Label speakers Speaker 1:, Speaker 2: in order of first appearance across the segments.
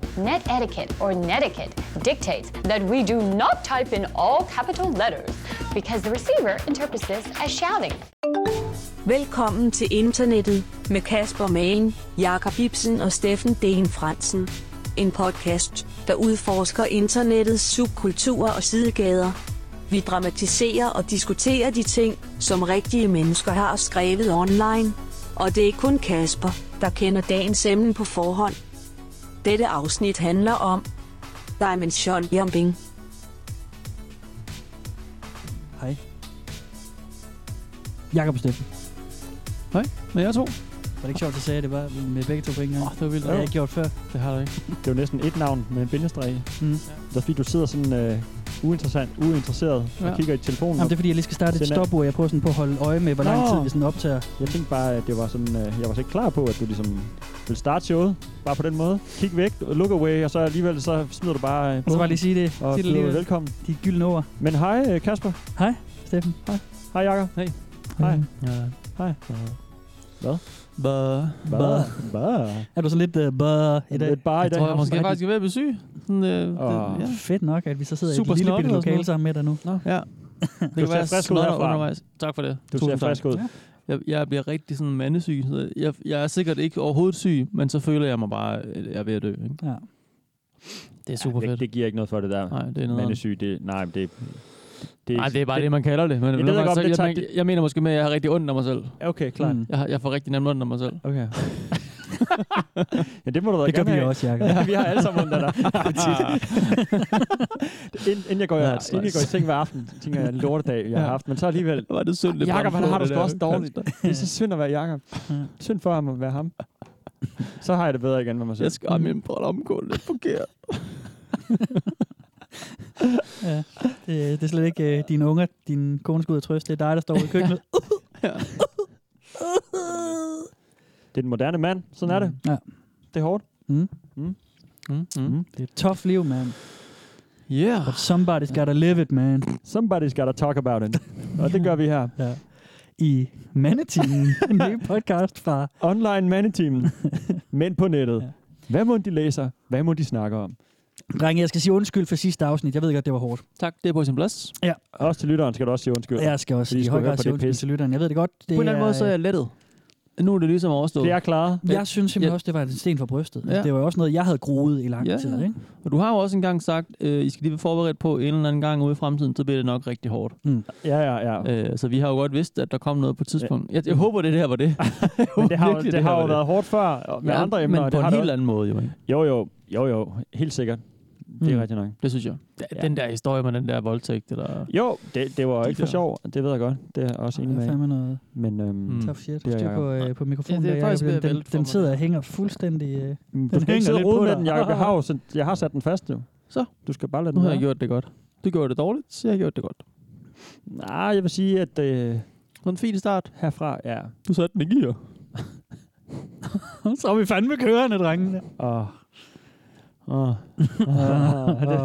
Speaker 1: Net etiquette or netiquette dictates that we do not type in all capital letters because the receiver interprets this as shouting.
Speaker 2: Velkommen til internettet med Kasper Magen, Jakob Ibsen og Steffen Den Fransen. En podcast, der udforsker internettets subkulturer og sidegader. Vi dramatiserer og diskuterer de ting, som rigtige mennesker har skrevet online. Og det er kun Kasper, der kender dagens emne på forhånd. Dette afsnit handler om Dimension Jumping.
Speaker 3: Hej. Jakob og Steffen.
Speaker 4: Hej, med jer to.
Speaker 3: Var det ikke sjovt, at jeg sagde, at det var med begge to på en gang?
Speaker 4: Åh,
Speaker 3: Oh,
Speaker 4: det var vildt.
Speaker 3: det har jeg ikke gjort før.
Speaker 4: det har du ikke. Det er jo næsten et navn med en bindestreg. i.
Speaker 3: Mm.
Speaker 4: Det er fordi, du sidder sådan øh, uinteressant, uinteresseret ja.
Speaker 3: Ja.
Speaker 4: og kigger i telefonen.
Speaker 3: Jamen, det er fordi, jeg lige skal starte et
Speaker 4: Den er-
Speaker 3: stopord. Jeg prøver sådan på at holde øje med, hvor lang
Speaker 4: Nå.
Speaker 3: tid vi sådan optager.
Speaker 4: Jeg tænkte bare, at det var sådan, øh, jeg var så ikke klar på, at du ligesom ville starte showet. Bare på den måde. Kig væk, look away, og så alligevel så smider du bare... Øh,
Speaker 3: Og så bare lige sige det.
Speaker 4: og
Speaker 3: Sig det
Speaker 4: byder
Speaker 3: lige.
Speaker 4: velkommen.
Speaker 3: De gyldne ord.
Speaker 4: Men hej øh, Kasper.
Speaker 3: Hej, Steffen. Hej.
Speaker 4: Hej Jakob.
Speaker 5: Hej.
Speaker 4: Hej.
Speaker 5: Ja.
Speaker 4: Hej.
Speaker 3: Bæ. Bæ.
Speaker 4: Bare. Bare.
Speaker 3: Er du så lidt uh, bæ i dag?
Speaker 4: Lidt bare i
Speaker 5: Jeg
Speaker 4: dag.
Speaker 5: tror, jeg måske
Speaker 3: Rigtig-
Speaker 5: faktisk er ved at blive syg. Sådan, øh, det,
Speaker 4: Åh.
Speaker 5: ja.
Speaker 3: Fedt nok, at vi så sidder i
Speaker 5: Super
Speaker 3: et lille bitte
Speaker 5: snottet og sådan
Speaker 3: lokale
Speaker 5: noget.
Speaker 3: sammen med dig nu.
Speaker 5: ja. Det
Speaker 4: Du
Speaker 5: kan
Speaker 4: ser
Speaker 5: være
Speaker 4: frisk ud
Speaker 5: smadret
Speaker 4: herfra.
Speaker 5: undervejs. Tak for det.
Speaker 4: Du ser
Speaker 5: Tusind tak.
Speaker 4: frisk ud.
Speaker 3: Ja.
Speaker 5: Jeg, jeg bliver rigtig sådan mandesyg. Så Jeg, jeg er sikkert ikke overhovedet syg, men så føler jeg mig bare, at jeg er ved at dø. Ikke?
Speaker 3: Ja.
Speaker 5: Det er super
Speaker 4: Ja,
Speaker 5: fedt.
Speaker 4: Det, det giver ikke noget for det der.
Speaker 5: Nej, det er noget. andet.
Speaker 4: Mandesyg, det... Nej, men det... det
Speaker 5: Nej, det er bare det, man kalder det. Men
Speaker 4: ved
Speaker 5: men
Speaker 4: jeg godt,
Speaker 5: altså,
Speaker 4: det
Speaker 5: jeg,
Speaker 4: tager-
Speaker 5: jeg, jeg, mener måske med, at jeg har rigtig ondt af mig selv.
Speaker 4: Okay, klart.
Speaker 3: Mm.
Speaker 5: Jeg, har- jeg får rigtig nemt ondt af mig selv.
Speaker 4: Okay. ja, det må du da
Speaker 3: Det gør
Speaker 4: gerne
Speaker 3: vi
Speaker 4: have.
Speaker 3: også, Jakob.
Speaker 4: Ja, vi har alle sammen ondt af dig. Ind, inden, jeg går,
Speaker 5: Ja,
Speaker 4: ja,
Speaker 5: det er
Speaker 4: inden jeg går i seng hver aften, tænker jeg, en lortedag, jeg har
Speaker 3: Ja.
Speaker 4: haft. Men så alligevel,
Speaker 5: Var det synd, det
Speaker 4: Jakob,
Speaker 5: brændte
Speaker 4: han har
Speaker 5: på, det
Speaker 4: det sgu
Speaker 5: der
Speaker 4: også dårligt. det er så synd at være Jakob. Synd for ham at være ham. Så har jeg det bedre igen med mig selv.
Speaker 5: Jeg skal have min brød omgående. Det fungerer.
Speaker 3: Ja. Det, det er slet ikke uh, dine unger, din kone skal ud og trøste. Det er dig, der står ude i køkkenet.
Speaker 4: Det er den moderne mand. Sådan er det.
Speaker 3: Ja.
Speaker 4: Det er hårdt.
Speaker 5: Mm, mm.
Speaker 4: Mm.
Speaker 3: Det er et tough liv, man.
Speaker 5: Yeah.
Speaker 3: But somebody's gotta live it, man.
Speaker 4: Somebody's gotta talk about it. Og det gør vi her.
Speaker 3: Ja. I Mandetimen, en ny podcast fra...
Speaker 4: Online mandetimen. Mænd på nettet.
Speaker 3: Ja.
Speaker 4: Hvad må de læser? Hvad må de snakke om?
Speaker 3: Drenge, jeg skal sige undskyld for sidste afsnit. Jeg ved godt, det var hårdt.
Speaker 5: Tak, det er på sin plads.
Speaker 4: Også til lytteren skal du også sige undskyld.
Speaker 3: Jeg skal også
Speaker 4: Fordi I
Speaker 3: i
Speaker 4: skulle
Speaker 3: høj
Speaker 4: høre
Speaker 3: grad
Speaker 4: på
Speaker 3: sige
Speaker 4: det
Speaker 3: undskyld
Speaker 4: pis.
Speaker 3: til lytteren. Jeg ved det godt. Det
Speaker 5: på en eller anden måde, så er jeg lettet. Nu er det ligesom overstået.
Speaker 4: Det er klaret.
Speaker 3: jeg synes simpelthen også, det var en sten for brystet. Ja.
Speaker 5: Ja.
Speaker 3: Det var jo også noget, jeg havde groet i lang
Speaker 5: Ja,
Speaker 3: tid.
Speaker 5: ja.
Speaker 3: Ikke?
Speaker 5: Og du har jo også engang sagt, øh, I skal lige være forberedt på en eller anden gang ude i fremtiden, så bliver det nok rigtig hårdt.
Speaker 4: Mm. Ja, ja, ja.
Speaker 5: Øh, så vi har jo godt vidst, at der kom noget på et tidspunkt. Jeg, jeg håber, det her var det. Jeg håber
Speaker 4: Men det har, jo,
Speaker 5: virkelig,
Speaker 4: det har
Speaker 5: her
Speaker 4: jo
Speaker 5: var
Speaker 4: været hårdt før og med
Speaker 5: Ja,
Speaker 4: andre emner. og
Speaker 5: men
Speaker 4: det
Speaker 5: på
Speaker 4: har
Speaker 5: en
Speaker 4: det
Speaker 5: helt
Speaker 4: også-
Speaker 5: anden måde jo. ikke?
Speaker 4: Jo, jo, jo, jo, helt sikkert. Det er
Speaker 3: Mm.
Speaker 4: rigtigt nok.
Speaker 5: Det synes jeg.
Speaker 4: Ja.
Speaker 5: Den der historie med den der voldtægt, eller...
Speaker 4: Jo, det, det var
Speaker 5: De
Speaker 4: ikke for
Speaker 5: der-
Speaker 4: sjov, det ved jeg godt. Det er jeg også enig
Speaker 3: Det er
Speaker 4: med.
Speaker 3: fandme noget
Speaker 4: Men øhm,
Speaker 5: Mm.
Speaker 3: tough shit.
Speaker 4: Det er
Speaker 3: Styr på,
Speaker 5: jeg.
Speaker 3: øh, på mikrofonen.
Speaker 5: Ja, det er
Speaker 3: der,
Speaker 5: faktisk
Speaker 3: Jacob.
Speaker 5: ved at
Speaker 3: den,
Speaker 5: vælte
Speaker 3: den,
Speaker 5: for
Speaker 3: den
Speaker 5: mig.
Speaker 3: sidder og hænger fuldstændig... Øh.
Speaker 4: Mm, du skal
Speaker 3: hænger
Speaker 4: ikke sidde og
Speaker 3: lidt
Speaker 4: rode
Speaker 3: på
Speaker 4: med
Speaker 3: dig.
Speaker 4: den, Jacob. Jeg har, jo, sådan- jeg har sat den fast nu.
Speaker 5: Så.
Speaker 4: Du skal bare lade
Speaker 5: Nu
Speaker 4: den
Speaker 5: har jeg gjort det godt. Du gjorde det dårligt, så jeg har gjort det godt.
Speaker 4: Nej, jeg vil sige, at øh,
Speaker 5: Det var en fin start.
Speaker 4: herfra, ja.
Speaker 5: Du satte den i gear.
Speaker 3: så er vi fandme kørende, drengene.
Speaker 4: Og, og,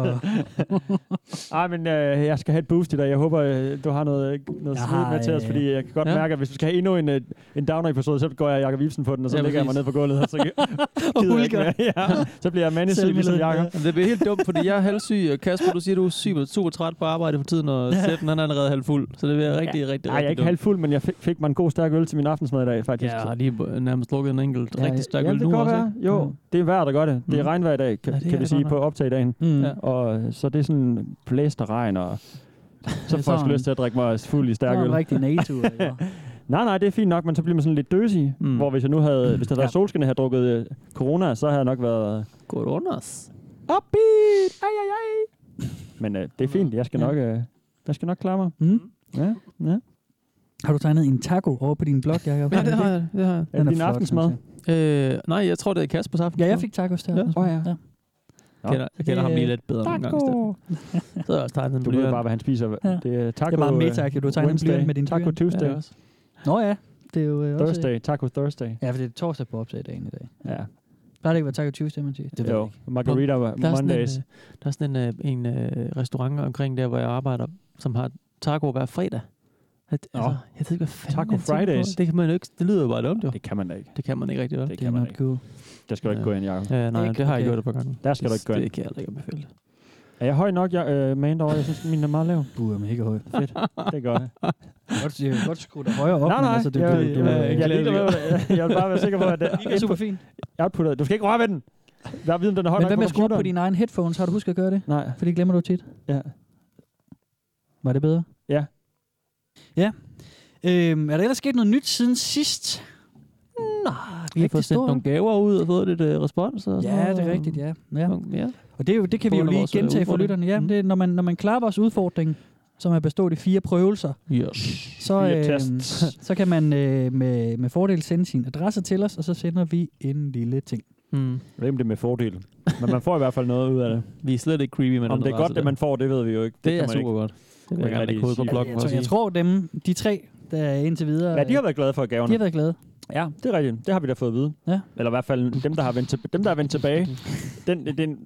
Speaker 4: Ej, men øh, jeg skal have et boost i dag. Jeg håber, øh, du har noget, noget
Speaker 3: Jeg
Speaker 4: svedigt
Speaker 3: har,
Speaker 4: med til os,
Speaker 3: øh,
Speaker 4: fordi jeg kan godt
Speaker 5: ja.
Speaker 4: ja. mærke, at hvis vi skal have endnu en, øh, en downer-episode, så går jeg Jacob Ibsen på den, og så
Speaker 5: Ja,
Speaker 4: ja, ligger jeg mig
Speaker 5: præcis.
Speaker 4: ned på gulvet, og så gider jeg ikke
Speaker 3: hulker.
Speaker 4: mere. ja, så bliver jeg mandesyg ligesom Jacob.
Speaker 5: Jamen, Det bliver helt dumt, fordi jeg er halvsyg, og Kasper, du siger, du er super, super træt på arbejde for tiden, og Steffen, han er allerede halvfuld. Så det bliver rigtig, rigtig,
Speaker 4: Nej, jeg er
Speaker 5: rigtig
Speaker 4: ikke halvt fuld, men jeg fik, fik mig en god stærk øl til min aftensmad i dag, faktisk.
Speaker 5: Ja, jeg har lige b- nærmest lukket en enkelt ja, rigtig stærk
Speaker 4: ja,
Speaker 5: øl
Speaker 4: det
Speaker 5: nu
Speaker 4: kan
Speaker 5: også,
Speaker 4: være. Jo,
Speaker 3: Mm.
Speaker 4: det er vejr, der gør det. Det er
Speaker 5: Mm.
Speaker 4: regnvejr i dag, kan,
Speaker 5: Ja,
Speaker 4: ja,
Speaker 5: det er
Speaker 4: kan vi
Speaker 5: det
Speaker 4: sige,
Speaker 5: godt
Speaker 4: på optagdagen.
Speaker 3: Mm.
Speaker 5: Ja.
Speaker 3: Ja.
Speaker 4: Og øh, så er det sådan blæst og regn, og så får jeg sgu
Speaker 3: sådan.
Speaker 4: lyst til at drikke mig fuld i
Speaker 3: Det
Speaker 4: stærk
Speaker 3: var
Speaker 4: øl.
Speaker 3: en rigtig natur. jo.
Speaker 4: Nej, nej, det er fint nok, men så bliver man sådan lidt døsig.
Speaker 5: Mm.
Speaker 4: Mm. Hvor hvis jeg nu havde, hvis der havde
Speaker 3: Ja.
Speaker 4: ja. solskinne havde drukket øh, corona, så havde jeg nok været øh,
Speaker 5: ikke? Godt under os.
Speaker 4: oppi. Ej, ej, ej. Men øh, det er fint, jeg skal
Speaker 3: Ja.
Speaker 4: nok, øh, jeg skal nok klare mig.
Speaker 3: Mm.
Speaker 4: Ja, ja.
Speaker 3: Har du tegnet en taco over på din blog, Jacob?
Speaker 5: Ja, det har jeg. Det har jeg.
Speaker 4: Er det din
Speaker 3: flot,
Speaker 4: aftensmad?
Speaker 3: synes
Speaker 5: Øh, nej, jeg tror, det er Kaspers aften.
Speaker 3: jeg. Ja, jeg fik tacos der.
Speaker 5: Ja.
Speaker 3: også.
Speaker 4: Åh oh, ja.
Speaker 5: Jeg kender, jeg kender
Speaker 3: Det-
Speaker 5: ham lige lidt bedre nogle gange. Steffen.
Speaker 4: Taco.
Speaker 5: Så har jeg også tegnet en
Speaker 4: Du ved bare, hvad han spiser.
Speaker 3: Ja.
Speaker 4: Ja. Det er taco.
Speaker 3: Det er bare
Speaker 4: øh,
Speaker 3: meta Du har tegnet en
Speaker 4: Wednesday.
Speaker 3: blyant med din
Speaker 4: Taco
Speaker 3: blyant.
Speaker 4: Tuesday.
Speaker 5: Ja, også.
Speaker 3: Nå ja, det er jo øh, også...
Speaker 4: Thursday. Taco Thursday.
Speaker 3: Ja, for det er torsdag på opslag dagen i dag.
Speaker 4: Ja.
Speaker 3: Plejer det ikke at være Taco Tuesday, man siger? Det ved jeg
Speaker 4: jo.
Speaker 3: ikke.
Speaker 4: Margarita
Speaker 5: Der er sådan en,
Speaker 4: Mondays.
Speaker 5: øh, der er sådan en, øh, en øh, restaurant omkring der, hvor jeg arbejder, som har taco hver fredag. At,
Speaker 4: Nå.
Speaker 5: altså, jeg ved ikke, hvad fanden
Speaker 4: Taco
Speaker 5: jeg tænker
Speaker 4: Fridays.
Speaker 5: På. Det, kan man jo ikke, det lyder jo bare dumt, jo.
Speaker 4: Det kan man da ikke.
Speaker 5: Det kan man ikke rigtig, vel?
Speaker 4: Det
Speaker 3: Det
Speaker 4: kan
Speaker 3: er
Speaker 4: man
Speaker 3: not
Speaker 4: ikke.
Speaker 3: cool.
Speaker 4: Der skal du ikke
Speaker 5: Ja.
Speaker 4: gå ind, Jacob.
Speaker 5: Ja, nej,
Speaker 3: Ikke?
Speaker 5: det har jeg
Speaker 3: Okay.
Speaker 5: gjort et par gange.
Speaker 4: Der skal du ikke gå ind.
Speaker 5: Det kan jeg heller ikke anbefale.
Speaker 4: Er jeg høj nok, jeg, øh, man derovre? Jeg synes, min er meget lav.
Speaker 3: Du er mega høj.
Speaker 4: Fedt. Det er godt.
Speaker 3: Godt, jeg kan godt skrue dig højere op.
Speaker 4: nej, nej.
Speaker 3: men Altså, det,
Speaker 4: jeg,
Speaker 3: du,
Speaker 4: jeg,
Speaker 3: du,
Speaker 5: er
Speaker 4: jeg,
Speaker 5: ikke
Speaker 4: jeg,
Speaker 5: glad,
Speaker 4: lider med, jeg, jeg vil bare være sikker på, at det,
Speaker 3: det er super fint.
Speaker 4: outputtet. Du skal ikke røre ved den. Jeg ved, om den er høj
Speaker 3: Men
Speaker 4: nok
Speaker 3: hvad med at skrue op på
Speaker 4: computeren.
Speaker 3: dine egne headphones? Har du husket at gøre det?
Speaker 4: Nej.
Speaker 3: For det glemmer du tit.
Speaker 4: Ja.
Speaker 3: Var det bedre?
Speaker 4: Ja.
Speaker 3: Ja. Øhm, er der ellers sket noget nyt siden sidst? Nej,
Speaker 5: Vi har fået sendt nogle gaver ud og fået lidt øh, respons. Og sådan
Speaker 3: Ja, det
Speaker 5: noget.
Speaker 3: er rigtigt, ja. ja.
Speaker 5: Nogle- ja.
Speaker 3: Og det, er jo, det kan vi jo
Speaker 5: Under
Speaker 3: lige
Speaker 5: vores, øh,
Speaker 3: gentage for
Speaker 5: udfordring.
Speaker 3: lytterne. Ja,
Speaker 5: Mm.
Speaker 3: det, er, når, man, når man klarer vores udfordring, som er bestået i fire prøvelser,
Speaker 5: Yes.
Speaker 3: så,
Speaker 4: Fire
Speaker 3: øh,
Speaker 4: tests.
Speaker 3: så kan man øh, med, med fordel sende sin adresse til os, og så sender vi en lille ting.
Speaker 5: Mm.
Speaker 4: Jeg ved ikke, om det er med fordel. Men man får i hvert fald noget ud af det.
Speaker 5: Vi er slet ikke creepy med
Speaker 4: Om
Speaker 5: den
Speaker 4: det er
Speaker 5: adresse
Speaker 4: godt, det
Speaker 5: der.
Speaker 4: man får, det ved vi jo ikke.
Speaker 5: Det,
Speaker 4: kan
Speaker 5: er
Speaker 4: man
Speaker 5: super
Speaker 4: ikke.
Speaker 5: godt. Det vil
Speaker 4: man
Speaker 5: jeg
Speaker 4: ikke
Speaker 5: gerne
Speaker 4: rigtig
Speaker 5: lægge hovedet på
Speaker 4: sige.
Speaker 5: blokken
Speaker 4: Jeg
Speaker 5: for
Speaker 3: Så
Speaker 5: at
Speaker 3: jeg
Speaker 5: sige.
Speaker 3: tror dem, de tre, der er indtil videre,
Speaker 4: Ja, de har været glade for
Speaker 3: de
Speaker 4: gaverne.
Speaker 3: har været glade.
Speaker 4: Ja, det er rigtigt. Det har vi da fået at vide.
Speaker 3: Ja.
Speaker 4: Eller i hvert fald dem, der har vendt, til, dem, der har vendt tilbage. Den, den, den, det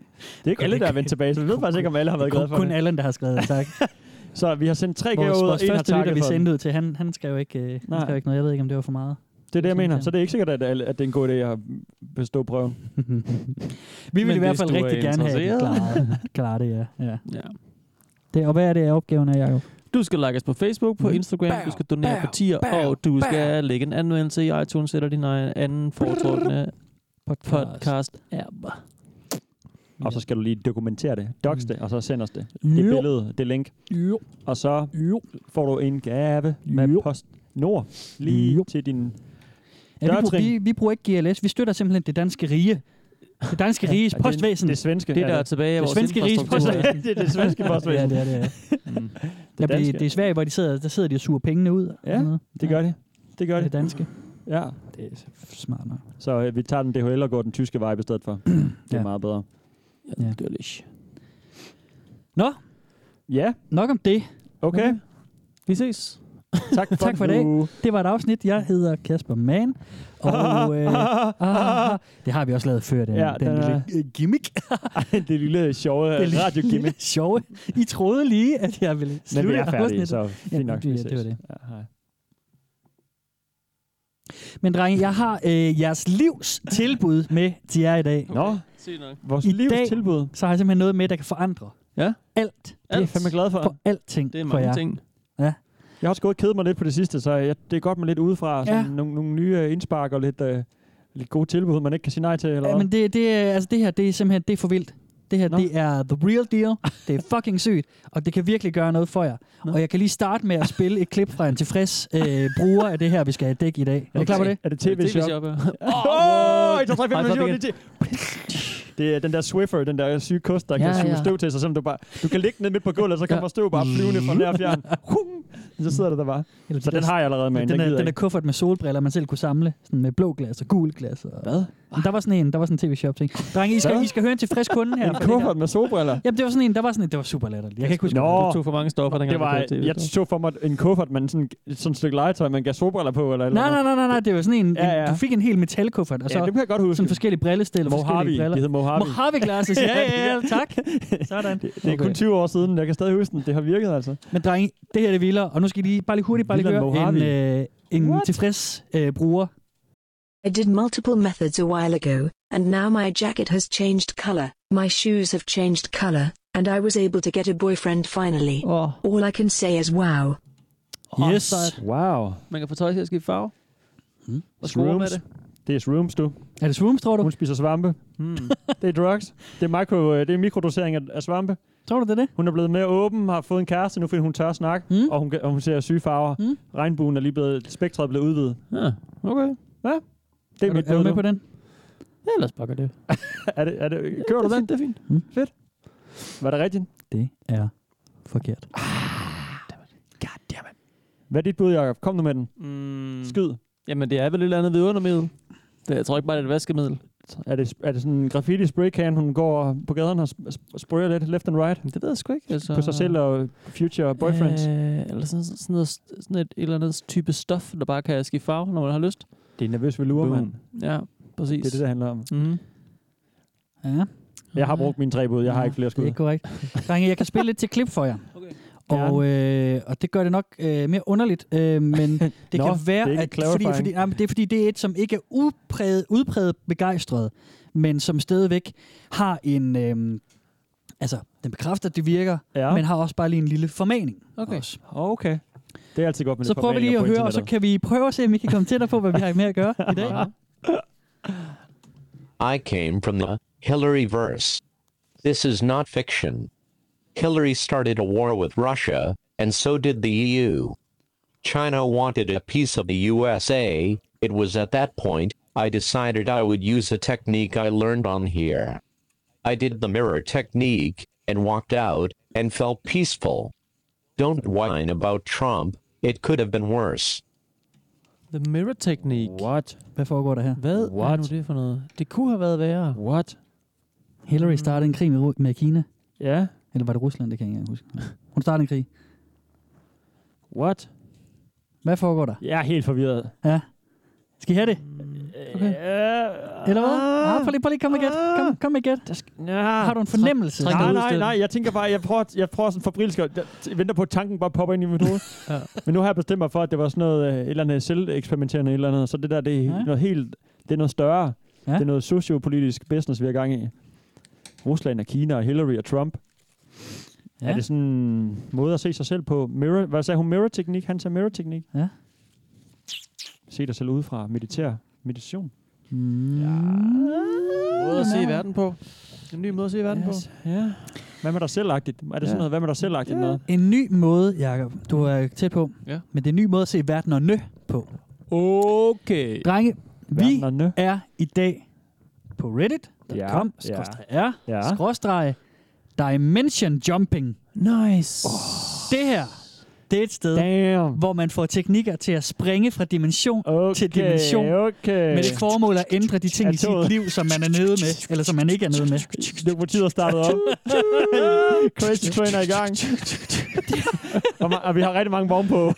Speaker 4: er ikke alle, der har vendt tilbage, så vi ved faktisk ikke, om alle har været glade for
Speaker 3: kun
Speaker 4: det.
Speaker 3: Allan, der har skrevet tak.
Speaker 4: Så vi har sendt tre gaver
Speaker 3: vores,
Speaker 4: ud, og
Speaker 3: vores
Speaker 4: en har
Speaker 3: første lytter,
Speaker 4: takket
Speaker 3: vi
Speaker 4: for den.
Speaker 3: sendte ud til, han, han skrev ikke, øh, han
Speaker 4: Nej.
Speaker 3: skrev ikke noget. Jeg ved ikke, om det var for meget.
Speaker 4: Det er det, jeg
Speaker 3: Vi sendte
Speaker 4: mener.
Speaker 3: den.
Speaker 4: Så det er ikke sikkert, at, at det er en god idé at bestå prøven.
Speaker 3: Vi
Speaker 5: Men
Speaker 3: ville i hvert
Speaker 5: hvis
Speaker 3: fald
Speaker 5: du er
Speaker 3: rigtig gerne have at de klarer- klarer det, ja. ja.
Speaker 5: Ja.
Speaker 3: Det, og hvad er det af opgaven er, Jacob?
Speaker 5: Du skal like os på Facebook,
Speaker 4: Mm.
Speaker 5: på Instagram, du skal donere på tier, og du skal lægge en anmeldelse i iTunes eller din egen anden foretrukne podcast-app.
Speaker 4: Og så skal du lige dokumentere det. Docs det, og så send os det. Det
Speaker 3: Jo.
Speaker 4: billede, det link.
Speaker 3: Jo.
Speaker 4: Og så
Speaker 3: Jo.
Speaker 4: får du en gave med
Speaker 3: Jo.
Speaker 4: post nord lige
Speaker 3: Jo.
Speaker 4: til din...
Speaker 3: Ja, vi, bruger,
Speaker 4: Dørtrin.
Speaker 3: vi, vi bruger ikke GLS. Vi støtter simpelthen det danske rige. Det danske riges
Speaker 4: Ja, det er-
Speaker 3: postvæsen.
Speaker 4: Det svenske.
Speaker 5: Det,
Speaker 4: er
Speaker 5: der er tilbage af
Speaker 3: Det
Speaker 5: vores
Speaker 3: svenske riges
Speaker 5: infrastruktur.
Speaker 3: postvæsen.
Speaker 4: det er det svenske
Speaker 3: ja,
Speaker 4: postvæsen.
Speaker 3: det er det. Ja.
Speaker 5: Mm.
Speaker 3: Der bliver,
Speaker 4: danske.
Speaker 3: det er Sverige, hvor de sidder, der sidder de og suger pengene ud. og
Speaker 4: Ja,
Speaker 3: sådan noget.
Speaker 4: Det gør det. Det gør
Speaker 3: det. Det
Speaker 4: det.
Speaker 3: danske.
Speaker 4: Ja.
Speaker 3: Det er smart nok.
Speaker 4: Så øh, vi tager den DHL og går den tyske vej i stedet for. Det er
Speaker 3: Ja.
Speaker 4: meget bedre.
Speaker 5: Ja, det er lidt.
Speaker 3: Nå,
Speaker 4: Ja,
Speaker 3: nok om det.
Speaker 4: okay.
Speaker 5: Vi ses.
Speaker 4: Tak for,
Speaker 3: Tak for i dag.
Speaker 4: nu.
Speaker 3: Det var et afsnit. Jeg hedder Kasper Mann. Og øh, ah, det har vi også lavet før, den,
Speaker 4: Ja,
Speaker 3: ja, den,
Speaker 4: den
Speaker 3: lille øh, gimmick.
Speaker 4: det lille øh, sjove
Speaker 3: Den lille-
Speaker 4: radiogimmick.
Speaker 3: lille sjove. I troede lige, at jeg ville
Speaker 4: Men vi
Speaker 3: slutte
Speaker 4: er færdige,
Speaker 3: afsnittet.
Speaker 4: så fint nok.
Speaker 3: det-
Speaker 4: vi
Speaker 3: det var
Speaker 4: ses.
Speaker 3: det.
Speaker 4: Ja, hej.
Speaker 3: Men drenge, jeg har øh, jeres livs tilbud med til jer i dag.
Speaker 4: Nå,
Speaker 5: Se nok.
Speaker 4: vores
Speaker 3: I
Speaker 4: livs
Speaker 3: dag-
Speaker 4: tilbud.
Speaker 3: Så har jeg simpelthen noget med, der kan forandre
Speaker 5: Ja.
Speaker 3: alt. Det
Speaker 4: Det er jeg fandme glad for.
Speaker 3: for alting
Speaker 5: Det er
Speaker 3: for jer.
Speaker 5: mange ting.
Speaker 4: Jeg har også gået og kedet mig lidt på det sidste, så jeg, det er godt med lidt udefra. Ja. Sådan nogle, nogle nye øh, indspark og lidt, øh, lidt gode tilbud, man ikke kan sige nej til. Eller
Speaker 3: Ja,
Speaker 4: hvad?
Speaker 3: men det, det, er- altså det her, det er simpelthen det er for vildt. Det her,
Speaker 4: Nå.
Speaker 3: det er the real deal. Det er fucking sygt, og det kan virkelig gøre noget for jer.
Speaker 4: Nå.
Speaker 3: Og jeg kan lige starte med at spille et klip fra en tilfreds øh, bruger af det her, vi skal have dæk i dag. Er du klar på det?
Speaker 4: Er det tv-shop?
Speaker 5: ja.
Speaker 4: Åh, 1, 2, 3, 4, 5, 6, 7,
Speaker 5: Ej,
Speaker 4: 8, 9, 10. Det er den der Swiffer, den der syge kost, der
Speaker 3: Ja,
Speaker 4: kan suge
Speaker 3: ja.
Speaker 4: støv til sig, selvom du bare... Du kan ligge ned midt på gulvet, og så kommer støv bare flyvende fra nær og fjern. Hum! Så sidder det der bare.
Speaker 3: Eller
Speaker 4: Så
Speaker 3: de der-
Speaker 4: den har jeg allerede med.
Speaker 3: den, er, den er kuffert med solbriller, man selv kunne samle. Sådan med blå glas og gul glas. Og... Hvad? Der var sådan en, der var sådan en tv-shop ting. Drenge, I skal,
Speaker 4: Hvad?
Speaker 3: I skal høre en tilfreds kunde her.
Speaker 4: en
Speaker 3: for det her.
Speaker 4: kuffert med solbriller.
Speaker 3: Jamen, det var sådan en, der var sådan en, det var super latterligt. Jeg kan ikke huske,
Speaker 4: Nå,
Speaker 3: hvad
Speaker 5: Du tog for mange stoffer, dengang
Speaker 4: Det var,
Speaker 5: du
Speaker 4: jeg så for mig en kuffert med sådan, sådan et stykke legetøj, man gav solbriller på. Eller et
Speaker 3: det-
Speaker 4: eller
Speaker 3: Nej, nej, nej, nej, nej, det var sådan en, en
Speaker 4: Ja, ja.
Speaker 3: du fik en hel metalkuffert, og
Speaker 4: andet.
Speaker 3: så
Speaker 4: Ja, det kan jeg godt huske.
Speaker 3: sådan forskellige brillestil og
Speaker 4: Mojave.
Speaker 3: forskellige
Speaker 4: Det
Speaker 3: briller.
Speaker 4: hedder Mojave.
Speaker 3: Mojave glasses, ja, ja, ja, tak. Sådan.
Speaker 4: Det, det er kun
Speaker 3: Okay.
Speaker 4: 20 år siden, jeg kan stadig huske den. Det har virket altså.
Speaker 3: Men drenge, det her det er vildere, og nu skal I lige, bare lige hurtigt bare lige
Speaker 4: Vildere
Speaker 3: høre
Speaker 4: end
Speaker 3: en, øh, en
Speaker 4: What?
Speaker 3: tilfreds øh, bruger.
Speaker 6: I did multiple methods a while ago, and now my jacket has changed color, my shoes have changed color, and I was able to get a boyfriend finally.
Speaker 5: Åh,
Speaker 6: All I can say is wow.
Speaker 5: Åh,
Speaker 3: Yes.
Speaker 5: sejt.
Speaker 4: Wow.
Speaker 5: man kan få tøj til at skifte farve. Og skrue med det.
Speaker 4: Det er shrooms, du.
Speaker 3: Er det Shrooms, tror du?
Speaker 4: Hun spiser svampe.
Speaker 5: Mm.
Speaker 4: Det er drugs. Det er, mikro, øh, det er mikrodosering af, af svampe.
Speaker 3: Tror du, det er det?
Speaker 4: Hun er blevet mere åben, har fået en kæreste nu, fordi hun tør at snakke,
Speaker 3: Mm.
Speaker 4: mm. og, hun, kan- og hun ser syge farver.
Speaker 3: Mm.
Speaker 4: Mm. Regnbuen er lige blevet, spektret er blevet udvidet.
Speaker 5: Ja, okay.
Speaker 4: Det er,
Speaker 3: Er du,
Speaker 4: mit
Speaker 3: er du
Speaker 4: bud
Speaker 3: med
Speaker 4: nu.
Speaker 3: på den?
Speaker 5: Ellers bare gør det.
Speaker 4: Er det, er det, kører du den? Hmm?
Speaker 5: Det er fint.
Speaker 4: Var det rigtigt?
Speaker 3: Det er forkert.
Speaker 4: Hvad er dit bud, Jacob? Kom nu med den.
Speaker 5: Mm.
Speaker 4: Skyd.
Speaker 5: Jamen, det er vel et eller andet vidundermiddel. Det, jeg tror ikke bare, det er et vaskemiddel.
Speaker 4: Er det, er det sådan en graffiti spraycan, hun går på gaden og sp- sp- sprayer lidt left and right?
Speaker 5: Men Det ved jeg sgu ikke. Altså,
Speaker 4: På sig selv og future boyfriends.
Speaker 5: Øh, eller sådan, sådan, noget, sådan et, et eller andet type stof, der bare kan skifte farve, når man har lyst.
Speaker 4: Det er nervøs ved lure, mand.
Speaker 5: Ja, præcis.
Speaker 4: Det er det, det handler om.
Speaker 5: Mm-hmm.
Speaker 3: Ja,
Speaker 4: Jeg har brugt mine tre bud. Jeg har ikke flere
Speaker 3: det er
Speaker 4: skud.
Speaker 3: ikke korrekt. Drenge, jeg kan spille lidt til klip for jer.
Speaker 5: Okay.
Speaker 3: Og, øh, og det gør det nok øh, mere underligt, øh, men det
Speaker 4: Nå,
Speaker 3: kan være,
Speaker 4: det er ikke en
Speaker 3: at fordi,
Speaker 4: clarifying.
Speaker 3: fordi, nej, men det er fordi, det er et, som ikke er udpræget, udpræget begejstret, men som stadigvæk har en, øh, altså den bekræfter, at det virker,
Speaker 4: Ja.
Speaker 3: ja. men har også bare lige en lille formaning.
Speaker 5: Okay.
Speaker 3: Også.
Speaker 5: Okay.
Speaker 4: Det er altid godt med
Speaker 3: Så
Speaker 4: lidt
Speaker 3: prøver vi lige
Speaker 4: formaninger på
Speaker 3: at høre, og så
Speaker 4: internettet.
Speaker 3: kan vi prøve at se, om vi kan komme tættere på, hvad vi har med at gøre i dag.
Speaker 7: I came from the Hillary verse. This is not fiction. Hillary started a war with Russia, and so did the EU. China wanted a piece of the USA. It was at that point I decided I would use a technique I learned on here. I did the mirror technique and walked out and felt peaceful. Don't whine about Trump, it could have been worse.
Speaker 5: The mirror technique.
Speaker 4: What?
Speaker 3: Hvad foregår der her?
Speaker 5: Hvad What? er
Speaker 4: What?
Speaker 5: nu det for noget? Det kunne have været værre.
Speaker 4: What?
Speaker 3: Ah. Hillary startede en krig med, Ru- med Kina.
Speaker 4: Ja.
Speaker 3: Eller var det Rusland? Det kan jeg ikke engang huske. Hun startede en krig.
Speaker 4: What?
Speaker 3: Hvad foregår der?
Speaker 4: Jeg er helt forvirret. Øh,
Speaker 3: Ja. Skal I have det?
Speaker 5: Okay.
Speaker 3: Eller hvad? Ah, prøv lige, prøv lige, kom med gæt. Kom, kom med gæt.
Speaker 4: Ja.
Speaker 3: Har du en fornemmelse?
Speaker 5: træk-
Speaker 4: Nej,
Speaker 5: Ud
Speaker 4: nej,
Speaker 5: stedet.
Speaker 4: nej. Jeg tænker bare, jeg prøver, jeg prøver sådan forbrilsk. Jeg t- venter på, at tanken bare popper ind i mit hoved.
Speaker 5: Ja.
Speaker 4: ja. Men nu har jeg bestemt mig for, at det var sådan noget, øh, et eller andet selveksperimenterende et eller andet. Så det der, det er
Speaker 3: Ja.
Speaker 4: ja. noget helt, det er noget større. Ja.
Speaker 3: Ja.
Speaker 4: Det er noget sociopolitisk business, vi har gang i. Rusland og Kina og Hillary og Trump. Ja. Er det sådan en måde at se sig selv på? Mirror, hvad sagde hun? Mirror-teknik? Han sagde mirror-teknik.
Speaker 3: Ja.
Speaker 4: Se dig selv udefra. Mediter. Meditation.
Speaker 3: Mm. Ja.
Speaker 5: Måde at se verden på. En ny måde at se verden yes. på.
Speaker 4: Ja. Hvad med dig selv Er det sådan
Speaker 5: Ja.
Speaker 4: noget, hvad med dig selv
Speaker 5: Ja.
Speaker 4: noget?
Speaker 3: En ny måde, Jacob. Du er tæt på.
Speaker 5: Ja.
Speaker 3: Men det er en ny måde at se verden og nø på.
Speaker 5: Okay.
Speaker 3: Drenge, vi
Speaker 4: Verden og nø.
Speaker 3: er i dag på reddit.com,
Speaker 4: Ja, ja.
Speaker 3: skråstreg r,
Speaker 4: Ja.
Speaker 3: skråstreg dimension jumping. Oh.
Speaker 5: Nice.
Speaker 3: Det her, det er et sted,
Speaker 4: Damn.
Speaker 3: hvor man får teknikker til at springe fra dimension
Speaker 4: Okay,
Speaker 3: til dimension.
Speaker 4: Okay.
Speaker 3: Med det formål at ændre de ting
Speaker 4: Er
Speaker 3: i sit
Speaker 4: toget.
Speaker 3: liv, som man er nede med, eller som man ikke er nede med.
Speaker 4: Demokratiet er startet op. Crazy train er i gang. og, ma- og vi har rigtig mange vogne på.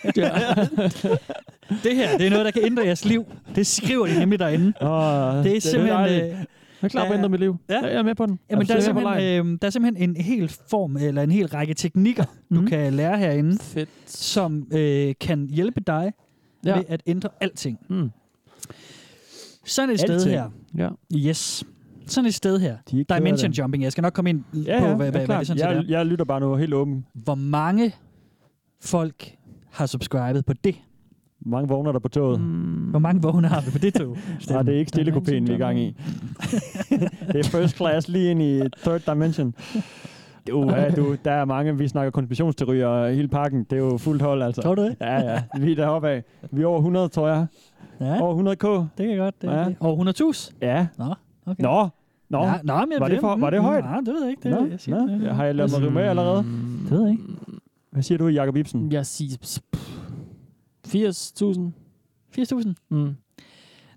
Speaker 3: Det her, det er noget, der kan ændre jeres liv. Det skriver de nemlig derinde.
Speaker 4: Og
Speaker 3: Det er simpelthen,
Speaker 4: dejligt.
Speaker 3: øh,
Speaker 5: Jeg er klar på at
Speaker 3: Ja.
Speaker 5: ændre mit liv.
Speaker 3: Ja.
Speaker 5: Ja. Jeg er med på den.
Speaker 3: jamen, der, er
Speaker 5: Jeg med på lejen.
Speaker 3: simpelthen, øh, der er simpelthen en hel form, eller en hel række teknikker,
Speaker 4: Mhm.
Speaker 3: du kan lære herinde,
Speaker 5: Fedt.
Speaker 3: som øh, kan hjælpe dig
Speaker 5: Ja.
Speaker 3: ja. med at ændre alting.
Speaker 5: Mm.
Speaker 3: Sådan et sted
Speaker 4: Alting.
Speaker 3: her.
Speaker 5: Ja.
Speaker 3: Yes. Sådan et sted her.
Speaker 4: De er ikke
Speaker 3: Dimension
Speaker 4: kede af det.
Speaker 3: jumping. Jeg skal nok komme ind
Speaker 4: Ja,
Speaker 3: på,
Speaker 4: ja,
Speaker 3: hvad,
Speaker 4: ja,
Speaker 3: hvad, hvad
Speaker 4: klart.
Speaker 3: det sådan set er.
Speaker 4: jeg, jeg lytter bare nu helt åben.
Speaker 3: Hvor mange folk har subscribet på det?
Speaker 4: Hvor mange vogne er der på toget? Mm.
Speaker 3: Hvor mange vogne har vi på det tog?
Speaker 4: Nej, det er ikke stillekopæen, vi er i gang i. det er first class lige ind i third dimension. Du, ja, du, der er mange, vi snakker konspirationsteorier og hele pakken. Det er jo fuldt hold, altså.
Speaker 3: Tror du det?
Speaker 4: Ja, ja. Vi er deroppe af. Vi er over 100, tror jeg.
Speaker 3: Ja,
Speaker 4: Over 100k.
Speaker 3: det kan godt. Det,
Speaker 4: Ja.
Speaker 3: det. Over 100.000?
Speaker 4: Ja.
Speaker 3: Nå, okay.
Speaker 4: Nå. Nå.
Speaker 3: Ja, nå, men jeg-
Speaker 4: Var det for- var det
Speaker 3: mm,
Speaker 4: højt?
Speaker 3: Nej, det ved jeg ikke. Det,
Speaker 4: Nå,
Speaker 3: jeg siger, Altså, det,
Speaker 4: nå. Har jeg lavet mig rive med allerede?
Speaker 3: det ved jeg ikke.
Speaker 4: Hvad siger du, Jacob Ibsen?
Speaker 5: Jeg siger... pff, 80.000.
Speaker 3: 80.000.
Speaker 5: Mm.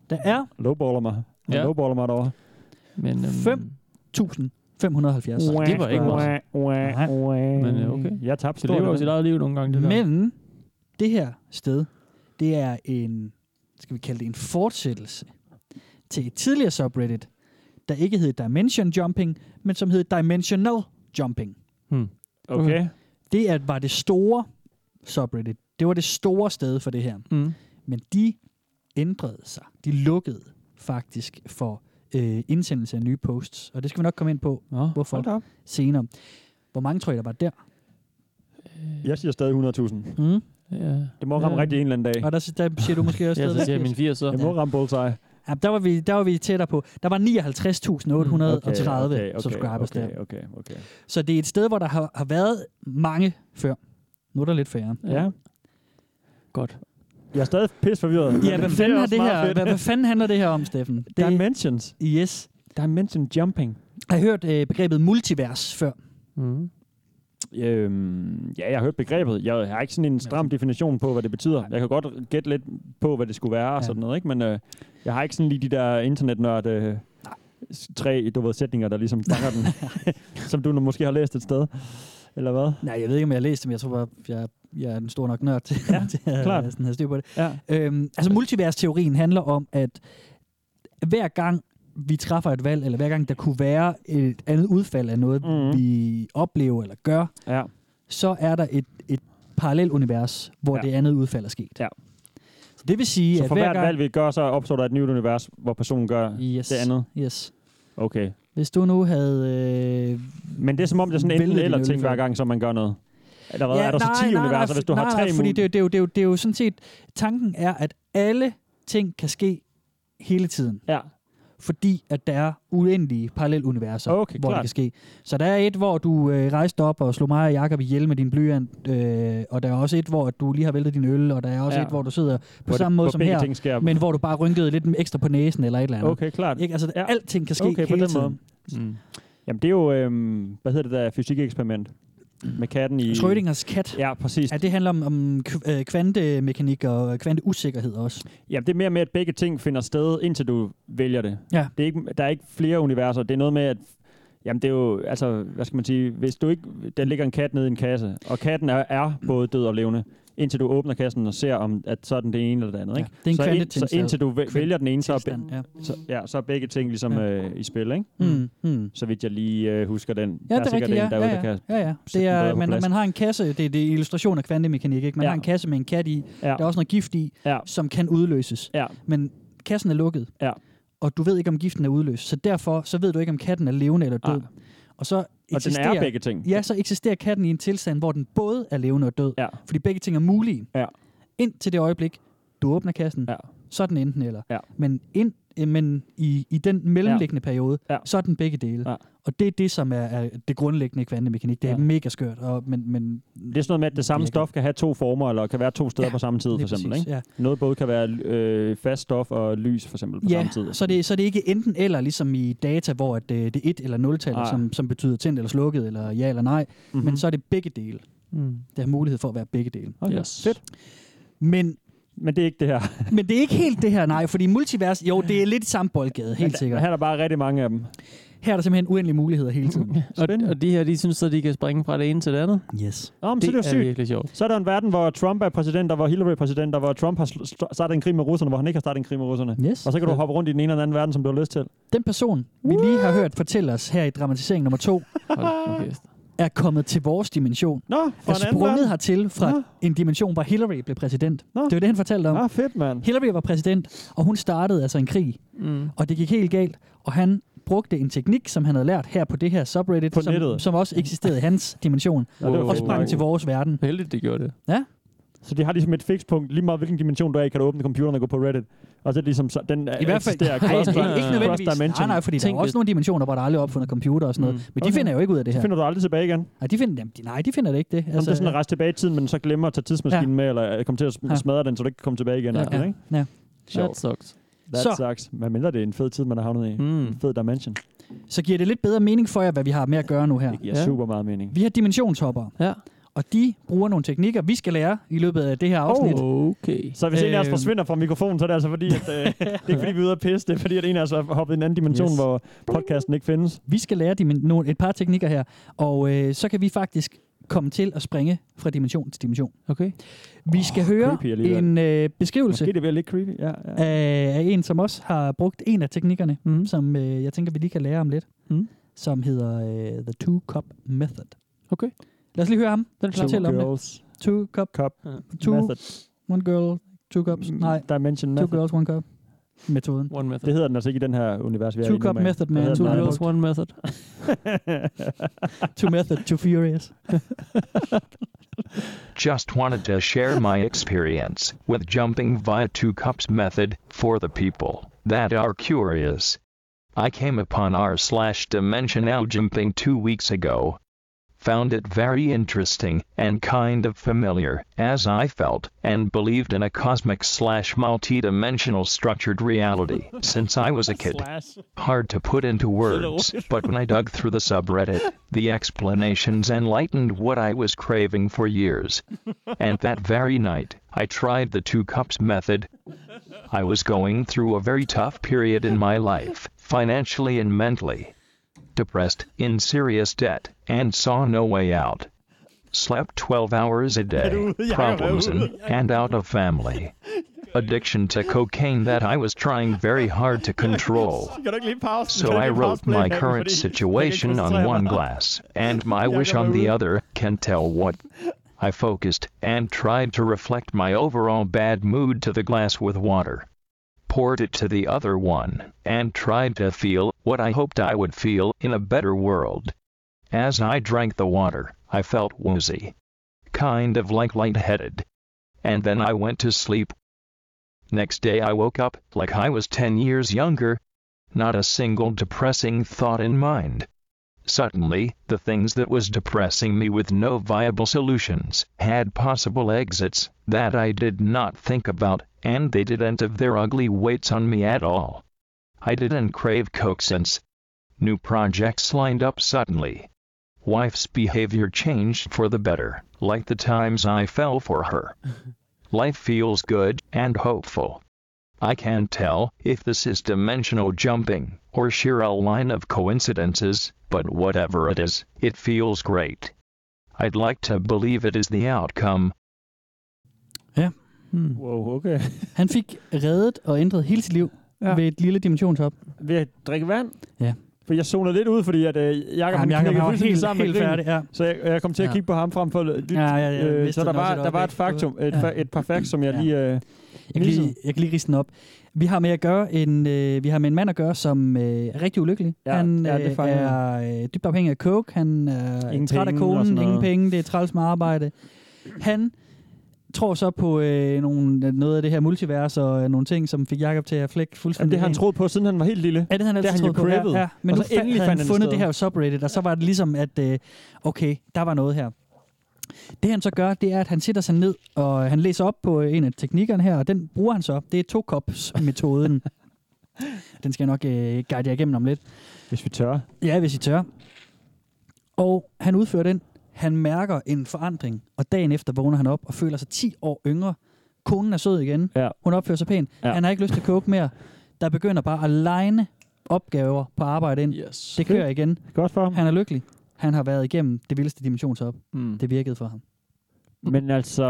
Speaker 3: Der er
Speaker 4: Lowballer mig. Han
Speaker 5: Ja.
Speaker 4: lowballer mig derovre.
Speaker 5: Men, øhm,
Speaker 3: Fem. 1.570.
Speaker 5: det var ikke meget.
Speaker 3: Nej.
Speaker 4: Men
Speaker 5: Men, øh, okay.
Speaker 4: Jeg tabte
Speaker 5: Det lever jo
Speaker 4: stort.
Speaker 5: sit eget liv nogle gange, det der.
Speaker 3: Men det her sted, det er en, skal vi kalde det en fortsættelse til et tidligere subreddit, der ikke hed Dimension Jumping, men som hed Dimensional Jumping.
Speaker 5: Hmm.
Speaker 4: Okay.
Speaker 3: Det er, var det store subreddit. Det var det store sted for det her.
Speaker 5: Mm.
Speaker 3: Men de ændrede sig. De lukkede faktisk for øh, indsendelse af nye posts. Og det skal vi nok komme ind på
Speaker 5: Nå,
Speaker 3: Hvorfor?
Speaker 5: hold da op.
Speaker 3: senere. Hvor mange tror I, der var der?
Speaker 4: Jeg siger stadig 100.000.
Speaker 3: Mm.
Speaker 5: Ja.
Speaker 4: Det må ramme
Speaker 5: Ja.
Speaker 4: rigtig en eller anden dag.
Speaker 3: Og der, der siger du måske også
Speaker 5: Ja, så
Speaker 3: stadigvæk,
Speaker 5: siger jeg min 80 så.
Speaker 4: Det må ramme bullseye.
Speaker 3: Ja, der var vi, der var vi tættere på. Der var 59.830
Speaker 4: Okay, Mm, okay, okay,
Speaker 3: subscribers okay.
Speaker 4: okay,
Speaker 3: der.
Speaker 4: okay, okay.
Speaker 3: Så det er et sted, hvor der har, har været mange før. Nu er der lidt færre.
Speaker 4: Ja.
Speaker 5: Godt.
Speaker 4: Jeg er stadig pisse forvirret.
Speaker 3: Ja, hvad fanden, har det her, hvad, hvad fanden handler det her om, Steffen? Det er
Speaker 4: Dimensions.
Speaker 3: yes.
Speaker 4: Dimension jumping.
Speaker 3: Jeg har hørt øh, begrebet multivers før.
Speaker 5: Mm.
Speaker 4: Øhm, ja, jeg har hørt begrebet. Jeg har ikke sådan en stram definition på, hvad det betyder. Jeg kan godt gætte lidt på, hvad det skulle være og
Speaker 3: Ja.
Speaker 4: sådan noget, ikke? Men øh, jeg har ikke sådan lige de der internetnørd øh, s- tre du ved, sætninger, der ligesom fanger den, som du nu måske har læst et sted. Eller hvad?
Speaker 3: Nej, jeg ved ikke, om jeg har læst det, men jeg tror bare, jeg, jeg er en stor nok nørd til, ja, til at
Speaker 4: klart.
Speaker 3: sådan have styr på det.
Speaker 4: Ja.
Speaker 3: Øhm, altså multiversteorien handler om, at hver gang vi træffer et valg, eller hver gang der kunne være et andet udfald af noget,
Speaker 4: Mhm.
Speaker 3: mm. vi oplever eller gør,
Speaker 4: Ja.
Speaker 3: så er der et, et parallelt univers, hvor
Speaker 4: Ja.
Speaker 3: ja. det andet udfald er sket.
Speaker 4: Ja.
Speaker 3: Så det vil sige,
Speaker 4: Så
Speaker 3: at
Speaker 4: for
Speaker 3: hver
Speaker 4: hvert
Speaker 3: gang...
Speaker 4: valg, vi gør, så opstår der et nyt univers, hvor personen gør
Speaker 3: yes,
Speaker 4: det andet.
Speaker 3: Yes.
Speaker 4: Okay.
Speaker 3: Hvis du nu havde... Øh,
Speaker 4: Men det er som om, det er sådan en
Speaker 3: Vældig
Speaker 4: enten eller
Speaker 3: din
Speaker 4: ting hver
Speaker 3: ølvalg.
Speaker 4: gang, som man gør noget. Eller hvad? er der så 10 universer, hvis du
Speaker 3: nej,
Speaker 4: har
Speaker 3: nej,
Speaker 4: tre
Speaker 3: fordi
Speaker 4: mul-
Speaker 3: det, er jo- det, er jo- det, er jo- det er jo sådan set... Tanken er, at alle ting kan ske hele tiden.
Speaker 4: Ja.
Speaker 3: Fordi at der er uendelige paralleluniverser,
Speaker 4: Okay,
Speaker 3: hvor
Speaker 4: klart.
Speaker 3: det kan ske. Så der er et, hvor du øh, rejste op og slog mig og Jacob ihjel med din blyant, øh, og der er også et, hvor du lige har væltet din øl, og der er også
Speaker 4: Ja.
Speaker 3: et, hvor du sidder på
Speaker 4: Hvor det-
Speaker 3: samme måde
Speaker 4: hvor
Speaker 3: som
Speaker 4: begge
Speaker 3: her,
Speaker 4: ting sker.
Speaker 3: men hvor du bare rynkede lidt ekstra på næsen eller et eller andet.
Speaker 4: Okay, klart.
Speaker 3: Ikke? Altså,
Speaker 4: Ja.
Speaker 3: ja. alting kan ske
Speaker 4: Okay, på
Speaker 3: hele
Speaker 4: den
Speaker 3: tiden.
Speaker 4: måde.
Speaker 5: Mm.
Speaker 4: Jamen, det er jo, øhm, hvad hedder det der fysikkeksperiment? Med katten i...
Speaker 3: Schrödingers kat.
Speaker 4: Ja, præcis.
Speaker 3: Ja, det handler om, om kv- øh, kvantemekanik og kvanteusikkerhed også.
Speaker 4: Ja, det er mere med, at begge ting finder sted, indtil du vælger det.
Speaker 3: Ja.
Speaker 4: det er ikke, der er ikke flere universer. Det er noget med, at Jamen det er jo, altså, hvad skal man sige, hvis du ikke, der ligger en kat nede i en kasse, og katten er, er både død og levende, indtil du åbner kassen og ser, om at så er den det ene eller det andet,
Speaker 3: Ja,
Speaker 4: ikke?
Speaker 3: det er en
Speaker 4: så, så
Speaker 3: kvantetilstand.
Speaker 4: indtil du væ- vælger den ene, så er,
Speaker 3: Tilstand,
Speaker 4: be-
Speaker 3: ja.
Speaker 4: så, ja, så er begge ting ligesom
Speaker 3: Ja.
Speaker 4: øh, i spil, ikke?
Speaker 3: Mm, mm.
Speaker 4: Så vidt jeg lige øh, husker den.
Speaker 3: Ja,
Speaker 4: der
Speaker 3: det er
Speaker 4: sikkert
Speaker 3: rigtigt, ja.
Speaker 4: en derude,
Speaker 3: ja,
Speaker 4: der
Speaker 3: ja.
Speaker 4: kan
Speaker 3: ja, ja. Det
Speaker 4: sætte den bedre
Speaker 3: er,
Speaker 4: på
Speaker 3: man,
Speaker 4: plads.
Speaker 3: man har en kasse, det, det er illustration af kvantemekanik, ikke? Man
Speaker 4: Ja.
Speaker 3: ja. har en kasse med en kat i,
Speaker 4: Ja.
Speaker 3: ja. der er også noget gift i,
Speaker 4: Ja.
Speaker 3: ja. som kan udløses.
Speaker 4: Ja.
Speaker 3: Men kassen er lukket,
Speaker 4: Ja.
Speaker 3: og du ved ikke, om giften er udløst. Så derfor så ved du ikke, om katten er levende eller død.
Speaker 4: Nej.
Speaker 3: Og så
Speaker 4: Ah. Og den
Speaker 3: eksisterer,
Speaker 4: er begge ting.
Speaker 3: Ja, så eksisterer katten i en tilstand, hvor den både er levende og død.
Speaker 4: Ja.
Speaker 3: Fordi begge ting er mulige.
Speaker 4: Ja.
Speaker 3: Indtil det øjeblik, du åbner kassen,
Speaker 4: Ja.
Speaker 3: så er den enten eller.
Speaker 4: Ja.
Speaker 3: Men, ind, øh, men i, i den mellemliggende periode,
Speaker 4: Ja.
Speaker 3: så er den begge dele.
Speaker 4: Ja.
Speaker 3: Og det er det, som er, er det grundlæggende i kvantemekanik. Det er
Speaker 4: Ja.
Speaker 3: ja. mega skørt, og, men, men
Speaker 4: Det er sådan noget med, at det samme
Speaker 3: Virkelig.
Speaker 4: stof kan have to former, eller kan være to steder
Speaker 3: Ja,
Speaker 4: på samme tid, for
Speaker 3: lige
Speaker 4: eksempel.
Speaker 3: præcis,
Speaker 4: Ikke?
Speaker 3: ja.
Speaker 4: Noget både kan være øh, fast stof og lys, for eksempel, på
Speaker 3: ja,
Speaker 4: samme tid.
Speaker 3: så er det, så er det ikke enten eller, ligesom i data, hvor at, øh, det er et eller nul-tal,
Speaker 4: Nej. Mhm.
Speaker 3: som, som betyder tændt eller slukket, eller ja eller nej, mm-hmm. men så er det begge dele.
Speaker 5: Mm.
Speaker 3: Det har mulighed for at være begge dele.
Speaker 4: Okay.
Speaker 5: Yes.
Speaker 4: Fedt.
Speaker 3: Men
Speaker 4: Men det er ikke det her.
Speaker 3: Men det er ikke helt det her, nej, fordi multivers, jo, det er lidt i samme boldgade, helt
Speaker 4: Men
Speaker 3: sikkert.
Speaker 4: Her er der bare rigtig mange af dem.
Speaker 3: Her er der simpelthen uendelige muligheder hele tiden.
Speaker 5: Og, og de her, de synes, at de kan springe fra det ene til det andet.
Speaker 3: Yes.
Speaker 4: Nå, men
Speaker 5: Det,
Speaker 4: så er det jo
Speaker 5: er
Speaker 4: sygt.
Speaker 5: virkelig sjovt.
Speaker 4: Så er der en verden, hvor Trump er præsident, og hvor Hillary er præsident, og hvor Trump har sl- st- startet en krig med russerne, hvor han ikke har startet en krig med russerne.
Speaker 3: Yes.
Speaker 4: Og så kan du hoppe rundt i den ene eller den anden verden, som du har lyst til.
Speaker 3: Den person, vi lige har hørt fortælle os her i dramatisering nummer to,
Speaker 5: Hold nu kæft.
Speaker 3: er kommet til vores dimension.
Speaker 4: Nå,
Speaker 3: Er
Speaker 4: for en anden
Speaker 3: sprunget
Speaker 4: verden.
Speaker 3: hertil fra
Speaker 4: Nå.
Speaker 3: en dimension, hvor Hillary blev præsident.
Speaker 4: Nå.
Speaker 3: Det var det, han fortalte om.
Speaker 4: Nå, fedt, mand.
Speaker 3: Hillary var præsident, og hun startede altså en krig.
Speaker 5: Mm.
Speaker 3: Og det gik helt galt, og han brugte en teknik, som han havde lært her på det her subreddit,
Speaker 4: På
Speaker 3: som,
Speaker 4: nettet.
Speaker 3: som også eksisterede i hans dimension,
Speaker 4: Ja, det var
Speaker 3: og
Speaker 4: fedt.
Speaker 3: sprang til vores verden.
Speaker 5: Heldigt, det gjorde det.
Speaker 4: Så de har ligesom et fikspunkt, lige meget hvilken dimension du er i, kan du åbne computeren og gå på Reddit. Og så er det ligesom, så- den
Speaker 3: I hvert fald,
Speaker 4: eksisterer
Speaker 3: nej,
Speaker 4: cross-
Speaker 3: ikke, ikke
Speaker 4: cross
Speaker 3: nødvendigvis. Nej,
Speaker 4: dimension.
Speaker 3: nej, fordi
Speaker 5: Tænk,
Speaker 3: der er
Speaker 5: hvis-
Speaker 3: også nogle dimensioner, hvor der aldrig er opfundet computer og sådan noget. Men de
Speaker 4: Okay.
Speaker 3: finder jo ikke ud af det
Speaker 4: Så
Speaker 3: her.
Speaker 4: finder du aldrig tilbage igen.
Speaker 3: Nej, de finder, jamen, de, nej, de finder det ikke det.
Speaker 4: Altså, det er sådan at rejse tilbage i tiden, men så glemmer at tage tidsmaskinen ja. med, eller øh, komme til at sm-
Speaker 3: Ja.
Speaker 4: smadre den, så du ikke kan komme tilbage igen. Ja.
Speaker 3: ja,
Speaker 4: Ikke?
Speaker 3: ja.
Speaker 5: That sucks.
Speaker 4: That
Speaker 3: Så.
Speaker 4: sucks. Men mindre det er en fed tid, man har havnet i.
Speaker 5: Mm.
Speaker 4: En fed dimension.
Speaker 3: Så giver det lidt bedre mening for jer, hvad vi har med at gøre nu her.
Speaker 4: Det giver ja.
Speaker 5: Ja.
Speaker 4: super meget mening.
Speaker 3: Vi har dimensionshopper,
Speaker 5: Ja.
Speaker 3: og de bruger nogle teknikker, vi skal lære i løbet af det her afsnit. Oh.
Speaker 5: Okay.
Speaker 4: Så hvis øh, en af os
Speaker 3: Øhm.
Speaker 4: forsvinder fra mikrofonen, så er det altså fordi, at, øh, det er ikke fordi, vi er ude at pisse. Det er fordi, at en af os har hoppet i en anden dimension, yes.
Speaker 5: Yes.
Speaker 4: hvor podcasten ikke findes.
Speaker 3: Vi skal lære dimen- nogle, et par teknikker her, og øh, så kan vi faktisk komme til at springe fra dimension til dimension.
Speaker 5: Okay.
Speaker 3: Vi skal oh, høre
Speaker 4: creepy alligevel.
Speaker 3: en øh, beskrivelse
Speaker 4: Måske det bliver lidt creepy. Ja, ja. Mhm.
Speaker 3: af, af en, som også har brugt en af teknikkerne,
Speaker 5: Mm.
Speaker 3: mm. som øh, jeg tænker, vi lige kan lære om lidt,
Speaker 5: Mm.
Speaker 3: mm. som hedder øh, The Two Cup Method.
Speaker 5: Okay.
Speaker 3: Lad os lige høre ham. Den
Speaker 4: Two
Speaker 3: fortælle om det.
Speaker 4: girls
Speaker 3: Two cup,
Speaker 4: cup
Speaker 3: two,
Speaker 4: method. Mm,
Speaker 3: one girl, two cups. Nej,
Speaker 4: Dimension
Speaker 3: two
Speaker 4: method.
Speaker 3: girls, one cup. Metoden.
Speaker 5: One method.
Speaker 4: Det hedder den altså ikke i den her univers, vi er
Speaker 3: Two
Speaker 4: i nu,
Speaker 3: cup
Speaker 4: men-
Speaker 3: method,
Speaker 4: Hvad
Speaker 3: man.
Speaker 4: hedder
Speaker 5: Two
Speaker 4: den?
Speaker 5: girls, one method.
Speaker 3: Two method, two furious.
Speaker 8: Just wanted to share my experience with jumping via two cups method for the people that are curious. I came upon r slash dimensional jumping two weeks ago. Found it very interesting and kind of familiar, as I felt and believed in a cosmic slash multi-dimensional structured reality since I was a kid. Hard to put into words, but when I dug through the subreddit, the explanations enlightened what I was craving for years. And that very night, I tried the two cups method. I was going through a very tough period in my life, financially and mentally. Depressed, in serious debt, and saw no way out. Slept 12 hours a day, problems in and out of family. addiction to cocaine that I was trying very hard to control.
Speaker 4: Kan du ikke lige pause?
Speaker 8: So I wrote my current situation on one glass and my wish on the other, can tell what. I focused and tried to reflect my overall bad mood to the glass with water. Poured it to the other one and tried to feel what I hoped I would feel in a better world. As I drank the water, I felt woozy. Kind of like lightheaded. And then I went to sleep. Next day I woke up like I was 10 years younger, not a single depressing thought in mind. Suddenly, the things that was depressing me with no viable solutions had possible exits that I did not think about, and they didn't have their ugly weights on me at all. I didn't crave coke since new projects lined up suddenly. Wife's behavior changed for the better, like the times I fell for her. Life feels good and hopeful. I can't tell if this is dimensional jumping or sheer a line of coincidences, but whatever it is, it feels great. I'd like to believe it is the outcome.
Speaker 4: Wow, okay.
Speaker 3: Han fik reddet og ændret hele sit liv
Speaker 4: Ja.
Speaker 3: ja. ved et lille dimensionshop.
Speaker 4: Ved at drikke vand?
Speaker 3: Ja.
Speaker 4: For jeg zonede lidt ud, fordi at øh, Jacob, Jamen, han
Speaker 3: Jacob,
Speaker 4: knækkede
Speaker 3: han var
Speaker 4: fuldstændig
Speaker 3: helt-
Speaker 4: sammen
Speaker 3: helt
Speaker 4: med grin.
Speaker 3: færdig, ja.
Speaker 4: Så jeg, jeg kom til at
Speaker 3: Ja.
Speaker 4: kigge på ham frem for lidt.
Speaker 3: Ja, ja, ja, jeg
Speaker 4: øh, så
Speaker 3: mistede
Speaker 4: der
Speaker 3: den også
Speaker 4: var,
Speaker 3: et
Speaker 4: der var et
Speaker 3: øjeblik.
Speaker 4: faktum, et,
Speaker 3: Ja.
Speaker 4: fa- et par facts, som jeg
Speaker 3: Ja.
Speaker 4: lige... Øh,
Speaker 3: Jeg kan, lige,
Speaker 4: Nisse.
Speaker 3: jeg kan lige riste den op. Vi har med at gøre en, øh, vi har med en mand at gøre, som øh, er rigtig ulykkelig.
Speaker 4: Ja,
Speaker 3: han
Speaker 4: ja, det
Speaker 3: øh,
Speaker 4: fanger
Speaker 3: er øh, dybt afhængig af coke, han øh, er
Speaker 4: Ingen
Speaker 3: ingen træt af
Speaker 4: penge og
Speaker 3: konen,
Speaker 4: sådan
Speaker 3: ingen
Speaker 4: noget.
Speaker 3: penge, det er træls med arbejde. Han tror så på øh, nogle, noget af det her multivers og øh, nogle ting, som fik Jakob til at flække
Speaker 4: jamen,
Speaker 3: fuldstændig.
Speaker 4: det har han
Speaker 3: rent.
Speaker 4: troet på, siden han var helt lille.
Speaker 3: Ja, det havde han
Speaker 4: Det
Speaker 3: altid
Speaker 4: har han
Speaker 3: troet
Speaker 4: jo
Speaker 3: på. Ja,
Speaker 4: craved.
Speaker 3: Ja, men
Speaker 4: Og
Speaker 3: nu
Speaker 4: så
Speaker 3: endelig
Speaker 4: endelig
Speaker 3: havde han
Speaker 4: fandt han et
Speaker 3: fundet
Speaker 4: sted.
Speaker 3: det her subreddit, og så var det ligesom, at øh, okay, der var noget her. Det han så gør, det er, at han sætter sig ned, og han læser op på øh, en af teknikkerne her, og den bruger han så. Det er to-kops-metoden. den skal jeg nok øh, guide jer igennem om lidt.
Speaker 4: Hvis vi tør.
Speaker 3: Ja, hvis I tør. Og han udfører den. Han mærker en forandring, og dagen efter vågner han op og føler sig 10 år yngre. Konen er sød igen.
Speaker 4: Ja.
Speaker 3: Hun opfører sig pænt.
Speaker 4: Ja.
Speaker 3: Ja. Han har ikke lyst til at coke mere. Der begynder bare at legne opgaver på arbejde ind.
Speaker 5: Yes.
Speaker 3: Det kører igen.
Speaker 4: Godt for ham.
Speaker 3: Han er lykkelig. Han har været igennem det vildeste dimensionshop.
Speaker 5: Mm.
Speaker 3: Det virkede for ham.
Speaker 4: Men altså...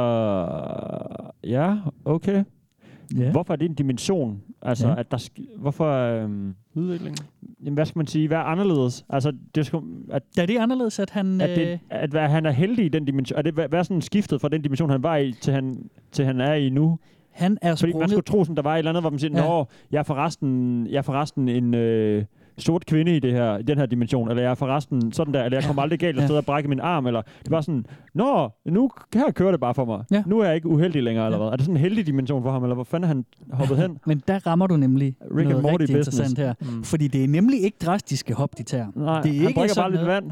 Speaker 4: Ja, okay.
Speaker 3: Ja.
Speaker 4: Hvorfor er det en dimension? Altså,
Speaker 3: Ja.
Speaker 4: at der... sk- Hvorfor... øhm,
Speaker 5: Udvikling.
Speaker 4: jamen, hvad skal man sige? Hvad er anderledes? Altså, det skal, at,
Speaker 3: Ja, det er anderledes, at han...
Speaker 4: at,
Speaker 3: øh,
Speaker 4: det, at være, han er heldig i den dimension. Er det, hvad, hvad er sådan skiftet fra den dimension, han var i, til han, til han er i nu?
Speaker 3: han er
Speaker 4: Fordi man
Speaker 3: sprunget...
Speaker 4: skulle tro, sådan, der var et eller andet, hvor man siger,
Speaker 3: Ja.
Speaker 4: Nå, jeg er forresten, jeg er forresten en øh, sort kvinde i, det her, i den her dimension, eller jeg er forresten sådan der, eller jeg kommer aldrig galt afsted og brække min arm, eller det var sådan, Nå, nu her kører det bare for mig.
Speaker 3: Ja.
Speaker 4: Nu er jeg ikke uheldig længere, eller
Speaker 3: Ja.
Speaker 4: hvad? Er det sådan en heldig dimension for ham, eller hvor fanden er han hoppet hen?
Speaker 3: Men der rammer du nemlig
Speaker 4: Rick and
Speaker 3: Rick noget
Speaker 4: Morty
Speaker 3: rigtig
Speaker 4: business.
Speaker 3: interessant her. Mm. Fordi det er nemlig ikke drastiske hop, de tager.
Speaker 4: Nej,
Speaker 3: det
Speaker 4: han
Speaker 3: er
Speaker 4: drikker bare
Speaker 3: sådan
Speaker 4: lidt
Speaker 3: noget-
Speaker 4: vand.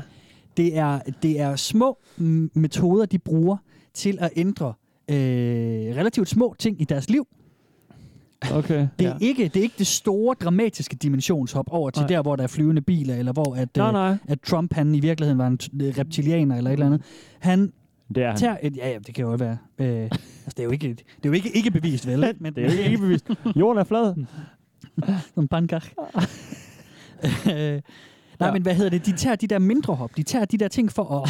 Speaker 3: Det er, det er små mm, metoder, de bruger til at ændre øh, relativt små ting i deres liv.
Speaker 4: Okay.
Speaker 3: Det er, ikke, det er ikke det store, dramatiske dimensionshop over til
Speaker 4: Nej.
Speaker 3: Nej. der, hvor der er flyvende biler, eller hvor at,
Speaker 4: Nej,
Speaker 3: øh,
Speaker 4: nej.
Speaker 3: at Trump han i virkeligheden var en t- reptilianer eller et eller andet. Han
Speaker 4: Det er han.
Speaker 3: tager et... Ja, ja, det kan jo være. Øh, altså, det er jo ikke, det er jo ikke, ikke bevist, vel? Men,
Speaker 4: Det er jo ikke- ikke bevist. Jorden er flad.
Speaker 3: Som pankak. Øh, Nej,
Speaker 4: Ja.
Speaker 3: men hvad hedder det? De tager de der mindre hop. De tager de der ting for at,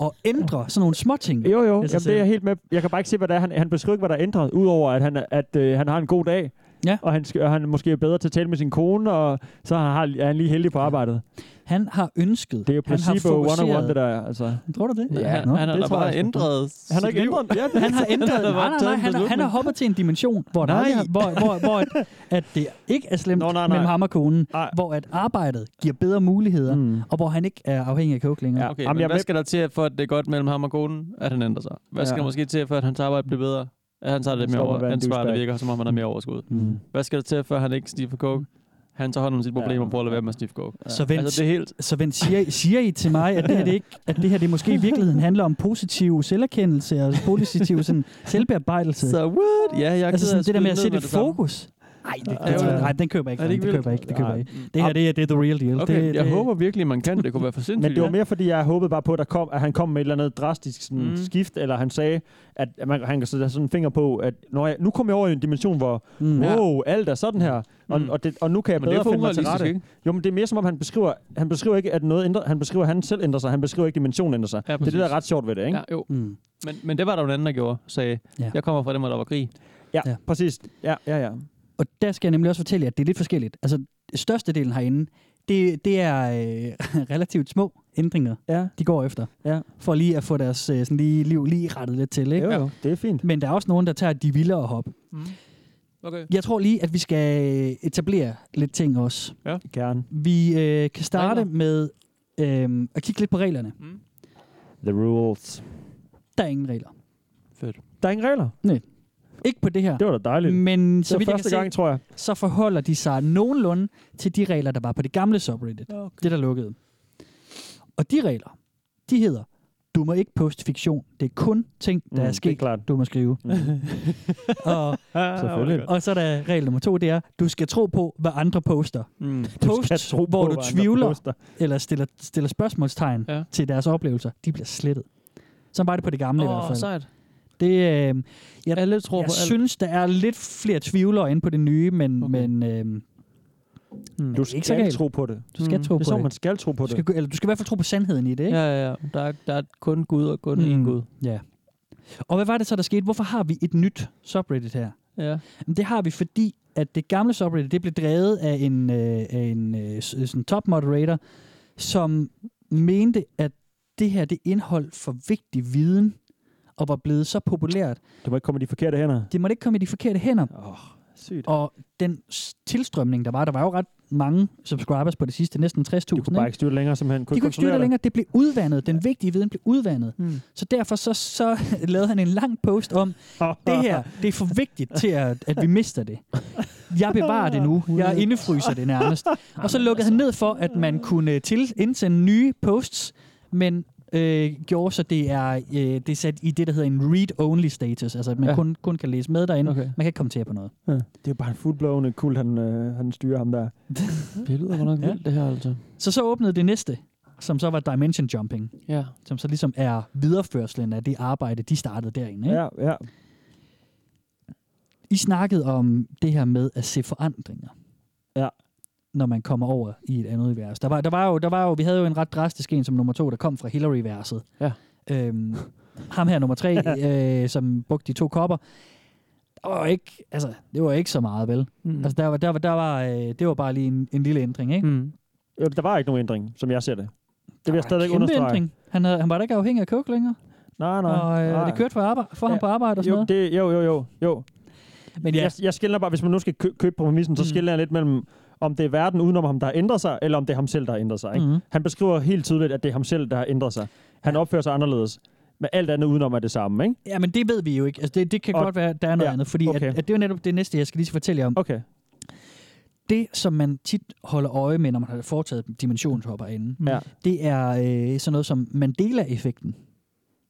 Speaker 3: at, at ændre sådan nogle små ting.
Speaker 4: Jo, jo.
Speaker 3: sig
Speaker 4: Jamen, det er
Speaker 3: selv.
Speaker 4: jeg helt med. Jeg kan bare ikke se, hvad der er. Han, han beskriver ikke, hvad der er ændret, udover at han, at, øh, han har en god dag.
Speaker 3: Ja.
Speaker 4: Og han, skal, og han måske er bedre til at tale med sin kone, og så har, har- er han lige heldig på arbejdet.
Speaker 3: Han har ønsket.
Speaker 4: Det er jo
Speaker 3: han har
Speaker 4: placebo 101,
Speaker 3: fokuseret-
Speaker 4: det der er, altså.
Speaker 3: Tror du det?
Speaker 5: Ja, han,
Speaker 3: Nå.
Speaker 5: han har
Speaker 4: det
Speaker 5: da
Speaker 4: tror
Speaker 5: bare
Speaker 4: jeg sgu.
Speaker 5: ændret
Speaker 4: Han har
Speaker 5: sit
Speaker 4: ikke
Speaker 5: liv.
Speaker 4: ændret. Ja,
Speaker 3: han har ændret.
Speaker 5: Han har
Speaker 3: nej,
Speaker 5: bare
Speaker 3: nej,
Speaker 5: taget
Speaker 3: nej,
Speaker 5: en
Speaker 3: han, har- han har
Speaker 5: beslutning.
Speaker 3: hoppet til en dimension, hvor, der
Speaker 5: Nej.
Speaker 3: aldrig har- hvor, hvor, hvor at, at det ikke er slemt
Speaker 4: Nå, nej, nej.
Speaker 3: mellem ham og konen.
Speaker 4: Nej.
Speaker 3: Hvor at arbejdet giver bedre muligheder,
Speaker 4: Mm.
Speaker 3: mm. og hvor han ikke er afhængig af coke længere.
Speaker 4: Ja.
Speaker 5: Okay,
Speaker 4: Jamen,
Speaker 5: Jamen, men
Speaker 4: jeg er
Speaker 5: hvad
Speaker 4: med-
Speaker 5: skal der til, for at det er godt mellem ham og konen, at han ændrer sig? Hvad skal
Speaker 4: Ja.
Speaker 5: der måske til, for at hans arbejde bliver bedre? At han tager lidt
Speaker 4: Han
Speaker 5: mere
Speaker 4: stopper at være
Speaker 5: over,
Speaker 4: en
Speaker 5: ansvar, der
Speaker 4: douchebag.
Speaker 5: virker, som om han har mere overskud.
Speaker 4: Mm.
Speaker 5: Hvad skal der til, for at han ikke stiger for coke? Han tager hånd om sit problem og prøver at lade være med at stifte coke.
Speaker 3: Så vent,
Speaker 5: Altså, det er helt...
Speaker 3: Så vent, siger, I- siger I til mig, at det her, det ikke, at det her det måske i virkeligheden handler om positiv selverkendelse og positiv sådan, selvbearbejdelse?
Speaker 5: Så what? Ja, jeg er
Speaker 3: altså
Speaker 5: ked af
Speaker 3: sådan det der
Speaker 5: skyde
Speaker 3: med
Speaker 5: ned
Speaker 3: at sætte
Speaker 5: med
Speaker 3: et
Speaker 5: det samme.
Speaker 3: fokus. Nej, det,
Speaker 5: Ja.
Speaker 3: altså, nej, den køber jeg ikke.
Speaker 5: Er det
Speaker 3: den
Speaker 5: ikke
Speaker 3: køber
Speaker 5: vildt?
Speaker 3: jeg ikke. Det køber jeg ikke.
Speaker 5: Mm.
Speaker 3: Det her, det er, det er the real deal.
Speaker 5: Okay,
Speaker 3: det,
Speaker 5: jeg
Speaker 3: det,
Speaker 5: håber virkelig, man kan. Det kunne være for
Speaker 4: Men
Speaker 5: sindssygt.
Speaker 4: det var mere, fordi jeg håbede bare på, at, der kom, at han kom med et eller andet drastisk sådan, mm.
Speaker 5: Mm.
Speaker 4: skift, eller han sagde, at at man, han kan sætte sådan en finger på, at når jeg, nu kommer jeg over i en dimension, hvor
Speaker 3: Mm.
Speaker 4: wow, alt er sådan her, og,
Speaker 5: Mm.
Speaker 4: og, det, og nu kan jeg
Speaker 5: Men det er
Speaker 4: bedre
Speaker 5: for
Speaker 4: finde mig til rette.
Speaker 5: urealistisk, ikke?
Speaker 4: Jo, men det er mere som om, han beskriver, han beskriver ikke, at noget ændrer, han beskriver, at han selv ændrer sig, han beskriver ikke, at dimensionen ændrer sig.
Speaker 5: Ja,
Speaker 4: det er det,
Speaker 5: præcis.
Speaker 4: der er ret sjovt ved det, ikke?
Speaker 5: Ja, jo.
Speaker 3: Mm.
Speaker 5: Men, men det var der jo en anden, der gjorde. Sagde,
Speaker 3: Ja.
Speaker 5: jeg kommer fra dem, hvor der var krig.
Speaker 4: Ja,
Speaker 3: Ja. Mm.
Speaker 4: ja, præcis. Ja, ja, ja.
Speaker 3: Og der skal jeg nemlig også fortælle jer, at det er lidt forskelligt. Altså, størstedelen herinde, det, det er øh, relativt små ændringer,
Speaker 4: Ja.
Speaker 3: de går efter.
Speaker 4: Ja.
Speaker 3: For lige at få deres øh, sådan lige, liv lige rettet lidt til. Ikke?
Speaker 4: Jo, jo, det er fint.
Speaker 3: Men der er også nogen, der tager de vildere hop.
Speaker 5: Okay.
Speaker 3: Jeg tror lige, at vi skal etablere lidt ting også.
Speaker 4: Gerne.
Speaker 3: Vi øh, kan starte
Speaker 5: Regler.
Speaker 3: med øh, at kigge lidt på reglerne.
Speaker 4: The rules.
Speaker 3: Der er ingen regler.
Speaker 5: Fedt.
Speaker 4: Der er ingen regler.
Speaker 3: Ikke på det her.
Speaker 4: Det var da dejligt.
Speaker 3: Men
Speaker 4: Så
Speaker 3: så
Speaker 4: det
Speaker 3: vidt
Speaker 4: var
Speaker 3: jeg kan
Speaker 4: første gang,
Speaker 3: se,
Speaker 4: tror jeg.
Speaker 3: så forholder de sig nogenlunde til de regler, der var på det gamle subreddit. Okay. Det, der lukkede. Og de regler, de hedder, du må ikke poste fiktion. Det er kun ting, der
Speaker 4: Mm,
Speaker 3: er
Speaker 4: det er
Speaker 3: sket,
Speaker 4: klart. Mm.
Speaker 3: du må skrive. og,
Speaker 4: Selvfølgelig.
Speaker 3: og så er der regel nummer to, det er, du skal tro på, hvad andre poster.
Speaker 5: Mm.
Speaker 3: Posts, hvor du tvivler
Speaker 4: Poster.
Speaker 3: eller stiller, stiller spørgsmålstegn ja.
Speaker 5: Ja.
Speaker 3: til deres oplevelser, de bliver slettet. Så var det på det gamle oh, i hvert
Speaker 5: Åh, oh,
Speaker 3: fald.
Speaker 5: sejt.
Speaker 3: Det, øh, Jeg-
Speaker 5: Alle tror
Speaker 3: jeg
Speaker 5: på alt.
Speaker 3: synes, der er lidt flere tvivlere inde på det nye, men, okay.
Speaker 5: Okay.
Speaker 3: men øh,
Speaker 5: Mm.
Speaker 4: Du
Speaker 3: Det er ikke så
Speaker 4: skal
Speaker 3: galt.
Speaker 4: tro på det.
Speaker 3: du skal
Speaker 5: Mm,
Speaker 3: tro på
Speaker 4: Det er så,
Speaker 3: det.
Speaker 4: man skal tro på
Speaker 3: Du
Speaker 4: det.
Speaker 3: skal, eller du skal i hvert fald tro på sandheden i det, ikke?
Speaker 5: Ja, ja, ja. Der er, der er kun Gud og kun én
Speaker 3: Mm.
Speaker 5: Gud.
Speaker 3: ja. Og hvad var det så, der skete? Hvorfor har vi et nyt subreddit her?
Speaker 5: Ja.
Speaker 3: Jamen, det har vi, fordi at det gamle subreddit, det blev drevet af en, øh, af en øh, s- sådan top moderator, som mente, at det her, det indhold for vigtig viden, og var blevet så populært.
Speaker 4: Du må ikke komme i de forkerte hænder.
Speaker 3: Det måtte ikke komme i de forkerte hænder.
Speaker 4: Åh, oh, sygt.
Speaker 3: Og den s- tilstrømning, der var, der var jo ret mange subscribers på det sidste, næsten 60.000.
Speaker 4: Du kunne bare ikke styre det Hmm. længere, simpelthen.
Speaker 3: de kunne ikke styre det længere. Det blev udvandet. Den vigtige viden blev udvandet.
Speaker 5: Mm.
Speaker 3: Så derfor så, så lavede han en lang post om, det her, det er for vigtigt til, at, at vi mister det. Jeg bevarer det nu. Jeg indefryser det nærmest. Og så lukkede han ned for, at man kunne øh, til, indsende nye posts, men øh, gjorde så det er, øh, det er sat i det, der hedder en read-only status. Altså, at man ja.
Speaker 5: Ja.
Speaker 3: kun, kun kan læse med derinde. Okay.
Speaker 5: Okay.
Speaker 3: Man kan ikke kommentere på noget.
Speaker 4: Det er jo bare en fuldblående kult, han, øh, han styrer ham der.
Speaker 5: Det lyder godt nok
Speaker 3: Ja.
Speaker 5: vildt, det her altså.
Speaker 3: Så så åbnede det næste, som så var dimension jumping,
Speaker 5: Ja.
Speaker 3: som så ligesom er videreførslen af det arbejde, de startede derinde. Ikke? Ja.
Speaker 4: Ja, ja.
Speaker 3: I snakkede om det her med at se forandringer.
Speaker 4: Ja.
Speaker 3: Når man kommer over i et andet univers. Der var, der var, jo, der var jo, vi havde jo en ret drastisk en som nummer to, der kom fra Hillary-verset.
Speaker 5: Ja.
Speaker 3: Øhm, ham her nummer tre, øh, som brugte de to kopper. Der var jo ikke, altså, det var ikke så meget, vel? Mm.
Speaker 5: Mm.
Speaker 3: Altså, der var, der var, der var, øh, det var bare lige en, en lille ændring, ikke?
Speaker 5: Mm.
Speaker 4: Jo, der var ikke nogen ændring, som jeg ser det. Det
Speaker 3: Der
Speaker 4: vil
Speaker 3: var
Speaker 4: jeg
Speaker 3: en
Speaker 4: stadig
Speaker 3: kæmpe
Speaker 4: understrege.
Speaker 3: ændring. Han, havde, han var da ikke afhængig af coke længere.
Speaker 4: Nej, nej.
Speaker 3: og øh,
Speaker 4: nej.
Speaker 3: det kørte for, arbejde, for ja. ham
Speaker 4: Ja.
Speaker 3: på arbejde og sådan
Speaker 4: jo,
Speaker 3: noget.
Speaker 4: det, jo, jo, jo, jo.
Speaker 3: Men
Speaker 4: Ja.
Speaker 3: ja,
Speaker 4: Jeg, jeg skiller bare, hvis man nu skal kø- købe præmissen, så
Speaker 3: Mm.
Speaker 4: skiller jeg lidt mellem, om det er verden udenom ham, der har ændret sig, eller om det er ham selv, der har ændret sig. Ikke?
Speaker 3: Mhm.
Speaker 4: Mm. Han beskriver helt tydeligt, at det er ham selv, der har ændret sig. Han opfører sig anderledes. Men alt andet udenom er det samme, ikke?
Speaker 3: ja, men det ved vi jo ikke. Altså, det, det kan
Speaker 4: Og-
Speaker 3: godt være, at der er noget ja,
Speaker 4: ja,
Speaker 3: andet, fordi okay.
Speaker 4: okay.
Speaker 3: at, at det er jo netop det næste, jeg skal lige fortælle jer om.
Speaker 4: Okay.
Speaker 3: Det, som man tit holder øje med, når man har foretaget dimensionshopper inde,
Speaker 4: Ja.
Speaker 3: det er øh, sådan noget som Mandela-effekten.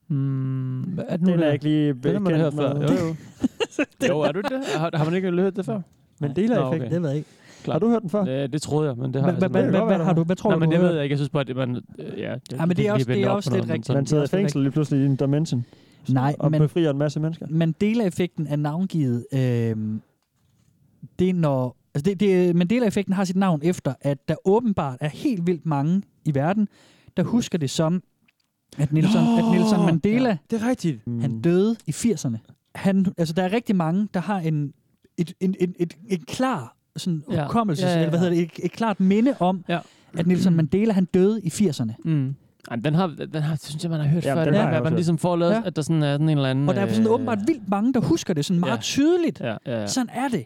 Speaker 5: Mm. Hvad er det nu,
Speaker 4: Hmm. Den er
Speaker 5: der?
Speaker 4: jeg ikke lige
Speaker 5: Den har man hørt
Speaker 4: bekendt
Speaker 5: før. Jo,
Speaker 4: med.
Speaker 5: jo. jo, er du ikke det? Har, har man ikke hørt det før?
Speaker 4: Men deler
Speaker 5: Nå,
Speaker 4: effekten.
Speaker 5: okay.
Speaker 3: Det ved jeg ikke.
Speaker 4: Har du hørt den før?
Speaker 5: Ja, det troede jeg, men det har jeg
Speaker 3: Hvad-
Speaker 5: simpelthen
Speaker 3: hvad-
Speaker 4: det
Speaker 5: ikke.
Speaker 4: kan godt
Speaker 3: Hvad hvad har
Speaker 4: være,
Speaker 3: du? Hvad tror
Speaker 5: Nej,
Speaker 3: du,
Speaker 5: men
Speaker 3: du
Speaker 5: det
Speaker 3: har
Speaker 5: ved
Speaker 3: hørt? Ah,
Speaker 5: jeg ikke. Jeg synes bare, at man... øh, Ja, det,
Speaker 3: men det er
Speaker 5: kan lige
Speaker 3: også- det er
Speaker 5: vende op
Speaker 3: også
Speaker 5: på
Speaker 3: lidt
Speaker 5: noget, men
Speaker 3: rigtigt.
Speaker 5: sådan-
Speaker 4: Man sidder i
Speaker 3: Det er også
Speaker 4: fængsel lige pludselig i en dimension
Speaker 3: Nej,
Speaker 4: og
Speaker 3: men
Speaker 4: befrier en masse mennesker.
Speaker 3: Mandela-effekten er navngivet... Øh, det er når... Altså det, det, Mandela-effekten har sit navn efter, at der åbenbart er helt vildt mange i verden, der husker det som, at Nelson, at Nelson Mandela... Ja.
Speaker 4: Det er rigtigt.
Speaker 3: Han døde i 80'erne. Han, altså, der er rigtig mange, der har en, et, en, en, et, en klar sådan, ja.
Speaker 5: Ja.
Speaker 3: hukommelse, ja,
Speaker 5: Ja,
Speaker 3: ja,
Speaker 5: ja,
Speaker 3: ja. Hvad
Speaker 5: ja.
Speaker 3: hedder det, et, et klart minde om, ja.
Speaker 5: Ja.
Speaker 3: at Nelson Mandela han døde i 80'erne.
Speaker 5: Mm. Ej, men den har, den har, synes jeg, man har hørt
Speaker 4: Ja,
Speaker 5: ja, før.
Speaker 4: den
Speaker 5: Den
Speaker 4: har
Speaker 5: har
Speaker 4: jeg
Speaker 5: at
Speaker 4: også
Speaker 5: man
Speaker 4: hørt.
Speaker 5: ligesom får lavet,
Speaker 3: Ja.
Speaker 5: ja. at der sådan er sådan en eller anden...
Speaker 3: Og der er sådan
Speaker 5: øh,
Speaker 3: åbenbart vildt mange, der husker det sådan meget ja.
Speaker 5: Ja.
Speaker 3: tydeligt. Ja.
Speaker 5: Ja, ja, ja.
Speaker 3: Sådan er det.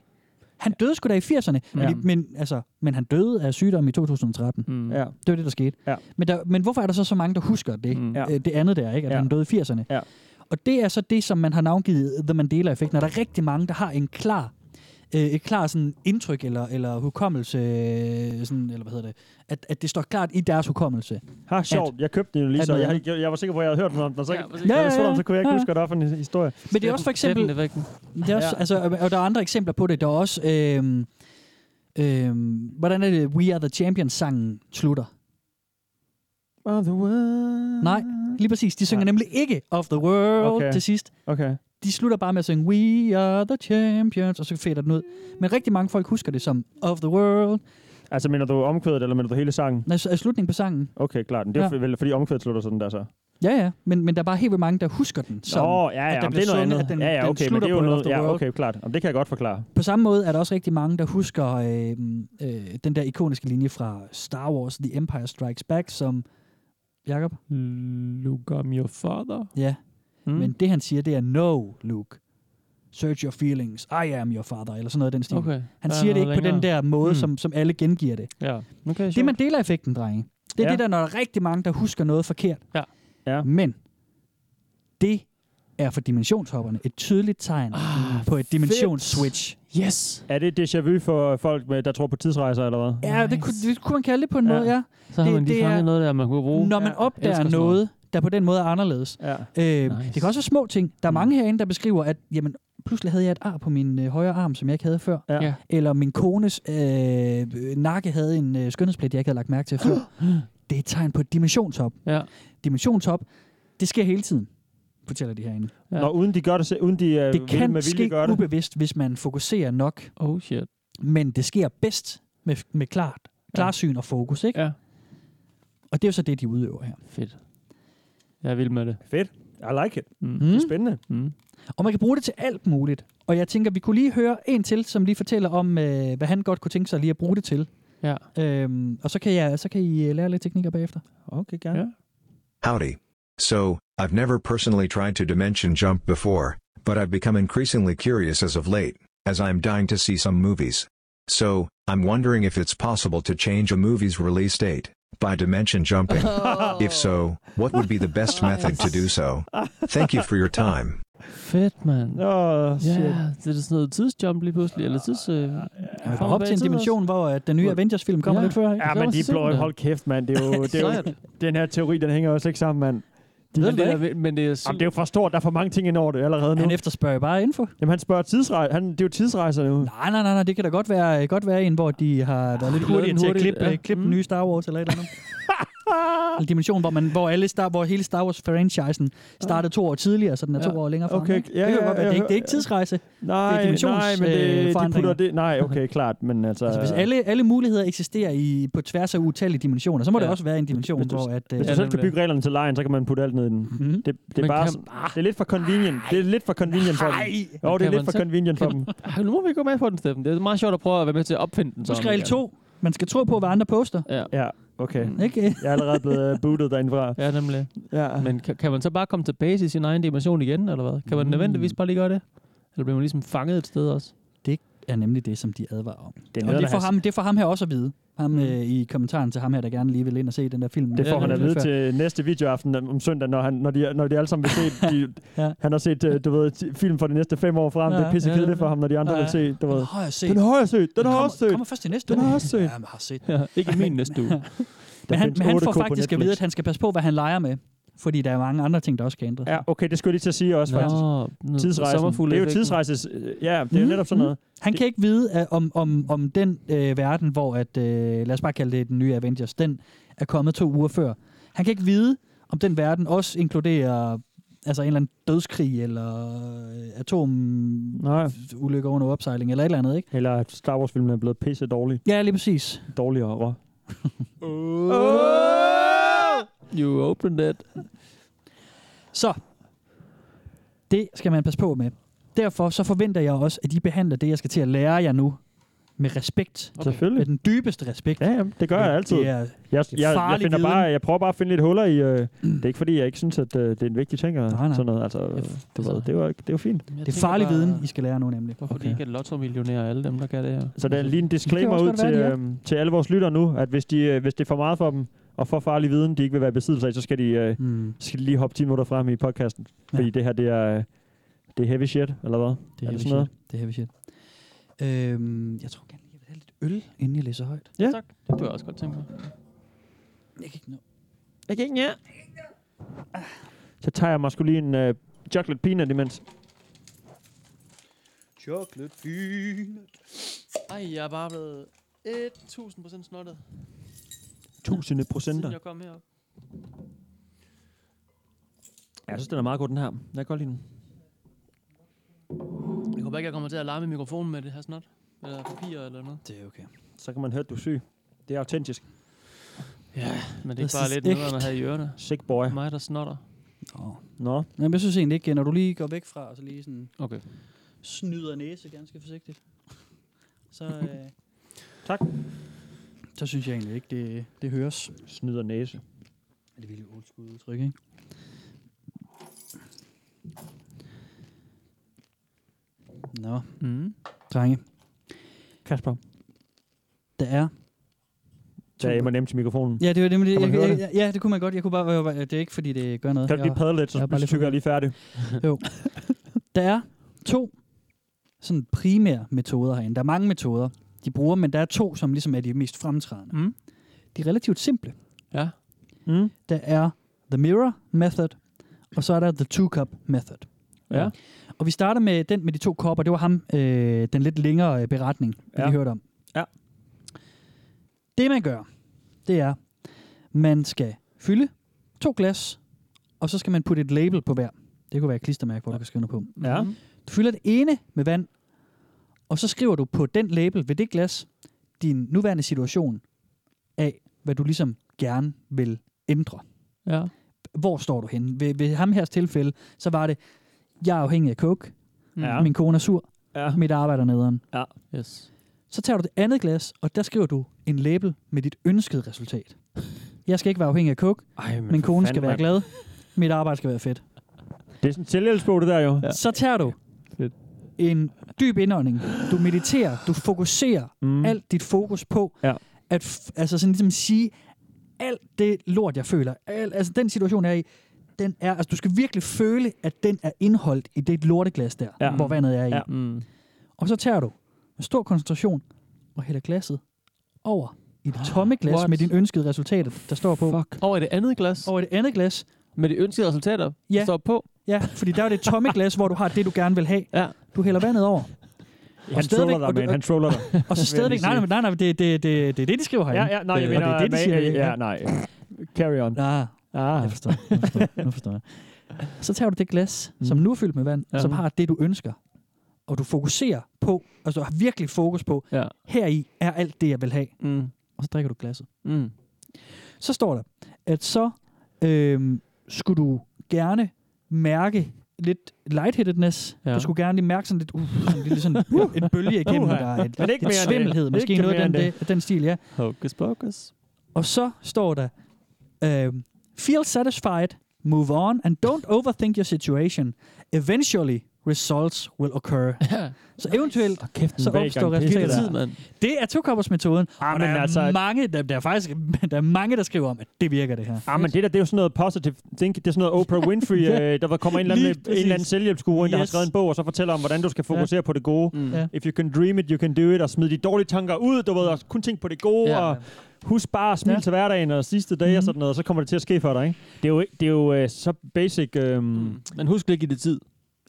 Speaker 3: Han døde sgu da i 80'erne, men,
Speaker 5: Ja.
Speaker 3: det- men, altså, men han døde af sygdom i 2013.
Speaker 5: Mm.
Speaker 4: Ja.
Speaker 3: Det var det, der skete.
Speaker 4: Ja.
Speaker 3: Men, der, men hvorfor er der så så mange, der husker det?
Speaker 5: Mm.
Speaker 4: Ja.
Speaker 3: Øh, Det andet der, ikke? At
Speaker 4: Ja.
Speaker 3: han døde i 80'erne.
Speaker 4: Ja.
Speaker 3: Og det er så det, som man har navngivet The Mandela-effekt, når der er rigtig mange, der har en klar øh, et klar sådan indtryk eller, eller hukommelse, øh, sådan, eller hvad hedder det, at, at det står klart i deres hukommelse.
Speaker 4: Har Ah, sjovt. Jeg købte den jo lige
Speaker 3: at
Speaker 4: så.
Speaker 3: noget
Speaker 4: Jeg, havde ikke- jeg, jeg var sikker på, at jeg havde hørt den om den. og Så,
Speaker 5: Ja,
Speaker 4: ja,
Speaker 5: præcis.
Speaker 4: ja,
Speaker 3: Ja, ja,
Speaker 4: ja,
Speaker 3: ja.
Speaker 4: ja. så kunne jeg ikke
Speaker 3: Ja, ja.
Speaker 4: huske, at der var for en historie.
Speaker 3: Men det er også for eksempel,
Speaker 5: Det
Speaker 3: det er også,
Speaker 4: Ja.
Speaker 3: altså, og der er andre eksempler på det, der er også, øhm, øhm, hvordan er det, We Are The Champions-sangen slutter?
Speaker 4: Of the world.
Speaker 3: Nej, lige præcis, de synger
Speaker 4: Nej.
Speaker 3: nemlig ikke Of The World okay.
Speaker 4: Okay.
Speaker 3: til sidst.
Speaker 4: Okay.
Speaker 3: de slutter bare med at synge We are the champions, og så fader den ud. Men rigtig mange folk husker det som Of the world.
Speaker 4: Altså, mener du omkvædet, eller mener du hele sangen?
Speaker 3: Nej, så er slutningen på sangen.
Speaker 4: Okay, klart. Men Det er
Speaker 3: Ja.
Speaker 4: ja. vel, fordi omkvædet slutter sådan der så.
Speaker 3: Ja, ja, men, men der er bare helt vildt mange, der husker den.
Speaker 4: Som, Nå, ja,
Speaker 3: at
Speaker 4: ja,
Speaker 3: der
Speaker 4: om
Speaker 3: bliver
Speaker 4: det er noget
Speaker 3: sunget,
Speaker 4: andet.
Speaker 3: at den-
Speaker 4: ja, ja, okay,
Speaker 3: den
Speaker 4: men
Speaker 3: slutter
Speaker 4: det er jo
Speaker 3: på Let
Speaker 4: noget,
Speaker 3: the
Speaker 4: ja,
Speaker 3: World.
Speaker 4: okay, klart. Om det kan jeg godt forklare.
Speaker 3: På samme måde er der også rigtig mange, der husker øh, øh, den der ikoniske linje fra Star Wars The Empire Strikes Back, som... Jakob?
Speaker 5: Look, I'm your father.
Speaker 3: Ja.
Speaker 5: Mm.
Speaker 3: Men det, han siger, det er no, Luke. Search your feelings. I am your father. Eller sådan noget af den stil.
Speaker 5: Okay,
Speaker 3: Han
Speaker 5: der er
Speaker 3: siger det
Speaker 5: noget
Speaker 3: ikke på den
Speaker 5: længere.
Speaker 3: der måde,
Speaker 5: Mm.
Speaker 3: som, som alle gengiver det.
Speaker 5: Ja, okay,
Speaker 3: det er
Speaker 5: sjovt.
Speaker 3: Mandela-effekten, drenge. Det er
Speaker 5: Ja.
Speaker 3: det der, når der er rigtig mange, der husker noget forkert.
Speaker 5: Ja.
Speaker 4: ja.
Speaker 3: Men det er for dimensionshopperne et tydeligt tegn ah, på et dimensionsswitch.
Speaker 5: Yes!
Speaker 4: Er det déjà vu for folk, med, der tror på tidsrejser, eller hvad?
Speaker 3: Ja, det kunne, det kunne man kalde det på en måde, ja.
Speaker 4: Så har man lige fanget
Speaker 5: noget der, man kunne bruge.
Speaker 3: Når man
Speaker 4: Ja.
Speaker 3: opdager
Speaker 4: Elsker sådan
Speaker 3: noget,
Speaker 4: noget.
Speaker 3: der på den måde er anderledes.
Speaker 4: Ja.
Speaker 3: Øh, nice. Det kan også være små ting.
Speaker 4: Mm.
Speaker 3: Der er mange herinde, der beskriver, at jamen, pludselig havde jeg et ar på min øh, højre arm, som jeg ikke havde før.
Speaker 4: Ja. Ja.
Speaker 3: Eller min kones øh, øh, nakke havde en øh, skønhedsplet, jeg ikke havde lagt mærke til før. det er et tegn på et dimensionshop.
Speaker 5: Ja.
Speaker 3: Dimensionshop, det sker hele tiden, fortæller de herinde.
Speaker 4: Ja. Nå, uden de gør det, se- uden de øh,
Speaker 3: Det
Speaker 4: vil-
Speaker 3: kan
Speaker 4: med vilje
Speaker 3: ske
Speaker 4: gør det.
Speaker 3: ubevidst, hvis man fokuserer nok.
Speaker 5: Oh shit.
Speaker 3: Men det sker bedst med, med klart, klarsyn og fokus, ikke?
Speaker 5: Ja.
Speaker 3: Og det er jo så det, de udøver her.
Speaker 5: Fedt. Jeg er vild med det.
Speaker 4: Fedt. I like it.
Speaker 5: Mm.
Speaker 4: Det er spændende.
Speaker 5: Mm.
Speaker 3: Og man kan bruge det til alt muligt. Og jeg tænker, vi kunne lige høre en til, som lige fortæller om, øh, hvad han godt kunne tænke sig lige at bruge det til.
Speaker 5: Ja.
Speaker 3: Øhm, og så kan, jeg, så kan I øh, lære lidt teknikker bagefter.
Speaker 4: Okay, gerne.
Speaker 5: Ja.
Speaker 9: Howdy. So, I've never personally tried to dimension jump before, but I've become increasingly curious as of late, as I'm dying to see some movies. So, I'm wondering if it's possible to change a movie's release date by dimension jumping. If so, what would be the best method to do so? Thank you for your time.
Speaker 5: Fedt, mand.
Speaker 4: Åh, oh,
Speaker 5: Ja, det er sådan noget tidsjump lige pludselig, eller tids... Øh,
Speaker 3: Ja,
Speaker 5: frem og
Speaker 3: op
Speaker 5: tilbage
Speaker 3: til
Speaker 5: i
Speaker 3: en
Speaker 5: tiden
Speaker 3: dimension, hvor at den nye
Speaker 5: Hvor-
Speaker 3: Avengers-film kommer
Speaker 5: Ja.
Speaker 3: ja. lidt før. Ikke?
Speaker 4: Ja,
Speaker 5: Det
Speaker 4: men
Speaker 5: var
Speaker 4: de er blå.
Speaker 5: simpelthen.
Speaker 4: Hold kæft, mand. Det er jo, det er jo,
Speaker 5: Sejt.
Speaker 4: den her teori, den hænger jo også ikke sammen, mand. De ved
Speaker 5: Men
Speaker 4: det,
Speaker 5: det,
Speaker 4: ikke.
Speaker 5: er, men det er
Speaker 4: Jamen, det er jo for stort. Der er for mange ting ind over det allerede nu.
Speaker 3: Han efterspørger jo bare info.
Speaker 4: Jamen, han spørger tidsrejser. Han, det er jo tidsrejser nu.
Speaker 3: Nej, nej, nej, nej, det kan da godt være, øh, godt være en, hvor de har været lidt hurtigere til at
Speaker 5: hurtigt,
Speaker 3: klippe,
Speaker 5: ja.
Speaker 3: ja.
Speaker 4: øh,
Speaker 3: klippe
Speaker 5: Mm.
Speaker 3: den nye Star Wars eller et eller andet. en dimension, hvor, man, hvor, alle Star, hvor hele Star Wars-franchisen startede to år tidligere, så den er to
Speaker 4: Ja.
Speaker 3: år længere fremme.
Speaker 4: Okay,
Speaker 3: ikke?
Speaker 4: ja,
Speaker 3: det, kan
Speaker 4: ja,
Speaker 3: godt være.
Speaker 4: jeg
Speaker 3: det, er ikke, det er
Speaker 4: hører-
Speaker 3: ikke tidsrejse.
Speaker 4: Nej,
Speaker 3: det er dimensions, øh,
Speaker 4: nej, men det, de
Speaker 3: forandringer.
Speaker 4: putter det... Nej, okay, klart, men altså...
Speaker 3: Altså, hvis alle, alle muligheder eksisterer i, på tværs af utallige dimensioner, så må ja.
Speaker 5: Ja.
Speaker 3: der også være en dimension,
Speaker 4: Hvis du-
Speaker 3: hvor at... Øh,
Speaker 4: Hvis du
Speaker 5: Ja,
Speaker 4: selv skal
Speaker 5: nemlig.
Speaker 4: bygge reglerne til lejen, så kan man putte alt ned i den.
Speaker 3: Mhm. ah,
Speaker 4: Det, det, er
Speaker 5: Men
Speaker 4: bare,
Speaker 5: kan-
Speaker 4: sådan- det er lidt for convenient. Det er lidt for convenient for dem. Jo, det
Speaker 5: Kan
Speaker 4: er lidt
Speaker 5: man
Speaker 4: for
Speaker 5: så-
Speaker 4: convenient for dem.
Speaker 5: Ej, nu må vi gå med på den, Steffen. Det er meget sjovt at prøve at være med til at opfinde den.
Speaker 3: Husk
Speaker 5: sådan
Speaker 3: regel
Speaker 5: igen.
Speaker 3: 2. Man skal tro på, hvad andre poster.
Speaker 5: Ja. Mm.
Speaker 4: Ja, okay.
Speaker 3: Ikke?
Speaker 4: Jeg er allerede blevet øh, bootet derindfra.
Speaker 5: Ja, nemlig.
Speaker 4: Ja.
Speaker 5: Men kan, kan man så bare komme tilbage til sin egen dimension igen, eller hvad? Kan man
Speaker 3: Mm.
Speaker 5: nødvendigvis bare lige gøre det? Eller bliver man ligesom fanget et sted også?
Speaker 3: Det er nemlig det, som de advarer om.
Speaker 4: Det er
Speaker 3: Og
Speaker 4: noget,
Speaker 3: det
Speaker 4: der
Speaker 3: får,
Speaker 4: har-
Speaker 3: ham, det får ham her også at vide. Ham øh, i kommentaren til ham her, der gerne lige vil ind og se den der film.
Speaker 4: Det får
Speaker 5: Ja,
Speaker 4: han at
Speaker 5: det er
Speaker 4: vide
Speaker 3: Før.
Speaker 4: til næste videoaften om om søndag, når, han, når, de, når de alle sammen vil se... De,
Speaker 3: Ja.
Speaker 4: Han har set, øh, du ved, ti- film for de næste fem år frem.
Speaker 3: Ja,
Speaker 4: det er pisse
Speaker 5: ja,
Speaker 4: kedeligt
Speaker 5: nemlig.
Speaker 4: for ham, når de andre
Speaker 5: Ja,
Speaker 4: vil se, du ved.
Speaker 3: Den har jeg set.
Speaker 4: Den har jeg set, den har jeg
Speaker 3: kommer,
Speaker 4: også set.
Speaker 3: kommer først i næste
Speaker 4: Den
Speaker 3: uge.
Speaker 4: har jeg også set.
Speaker 3: Ja, men har set. den.
Speaker 5: Ja, ikke min næste uge.
Speaker 4: Der
Speaker 3: Men han,
Speaker 4: findes
Speaker 3: men han
Speaker 4: 8K
Speaker 3: får
Speaker 4: på
Speaker 3: faktisk at
Speaker 4: Netflix.
Speaker 3: vide, at han skal passe på, hvad han leger med. Fordi der er mange andre ting, der også kan ændre sig.
Speaker 4: Ja, okay, det skulle jeg lige til at sige også,
Speaker 5: Nå,
Speaker 4: faktisk.
Speaker 5: nu-
Speaker 4: Tidsrejsen. Det er jo
Speaker 5: sommerfugleffekten.
Speaker 4: tidsrejses... øh, Ja, det er jo netop sådan noget.
Speaker 3: Mhm, Han kan ikke vide øh, om, om, om den øh, verden, hvor at, øh, lad os bare kalde det den nye Avengers, den er kommet to uger før. Han kan ikke vide, om den verden også inkluderer altså en eller anden dødskrig, eller øh, atomulykker
Speaker 4: Nej.
Speaker 3: under opsejling, eller et eller andet, ikke?
Speaker 4: Eller at Star Wars-filmen er blevet pisse dårlig.
Speaker 3: Ja, lige præcis.
Speaker 4: Dårligere.
Speaker 5: You opened it.
Speaker 3: Så, det skal man passe på med. Derfor så forventer jeg også, at I behandler det, jeg skal til at lære jer nu, med respekt.
Speaker 4: Okay. Selvfølgelig.
Speaker 3: Med den dybeste respekt.
Speaker 4: Ja, ja, det gør jeg altid.
Speaker 3: Det er,
Speaker 4: Jeg,
Speaker 3: Det er
Speaker 4: jeg, jeg,
Speaker 3: farlig
Speaker 4: finder
Speaker 3: viden. Mm.
Speaker 4: bare, jeg prøver bare at finde lidt huller i... Øh, det er ikke fordi, jeg ikke synes, at øh, det er en vigtig ting. Og
Speaker 3: Nej, nej.
Speaker 4: Sådan noget. Altså, øh, du ved, det, var, det var fint.
Speaker 3: det er farlig viden, I skal lære nu nemlig.
Speaker 5: Hvorfor okay. de ikke er lotto-millionærer, alle dem, der kan det her?
Speaker 4: Så der er lige en disclaimer
Speaker 3: Det kan
Speaker 4: ud
Speaker 3: også
Speaker 4: til,
Speaker 3: godt være,
Speaker 4: øh, til alle vores lyttere nu, at hvis, de, øh, hvis det er for meget for dem, og for farlig viden, de ikke vil være i besiddelse af, så skal de, øh,
Speaker 3: Mm.
Speaker 4: skal de lige hoppe 10 minutter frem i podcasten. Fordi det her, det er, øh, det er heavy shit, eller hvad? Er
Speaker 3: Det er,
Speaker 4: det
Speaker 3: heavy
Speaker 4: sådan noget?
Speaker 3: shit. Det er heavy shit. Øhm, jeg tror gerne, jeg vil have lidt øl, inden jeg læser højt.
Speaker 5: Det kunne jeg også godt tænke mig.
Speaker 3: Jeg kan ikke
Speaker 4: Okay,
Speaker 3: nå.
Speaker 4: ja. Så tager jeg mig sgu lige en øh, chocolate peanut imens.
Speaker 5: Ej, jeg er bare blevet 1000% snottet,
Speaker 4: Tusinde
Speaker 5: siden
Speaker 4: procenter.
Speaker 5: jeg kom herop.
Speaker 4: Ja, jeg synes, den er meget god, den her. Jeg kan godt lide den.
Speaker 5: Jeg håber ikke, jeg kommer til at larme i mikrofonen med det her snot. Eller papir eller noget.
Speaker 3: Det er okay.
Speaker 4: Så kan man høre, at du er syg. Det er autentisk.
Speaker 5: Men det er
Speaker 3: This
Speaker 5: ikke bare
Speaker 3: is
Speaker 5: lidt noget,
Speaker 3: ægte.
Speaker 5: man havde i ørerne.
Speaker 4: Sick boy.
Speaker 5: Mig, der snotter.
Speaker 3: Oh.
Speaker 4: Nå.
Speaker 3: Jamen, jeg synes egentlig ikke, når du lige går væk fra, og så lige sådan
Speaker 5: Okay.
Speaker 3: snyder næse ganske forsigtigt, så, øh,
Speaker 4: Tak.
Speaker 3: så synes jeg egentlig ikke, det, det høres.
Speaker 4: Snyder næse.
Speaker 3: Det er virkelig old school udtryk, ikke? Nå,
Speaker 5: Mm.
Speaker 3: drenge,
Speaker 4: Kasper.
Speaker 3: der er...
Speaker 4: Der er M&M til mikrofonen.
Speaker 3: Ja, det var det, men det,
Speaker 4: Kan
Speaker 3: jeg,
Speaker 4: man høre
Speaker 3: jeg,
Speaker 4: det?
Speaker 3: jeg, ja, det kunne man godt. Jeg kunne bare, jeg, var- det er ikke, fordi det gør noget.
Speaker 4: Kan du
Speaker 3: Jeg-
Speaker 4: lige padle lidt, så
Speaker 3: jeg er bare lidt
Speaker 4: tykker jeg er lige færdig.
Speaker 3: Der er to sådan primære metoder herinde. Der er mange metoder, de bruger, men der er to, som ligesom er de mest fremtrædende.
Speaker 5: Mm.
Speaker 3: De er relativt simple.
Speaker 5: Ja.
Speaker 4: Mm.
Speaker 3: Der er The Mirror Method, og så er der The Two Cup Method.
Speaker 5: Ja.
Speaker 3: Og vi starter med den med de to kopper. Det var ham, øh, den lidt længere øh, beretning, vi
Speaker 4: Ja.
Speaker 3: ja. hørte om.
Speaker 4: Ja.
Speaker 3: Det man gør, det er, man skal fylde to glas, og så skal man putte et label på hver. Det kunne være et klistermærke, hvor du kan skrive noget på.
Speaker 4: Ja.
Speaker 3: Du fylder det ene med vand, og så skriver du på den label ved det glas din nuværende situation af, hvad du ligesom gerne vil ændre.
Speaker 5: Ja.
Speaker 3: Hvor står du henne? Ved, ved ham hers tilfælde, så var det, jeg er afhængig af coke, ja. min kone er sur,
Speaker 4: Ja.
Speaker 3: mit arbejde er nederen.
Speaker 5: Yes.
Speaker 3: Så tager du det andet glas, og der skriver du en label med dit ønskede resultat. Jeg skal ikke være afhængig af coke,
Speaker 4: Ej, men
Speaker 3: min
Speaker 4: for
Speaker 3: kone
Speaker 4: fanden,
Speaker 3: skal være
Speaker 4: mand.
Speaker 3: glad, mit arbejde skal være fedt.
Speaker 4: Det er sådan en selvhjælpsbog, det der jo.
Speaker 5: Ja.
Speaker 3: Så tager du
Speaker 5: Fedt.
Speaker 3: en dyb indånding, du mediterer, du fokuserer
Speaker 4: Mm.
Speaker 3: alt dit fokus på,
Speaker 4: Ja.
Speaker 3: at f- altså sådan ligesom sige, alt det lort, jeg føler, al, altså den situation, jeg er i, den er, altså du skal virkelig føle, at den er indholdt i det lorteglas der,
Speaker 4: Ja.
Speaker 3: ja. hvor vandet er i.
Speaker 4: Ja.
Speaker 3: Ja.
Speaker 5: Mm.
Speaker 3: Og så tager du med stor koncentration og hælder glasset over i det tomme glas
Speaker 5: What?
Speaker 3: What? med din ønskede resultater, der står på.
Speaker 5: Fuck. Og er det andet glas?
Speaker 3: Over i det andet glas,
Speaker 5: Med de ønskede resultater?
Speaker 3: Ja.
Speaker 5: Står på?
Speaker 3: ja, fordi der er jo det tomme glas, hvor du har det, du gerne vil have.
Speaker 5: Ja.
Speaker 3: Du hælder vandet over.
Speaker 4: Han
Speaker 3: stadigvæk-
Speaker 4: troller dig,
Speaker 3: og du-
Speaker 4: man. Han troller dig.
Speaker 3: Og så stadigvæk, nej, nej, nej, nej det, det, det, det er det, de skriver herinde.
Speaker 4: ja, ja, nej, jeg
Speaker 3: Øh,
Speaker 4: mener...
Speaker 3: og det er det, de
Speaker 4: men-
Speaker 3: siger.
Speaker 4: Ja, nej. Carry on.
Speaker 3: Ah,
Speaker 4: Ah,
Speaker 3: Jeg forstår. Nu forstår, jeg. nu forstår jeg. Så tager du det glas,
Speaker 4: Mhm.
Speaker 3: mm. som nu er fyldt med vand,
Speaker 5: Ja.
Speaker 3: ja. som har det, du ønsker, og du fokuserer på, altså du har virkelig fokus på,
Speaker 5: Ja.
Speaker 3: heri er alt det, jeg vil have,
Speaker 5: Mm.
Speaker 3: og så drikker du glasset.
Speaker 5: Mm.
Speaker 3: Så står der, at så øhm, skulle du gerne mærke lidt lightheadedness.
Speaker 5: Ja.
Speaker 3: Ja. Du skulle gerne lige mærke sådan lidt, uh, sådan lidt sådan uh, en bølge igennem
Speaker 4: Uha.
Speaker 3: dig. Et,
Speaker 4: Men ikke mere
Speaker 3: lidt
Speaker 4: end det.
Speaker 3: svimmelhed, måske
Speaker 4: Ikke
Speaker 3: noget
Speaker 4: mere
Speaker 3: af den,
Speaker 4: end
Speaker 3: det. den stil, ja.
Speaker 5: Hocus pocus.
Speaker 3: Og så står der, øhm, feel satisfied, move on, and don't overthink your situation. Eventually, results will occur. så eventuelt,
Speaker 4: kæft,
Speaker 3: så opstår
Speaker 5: Tid,
Speaker 3: resultatet.
Speaker 5: mand.
Speaker 3: Det er tokammersmetoden, og
Speaker 4: Jamen,
Speaker 3: der er,
Speaker 4: altså-
Speaker 3: altså... mange, der, der, er faktisk, der er mange, der skriver om, at det virker det her.
Speaker 4: Ah, men det der, det er jo sådan noget positive think. Det er sådan noget Oprah Winfrey,
Speaker 3: Ja.
Speaker 4: øh, der kommer en eller anden,
Speaker 3: Lige
Speaker 4: med, en eller anden
Speaker 3: præcis.
Speaker 4: selvhjælpsguru, yes. der har
Speaker 3: Yes.
Speaker 4: skrevet en bog, og så fortæller om, hvordan du skal fokusere ja. på det gode.
Speaker 5: Mm.
Speaker 3: Ja.
Speaker 4: If you can dream it, you can do it. Og smid de dårlige tanker ud, du ved, og kun tænk på det gode,
Speaker 5: Ja.
Speaker 4: ja. og husk bare at smile ja.
Speaker 3: Ja.
Speaker 4: til hverdagen og sidste dag mm-hmm. og sådan noget, og så kommer det til at ske for dig, ikke? Det er jo, ikke- det er jo øh, så basic... Øh, mm.
Speaker 5: Men husk lige at give det tid.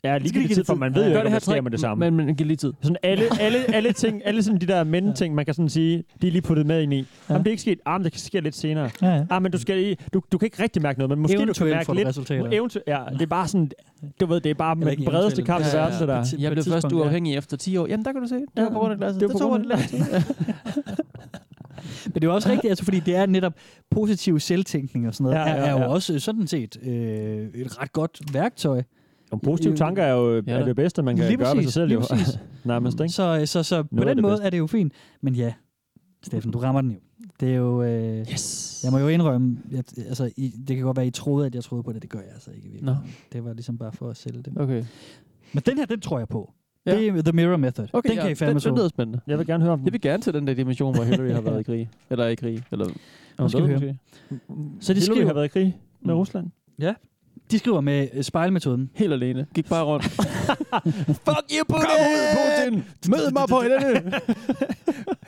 Speaker 4: Ja, lige det tid, for man ved jo ikke, om det sker med det samme.
Speaker 5: Men, men giv lige tid.
Speaker 4: Sådan alle, alle, alle ting, alle sådan de der men-ting, man kan sådan sige, de er lige puttet med ind i. Jamen, det er ikke sket. Ah, men det kan ske lidt senere.
Speaker 3: Ja, ja.
Speaker 4: Ah, men du, skal, i- du, du kan ikke rigtig mærke noget, men måske du kan
Speaker 3: Eventuelt
Speaker 4: mærke
Speaker 3: får du
Speaker 4: lidt.
Speaker 3: resultater.
Speaker 4: Eventu- ja, det er bare sådan, du ved, det er bare
Speaker 3: Eller
Speaker 4: med den
Speaker 3: ikke
Speaker 4: bredeste kamp i
Speaker 5: eventuelt. Ja,
Speaker 4: verden, det
Speaker 5: ja,
Speaker 4: der.
Speaker 3: Til-
Speaker 5: Jeg
Speaker 3: på
Speaker 5: blev
Speaker 3: et
Speaker 5: først
Speaker 3: tidspunkt, ja.
Speaker 5: uafhængig efter 10 år. Jamen, der kan du se. Det var på grund af glasset.
Speaker 4: det
Speaker 5: Det,
Speaker 4: var
Speaker 5: det
Speaker 4: på
Speaker 5: tog
Speaker 4: grund
Speaker 5: af glasset.
Speaker 3: Men det er jo også rigtigt, altså, fordi det er netop positiv selvtænkning og sådan noget,
Speaker 4: Ja,
Speaker 3: ja,
Speaker 4: ja,
Speaker 3: ja, er jo
Speaker 4: ja.
Speaker 3: også sådan set øh, et ret godt værktøj.
Speaker 4: Og positive tanker er jo
Speaker 5: Ja,
Speaker 4: er
Speaker 5: da.
Speaker 4: det bedste, man kan
Speaker 3: Lige
Speaker 4: gøre ved sig
Speaker 3: præcis,
Speaker 4: selv.
Speaker 3: lige
Speaker 4: Jo.
Speaker 3: præcis.
Speaker 4: Nærmest, ikke?
Speaker 5: øh,
Speaker 3: Så, så, så på
Speaker 4: Noget af
Speaker 3: den
Speaker 4: det
Speaker 3: måde
Speaker 4: bedste.
Speaker 3: er det jo fint. Men ja, Steffen, du rammer den jo. Det er jo... Øh,
Speaker 5: Yes.
Speaker 3: Jeg må jo indrømme, jeg, altså, I, det kan godt være, I troede, at jeg troede på det. Det gør jeg altså ikke. i
Speaker 5: Nå,
Speaker 3: virkeligheden. Det var ligesom bare for at sælge det.
Speaker 5: okay.
Speaker 3: Men den her, den tror jeg på.
Speaker 5: Ja.
Speaker 3: Ja. Det er The Mirror Method.
Speaker 5: okay
Speaker 3: den kan I fandme
Speaker 5: den, den
Speaker 3: så.
Speaker 5: lyder spændende.
Speaker 4: Jeg vil gerne høre om
Speaker 5: Jeg
Speaker 4: den.
Speaker 5: vil gerne til den der dimension, hvor Hillary har været i krig. Eller er i krig. Eller, er hun
Speaker 3: skal vi
Speaker 5: død,
Speaker 3: høre.
Speaker 5: måske?
Speaker 3: Så de
Speaker 4: Hillary har
Speaker 3: skriver,
Speaker 4: været i krig med
Speaker 5: Mm.
Speaker 4: Rusland.
Speaker 3: de skriver med øh, spejlmetoden.
Speaker 5: Helt alene. Gik bare rundt.
Speaker 4: Fuck you, Putin! Putin! Mød mig på hinanden!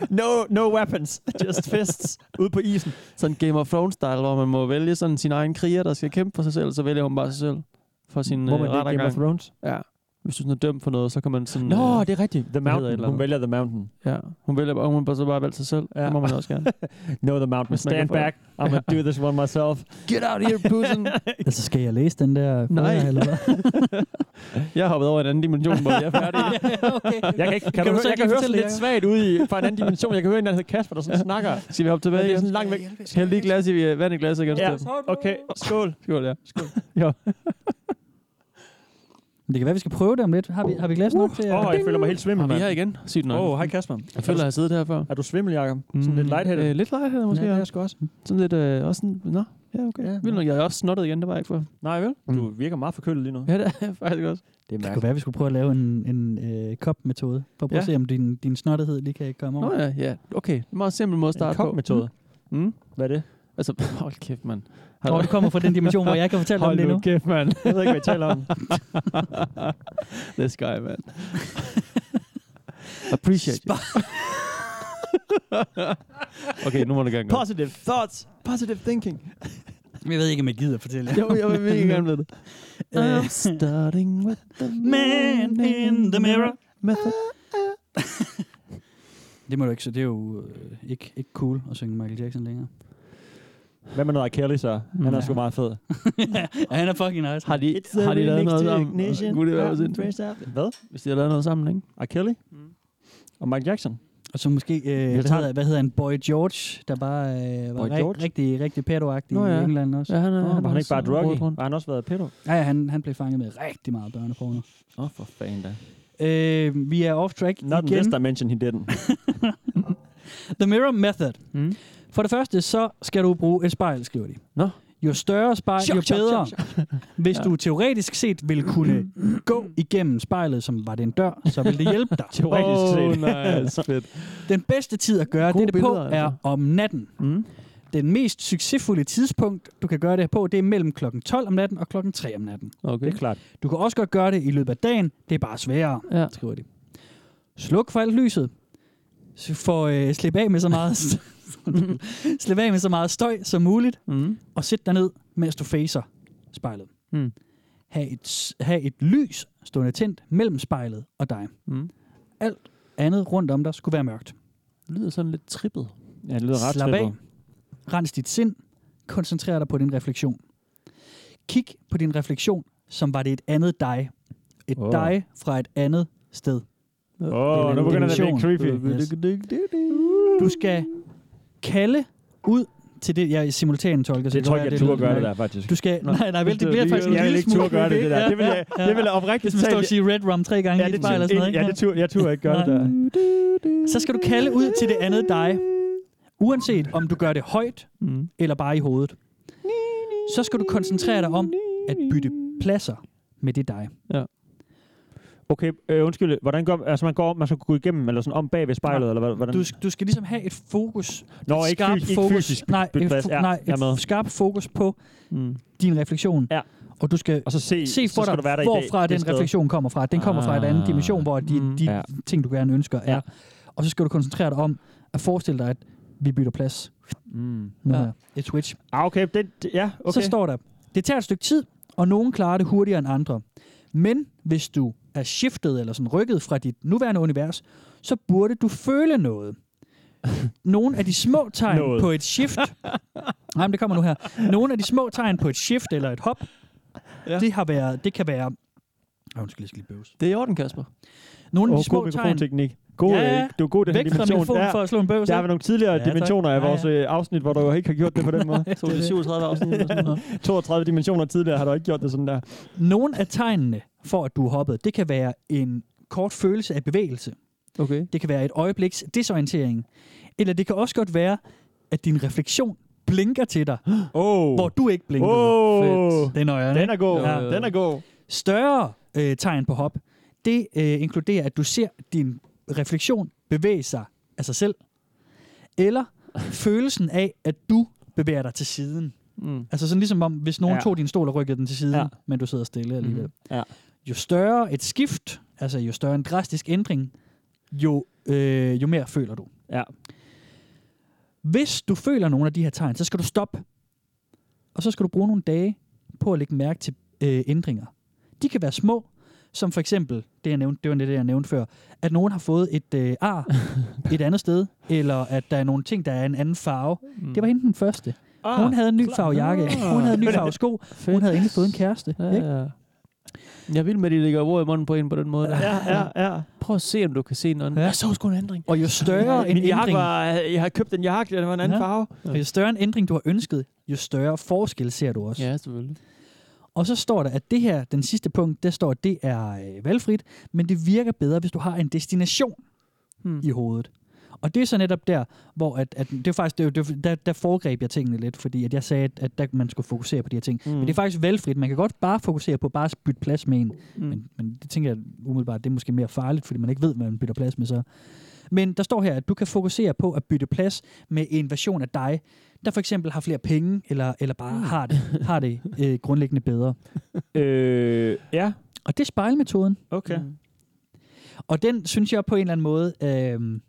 Speaker 4: no, no weapons, just fists. Ude på isen.
Speaker 5: Sådan Game of Thrones-style, hvor man må vælge sådan sin egen kriger, der skal kæmpe for sig selv, så vælger hun bare sig selv for sin
Speaker 4: Må
Speaker 5: øh,
Speaker 4: man det i Game of
Speaker 5: rettergang.
Speaker 4: Thrones?
Speaker 5: Ja. Hvis du sådan er dømt for noget, så kan man sådan...
Speaker 4: Nå,
Speaker 5: øh,
Speaker 4: det er rigtigt.
Speaker 5: hedder
Speaker 4: The
Speaker 5: et
Speaker 4: Mountain.
Speaker 5: eller
Speaker 4: Hun
Speaker 5: andet.
Speaker 4: vælger The Mountain.
Speaker 5: Ja, hun vælger bare, hun bare så bare valgt sig selv.
Speaker 4: Ja.
Speaker 5: Ja. Det må man også gerne.
Speaker 4: No, The Mountain.
Speaker 5: Hvis man
Speaker 4: Stand
Speaker 5: kan få-
Speaker 4: back. I'm gonna do this one myself.
Speaker 5: Get out here, Putin!
Speaker 3: Altså, skal jeg læse den der?
Speaker 5: Nej.
Speaker 3: folder, Eller hvad?
Speaker 5: jeg har hoppet over en anden dimension, hvor jeg er færdig.
Speaker 3: okay.
Speaker 4: Jeg kan, ikke, kan,
Speaker 3: Kan
Speaker 4: kan du,
Speaker 3: du
Speaker 4: høre-
Speaker 3: så
Speaker 4: jeg
Speaker 3: ikke
Speaker 4: kan høre
Speaker 3: lige
Speaker 4: sådan
Speaker 3: fortælle,
Speaker 4: lidt svagt ud i, fra en anden dimension. Jeg kan høre en, der hedder Kasper, der sådan snakker.
Speaker 5: Skal vi hoppe tilbage
Speaker 4: Det er
Speaker 5: igen?
Speaker 4: sådan langt væk.
Speaker 5: Hæld lige glas i øh, vand i glasset igen.
Speaker 4: Ja,
Speaker 5: Steffen.
Speaker 4: okay. Skål.
Speaker 5: Skål, ja.
Speaker 3: Det kan være, vi skal prøve det om lidt. Har vi, har vi glas nok til?
Speaker 4: Åh, oh, jeg føler mig helt svimmel,
Speaker 5: Uh. Vi er
Speaker 4: mand.
Speaker 5: her igen. Sygt nok.
Speaker 4: Åh, oh, hej Kasper.
Speaker 5: jeg føler, jeg har siddet her før.
Speaker 4: Er du svimmel, Jacob? Sådan lidt lightheaded?
Speaker 5: Øh, lidt lightheaded
Speaker 3: ja,
Speaker 5: måske.
Speaker 3: det
Speaker 5: Ja,
Speaker 3: er
Speaker 5: ja.
Speaker 3: jeg sgu også.
Speaker 5: Sådan lidt, øh, også sådan, nå, ja, okay.
Speaker 3: Ja,
Speaker 5: Ja, Vildt nok, jeg er også snottet igen, det var jeg ikke før.
Speaker 4: Nej, vel? Du virker meget forkølet lige nu.
Speaker 5: Mm. Ja, det er jeg faktisk også.
Speaker 4: Det er
Speaker 3: Det kunne være, at vi skulle prøve at lave en, en øh, kop-metode. For at prøve ja. at
Speaker 5: Ja.
Speaker 3: se, om din, din snottighed lige kan komme over.
Speaker 5: Nå ja, ja, okay. Det er en meget simpel måde at
Speaker 4: En
Speaker 5: starte på.
Speaker 4: kop-metode.
Speaker 5: Mm. Mm.
Speaker 4: Hvad er det?
Speaker 5: Altså, hold kæft, mand.
Speaker 3: Nå, det kommer fra den dimension, hvor jeg ikke kan fortælle om
Speaker 5: Hold
Speaker 3: det
Speaker 5: nu
Speaker 3: nu.
Speaker 5: kæft, mand.
Speaker 4: Jeg ved ikke, hvad I taler om.
Speaker 5: This guy, man. Appreciate you. Mm. okay, nu må du gerne gå.
Speaker 4: Positive thoughts. Positive thinking.
Speaker 3: Jeg ved ikke, om jeg gider at fortælle.
Speaker 5: Jo, jeg vil virkelig gerne vide det. I'm starting with the
Speaker 3: Man in the mirror.
Speaker 5: Method.
Speaker 3: Det må du ikke, så det er jo øh, ikke, ikke cool at synge Michael Jackson længere.
Speaker 4: Hvad med noget R. Kelly så? Han er sgu meget fed.
Speaker 3: ja, han er fucking nice.
Speaker 5: Har de, har de lavet noget sammen? Gud, det var sindssygt.
Speaker 4: Hvad?
Speaker 5: Hvis de har lavet noget sammen, ikke?
Speaker 4: R. Kelly? Og Mike Jackson?
Speaker 3: Og så måske, øh,
Speaker 4: Jeg
Speaker 3: hvad,
Speaker 4: tager-
Speaker 3: hedder, hvad hedder han, Boy George, der bare øh, var
Speaker 4: Boy George?
Speaker 3: rig, rigtig, rigtig pedo-agtig
Speaker 5: Nå
Speaker 3: ja.
Speaker 5: ja.
Speaker 3: i England også.
Speaker 5: Ja, han er,
Speaker 4: Åh, var han
Speaker 5: også
Speaker 4: ikke bare druggy?
Speaker 5: rundt.
Speaker 4: Var han også været pedo?
Speaker 3: Ja, ja han, han blev fanget med rigtig meget børneporno.
Speaker 4: Åh, for fanden da.
Speaker 3: Øh, vi er off track
Speaker 4: Not
Speaker 3: igen.
Speaker 4: unless I mention he didn't.
Speaker 3: The Mirror Method.
Speaker 5: Mm.
Speaker 3: For det første, så skal du bruge et spejl, skriver de.
Speaker 5: Nå.
Speaker 3: Jo større spejl, jo bedre. Hvis du teoretisk set vil kunne gå igennem spejlet, som var det en dør, så vil det hjælpe dig.
Speaker 4: Teoretisk set.
Speaker 5: Oh, nice. Fedt.
Speaker 3: Den bedste tid at gøre
Speaker 5: Gode
Speaker 3: dette på
Speaker 5: billeder, altså.
Speaker 3: er om natten.
Speaker 5: Mm.
Speaker 3: Den mest succesfulde tidspunkt, du kan gøre det her på, det er mellem klokken 12 om natten og klokken 3 om natten.
Speaker 4: Det
Speaker 5: Okay.
Speaker 4: er klart.
Speaker 3: Du kan også godt gøre det i løbet af dagen, det er bare sværere,
Speaker 5: Ja.
Speaker 3: skriver de. Sluk for alt lyset. Så For øh, slip af med så meget slip af med så meget støj som muligt,
Speaker 5: Mm.
Speaker 3: og sæt dig ned, mens du facer spejlet.
Speaker 5: Mm.
Speaker 3: Ha' et, s- ha' et lys stående tændt mellem spejlet og dig.
Speaker 5: Mm.
Speaker 3: Alt andet rundt om dig skulle være mørkt.
Speaker 5: Lyder sådan lidt trippet.
Speaker 4: Ja, det lyder ret
Speaker 3: Slap
Speaker 4: trippet.
Speaker 3: af. Rens dit sind. Koncentrer dig på din refleksion. Kig på din refleksion, som var det et andet dig. Et
Speaker 4: Åh.
Speaker 3: oh. dig fra et andet sted.
Speaker 4: Åh, nu begynder det at blive
Speaker 3: dimension.
Speaker 4: creepy.
Speaker 3: Yes. Du skal kalde ud til det, jeg simultan tolker.
Speaker 4: Det
Speaker 3: så kan
Speaker 4: tror
Speaker 3: være,
Speaker 4: jeg ikke, jeg
Speaker 3: det
Speaker 4: turde
Speaker 3: lyder
Speaker 4: gøre det
Speaker 3: mærkeligt.
Speaker 4: der, faktisk.
Speaker 3: Du skal... Nej, nej, vel, det bliver faktisk en
Speaker 4: Jeg vil
Speaker 3: lille
Speaker 4: ikke
Speaker 3: smule
Speaker 4: turde gøre det, det
Speaker 3: creepy.
Speaker 4: der.
Speaker 3: Ja,
Speaker 4: Det vil jeg,
Speaker 3: ja,
Speaker 4: det vil
Speaker 3: ja.
Speaker 4: jeg oprigtigt
Speaker 3: Hvis man står og
Speaker 4: talt-
Speaker 3: siger Red Rum tre gange
Speaker 4: Ja,
Speaker 3: i
Speaker 4: det,
Speaker 3: et spejl eller sådan noget.
Speaker 4: ja,
Speaker 3: ikke?
Speaker 4: det turde, jeg turde ikke gøre det der.
Speaker 3: Så skal du kalde ud til det andet dig, uanset om du gør det højt
Speaker 5: Mm.
Speaker 3: eller bare i hovedet. Så skal du koncentrere dig om at bytte pladser med det dig.
Speaker 4: Okay, øh, undskyld. Hvordan går, altså man går om, man skal gå igennem, eller sådan om bag ved spejlet, eller hvad- hvordan?
Speaker 3: Du, du skal ligesom have et fokus,
Speaker 4: Nå,
Speaker 3: et
Speaker 4: ikke,
Speaker 3: skarpt
Speaker 4: fysisk, ikke
Speaker 3: fokus,
Speaker 4: fysisk.
Speaker 3: nej,
Speaker 4: bytte
Speaker 3: et,
Speaker 4: plads.
Speaker 3: fo-
Speaker 4: Ja,
Speaker 3: nej,
Speaker 4: jeg er med.
Speaker 3: et skarpt fokus på
Speaker 5: Mm.
Speaker 3: din refleksion.
Speaker 4: Ja.
Speaker 3: Og du skal
Speaker 4: Og så se,
Speaker 3: se
Speaker 4: så
Speaker 3: for
Speaker 4: skal
Speaker 3: dig,
Speaker 4: du være der i dag.
Speaker 3: hvorfra
Speaker 4: det
Speaker 3: den
Speaker 4: sted.
Speaker 3: refleksion kommer fra. Den kommer fra en anden
Speaker 5: Ah.
Speaker 3: dimension, hvor
Speaker 5: Mm.
Speaker 3: de, de
Speaker 4: Ja.
Speaker 3: ting, du gerne ønsker, er.
Speaker 4: Ja.
Speaker 3: Og så skal du koncentrere dig om at forestille dig, at vi bytter plads.
Speaker 4: Mm.
Speaker 3: Nu
Speaker 5: Ja.
Speaker 3: her. Et switch.
Speaker 4: Ah, okay. Det, det- ja, okay.
Speaker 3: Okay. Så står der, det tager et stykke tid, og nogen klarer det hurtigere end andre. Men hvis du er shiftet eller sådan rykket fra dit nuværende univers, så burde du føle noget. Nogle af de små tegn
Speaker 4: Noget.
Speaker 3: noget. på et shift... Nej, men det kommer nu her. Nogle af de små tegn på et shift eller et hop,
Speaker 5: Ja.
Speaker 3: ja. det, har været, det kan være... Oh, undskyld, jeg skal lige bøves.
Speaker 5: Det er i orden, Kasper.
Speaker 3: Nogle af
Speaker 4: Åh,
Speaker 3: oh,
Speaker 4: god
Speaker 3: de små tegn...
Speaker 4: mikrofonteknik. God,
Speaker 3: Ja,
Speaker 4: ja,
Speaker 3: ja.
Speaker 4: du er god i den her
Speaker 3: Væk fra
Speaker 4: dimension.
Speaker 3: mikrofonen
Speaker 4: Der,
Speaker 3: for at slå en bøvs.
Speaker 4: der
Speaker 3: ikke?
Speaker 4: er nogle tidligere
Speaker 3: Ja,
Speaker 4: ja,
Speaker 3: tak.
Speaker 4: dimensioner af
Speaker 3: Ja, ja.
Speaker 4: vores øh, afsnit, hvor du ikke har gjort det på den måde.
Speaker 5: Så er det 37 afsnit. eller sådan noget.
Speaker 4: 32 dimensioner tidligere har du ikke gjort det sådan der.
Speaker 3: Nogle af tegnene for, at du er hoppet, det kan være en kort følelse af bevægelse.
Speaker 5: Okay.
Speaker 3: Det kan være et øjebliks desorientering. Eller det kan også godt være, at din refleksion blinker til dig, oh.
Speaker 4: Åh.
Speaker 3: hvor du ikke blinker.
Speaker 4: Åh.
Speaker 5: Fedt.
Speaker 3: Det er nøjeren,
Speaker 4: Oh. Den er god.
Speaker 5: Ja.
Speaker 4: Den er god.
Speaker 3: Større øh, tegn på hop, det øh, inkluderer, at du ser din refleksion bevæge sig af sig selv. Eller følelsen af, at du bevæger dig til siden.
Speaker 5: Mm.
Speaker 3: Altså sådan ligesom om, hvis nogen
Speaker 4: Ja.
Speaker 3: ja. tog din stol og rykkede den til siden,
Speaker 4: Ja.
Speaker 3: ja. men du sidder stille alligevel.
Speaker 5: Mhm.
Speaker 4: Ja.
Speaker 3: Jo større et skift, altså jo større en drastisk ændring, jo, øh, jo mere føler du.
Speaker 4: Ja.
Speaker 3: Hvis du føler nogle af de her tegn, så skal du stoppe. Og så skal du bruge nogle dage på at lægge mærke til øh, ændringer. De kan være små, Som for eksempel, det jeg nævnte, det var det, jeg nævnte før, at nogen har fået et øh, ar et andet sted, eller at der er nogle ting, der er en anden farve. Mm. Det var hende den første. Ah, hun havde en ny farve jakke,
Speaker 5: Ah.
Speaker 3: hun havde en ny farve sko, hun havde endelig fået en kæreste.
Speaker 5: Ja,
Speaker 3: ikke?
Speaker 5: ja. Jeg vil med, at de lægger ord i munden på en på den måde. Der.
Speaker 4: Ja, ja, ja.
Speaker 5: Prøv at se, om du kan se noget.
Speaker 3: Ja.
Speaker 5: Ja. Jeg så sgu en ændring.
Speaker 3: Og jo større en
Speaker 4: Min jakke
Speaker 3: ændring,
Speaker 4: var, jeg har købt en jakke, der var en anden
Speaker 3: Ja.
Speaker 4: farve.
Speaker 3: og jo større en ændring, du har ønsket, jo større forskel ser du også.
Speaker 5: Ja, selvfølgelig.
Speaker 3: Og så står der, at det her, den sidste punkt, der står, at det er øh, valgfrit, men det virker bedre, hvis du har en destination hmm. i hovedet. Og det er så netop der, hvor at, at det er faktisk, det er, jo- det er, der, der foregreb jeg tingene lidt, fordi at jeg sagde, at, at der, man skulle fokusere på de her ting. Mm. Men det er faktisk valgfrit. Man kan godt bare fokusere på bare at bytte plads med en. Mm. Men, men det tænker jeg umiddelbart, det er måske mere farligt, fordi man ikke ved, hvad man bytter plads med så. Men der står her, at du kan fokusere på at bytte plads med en version af dig, der for eksempel har flere penge, eller, eller bare
Speaker 4: Hmm.
Speaker 3: har det, har det øh, grundlæggende bedre.
Speaker 4: Øh, ja,
Speaker 3: Og det er spejlmetoden.
Speaker 4: okay.
Speaker 3: Og den synes jeg på en eller anden måde, øh,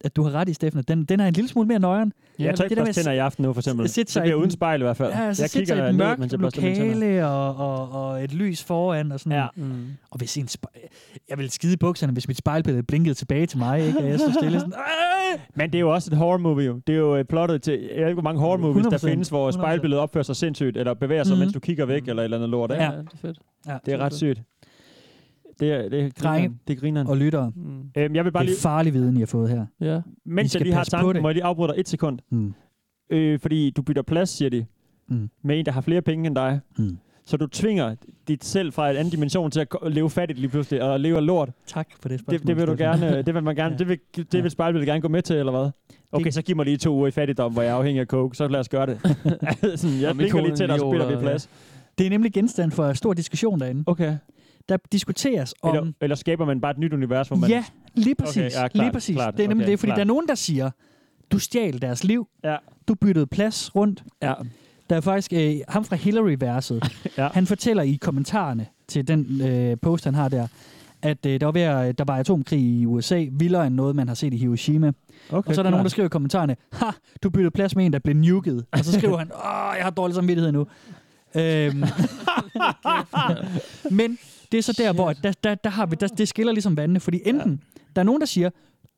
Speaker 3: at du har ret i, Steffen, at den, den er en lille smule mere nøjeren.
Speaker 4: Jeg tager ikke
Speaker 3: det der med
Speaker 4: børste tænder i aften nu, for eksempel.
Speaker 3: at sætte
Speaker 4: Det
Speaker 3: sig i
Speaker 4: bliver
Speaker 3: den-
Speaker 4: uden spejl i hvert fald.
Speaker 3: Ja, altså, så
Speaker 4: jeg
Speaker 3: jeg kigger i et
Speaker 4: ned,
Speaker 3: mørkt
Speaker 4: mens jeg børster mine tænder.
Speaker 3: lokale og, og, og et lys foran og sådan
Speaker 4: Ja.
Speaker 5: Mm.
Speaker 3: Og hvis en spej- jeg ville skide i bukserne, hvis mit spejlbillede blinkede tilbage til mig, ikke? Og jeg stod stille sådan, "Ej!"
Speaker 4: Men det er jo også et horror movie. Jo. Det er jo øh, plottet til, jeg ved ikke, hvor mange horror movies, der
Speaker 3: 100%,
Speaker 4: findes, hvor
Speaker 3: 100%.
Speaker 4: spejlbilledet opfører sig sindssygt, eller bevæger sig,
Speaker 3: Mhm.
Speaker 4: mens du kigger væk, eller et eller andet lort.
Speaker 5: Ja,
Speaker 4: Ja.
Speaker 5: ja, det er fedt.
Speaker 3: ja.
Speaker 4: Det er ret sygt. Det er, det er
Speaker 3: Drenge.
Speaker 4: grineren. Det er grineren.
Speaker 3: Og lyttere,
Speaker 5: Mm.
Speaker 4: Øhm, jeg vil bare
Speaker 3: det
Speaker 4: lige,
Speaker 3: er farlig viden, I har fået her.
Speaker 5: Ja.
Speaker 4: mens
Speaker 3: skal
Speaker 4: jeg lige har
Speaker 3: passe på det.
Speaker 4: tanken, må jeg lige afbryde dig et sekund.
Speaker 3: Mm.
Speaker 4: Øh, fordi du bytter plads, siger de,
Speaker 3: Mm.
Speaker 4: med en, der har flere penge end dig.
Speaker 3: Mm.
Speaker 4: Så du tvinger dit selv fra en anden dimension til at ko- leve fattigt lige pludselig, og leve af lort.
Speaker 3: Tak for det spørgsmål.
Speaker 4: Det, det vil du
Speaker 3: Steffen.
Speaker 4: gerne, øh, det vil man gerne,
Speaker 3: Ja.
Speaker 4: det vil,
Speaker 3: Ja.
Speaker 4: det vil spejlbilledet gerne gå med til, eller hvad? Okay, så giv mig lige to uger i fattigdom, hvor jeg er afhængig af coke, så lad os gøre det. Sådan, jeg
Speaker 5: Og
Speaker 4: blinker
Speaker 5: mikroen
Speaker 4: lige til dig, og så
Speaker 5: lige
Speaker 4: spiller vi
Speaker 5: over,
Speaker 4: plads.
Speaker 3: Det er nemlig genstand for stor diskussion derinde.
Speaker 4: Okay.
Speaker 3: Der diskuteres om...
Speaker 4: Eller, eller skaber man bare et nyt univers, hvor man...
Speaker 3: Ja, lige præcis.
Speaker 4: Okay, ja, klart,
Speaker 3: lige præcis.
Speaker 4: klart,
Speaker 3: det er nemlig
Speaker 4: okay,
Speaker 3: det, fordi
Speaker 4: klart.
Speaker 3: der er nogen, der siger, du stjal deres liv,
Speaker 4: Ja.
Speaker 3: du byttede plads rundt.
Speaker 4: Ja.
Speaker 3: Der er faktisk øh, ham fra Hillary-verset.
Speaker 4: Ja.
Speaker 3: Han fortæller i kommentarerne til den øh, post, han har der, at øh, der, var ved at, der var atomkrig i USA, vildere end noget, man har set i Hiroshima.
Speaker 4: Okay,
Speaker 3: Og så er der nogen, der skriver i kommentarerne, ha, du byttede plads med en, der blev nuket. Og så skriver han, åh, jeg har dårlig samvittighed nu. Øhm. Men det er så der, hvor at der, der, der har vi, der, det skiller ligesom vandene, fordi enten, der er nogen, der siger,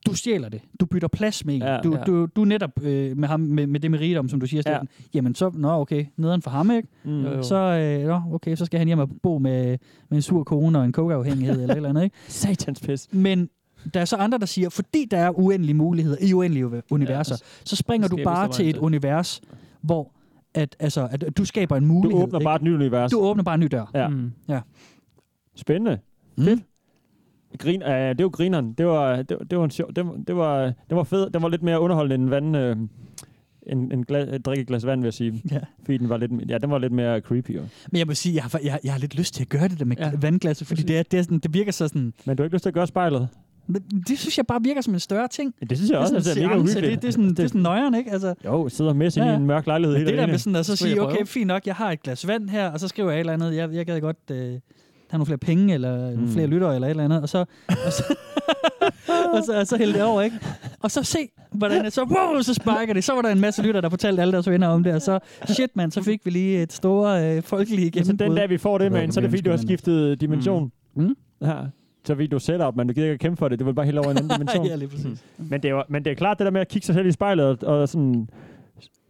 Speaker 3: du stjæler det, du bytter plads med en,
Speaker 4: Ja,
Speaker 3: du,
Speaker 5: ja.
Speaker 3: du, du er netop øh, med, ham, med, med det med rigdom, som du siger,
Speaker 4: Ja.
Speaker 3: Steffen, jamen så, nå okay, nederen for ham, ikke?
Speaker 4: Mm.
Speaker 5: Jo, jo.
Speaker 3: Så, øh, nå, okay, så skal han hjem og bo med, med en sur kone og en kokeafhængighed eller et eller andet, ikke?
Speaker 4: Satans pis.
Speaker 3: Men der er så andre, der siger, fordi der er uendelige muligheder i uendelige u- universer,
Speaker 5: altså,
Speaker 3: så springer
Speaker 5: så
Speaker 3: du
Speaker 5: skabes
Speaker 3: bare
Speaker 5: der
Speaker 3: til et
Speaker 5: mindset.
Speaker 3: univers, hvor at, altså, at du skaber en
Speaker 4: Du
Speaker 3: mulighed.
Speaker 4: åbner bare et nyt univers.
Speaker 3: ikke? du åbner bare en ny dør.
Speaker 4: Ja.
Speaker 5: Mm.
Speaker 4: Spændende.
Speaker 3: Mm.
Speaker 4: Fedt. Grin, uh, det var grineren. Det var, det, var- det var en sjov, det, var- det var, det var fed. Den var lidt mere underholdende end vand, øh, en, en gla, et drikkeglas vand, vil jeg sige.
Speaker 3: Ja.
Speaker 4: Fordi den var lidt, ja, den var lidt mere creepy. Jo.
Speaker 3: Men jeg må sige, jeg har, fa- jeg, jeg har lidt lyst til at gøre det der med ja.
Speaker 5: Ja.
Speaker 3: vandglasset, fordi det, er, det, er sådan, det virker så sådan...
Speaker 4: Men du har ikke lyst til at gøre spejlet?
Speaker 3: Det synes jeg bare virker som en større ting.
Speaker 4: Ja, Det synes jeg også, altså,
Speaker 3: det er
Speaker 4: det er
Speaker 3: sådan,
Speaker 4: mega
Speaker 3: seance,
Speaker 4: uhyggeligt.
Speaker 3: det, det, er sådan, det er sådan nøjeren, ikke? Altså,
Speaker 4: Jo, sidder med sig
Speaker 3: Ja,
Speaker 4: ja. i
Speaker 3: ja.
Speaker 4: en mørk lejlighed
Speaker 3: det
Speaker 4: helt
Speaker 3: der
Speaker 4: alene.
Speaker 3: med sådan at så
Speaker 5: Så vil jeg
Speaker 3: sige,
Speaker 5: prøve.
Speaker 3: okay, fint nok, jeg har et glas vand her, og så skriver jeg et eller andet, jeg, jeg gad godt øh, have nogle flere penge, eller mm.
Speaker 4: Mm.
Speaker 3: flere lyttere, eller et eller andet, og så, og så, og så, og så hælde det over, ikke? Og så se, hvordan jeg så, wow, så sparker det. Så var der en masse lytter, der fortalte alle deres venner om det, og så, shit mand, så fik vi lige et store øh, folkelige
Speaker 4: Ja, så Altså, den
Speaker 3: gennembrud.
Speaker 4: dag, vi får
Speaker 3: Jeg
Speaker 4: det,
Speaker 3: ved
Speaker 4: man,
Speaker 3: ikke,
Speaker 4: så er det
Speaker 3: om
Speaker 4: fordi, du har
Speaker 3: jeg ønsker,
Speaker 4: skiftet dimension.
Speaker 3: Mm. Mm.
Speaker 4: Ja. Så vi du setup, men du gider ikke at kæmpe for det. Det var bare helt over i en anden dimension.
Speaker 3: ja, lige præcis.
Speaker 4: Men det, er, jo- men det er klart, det der med at kigge sig selv i spejlet og, og sådan,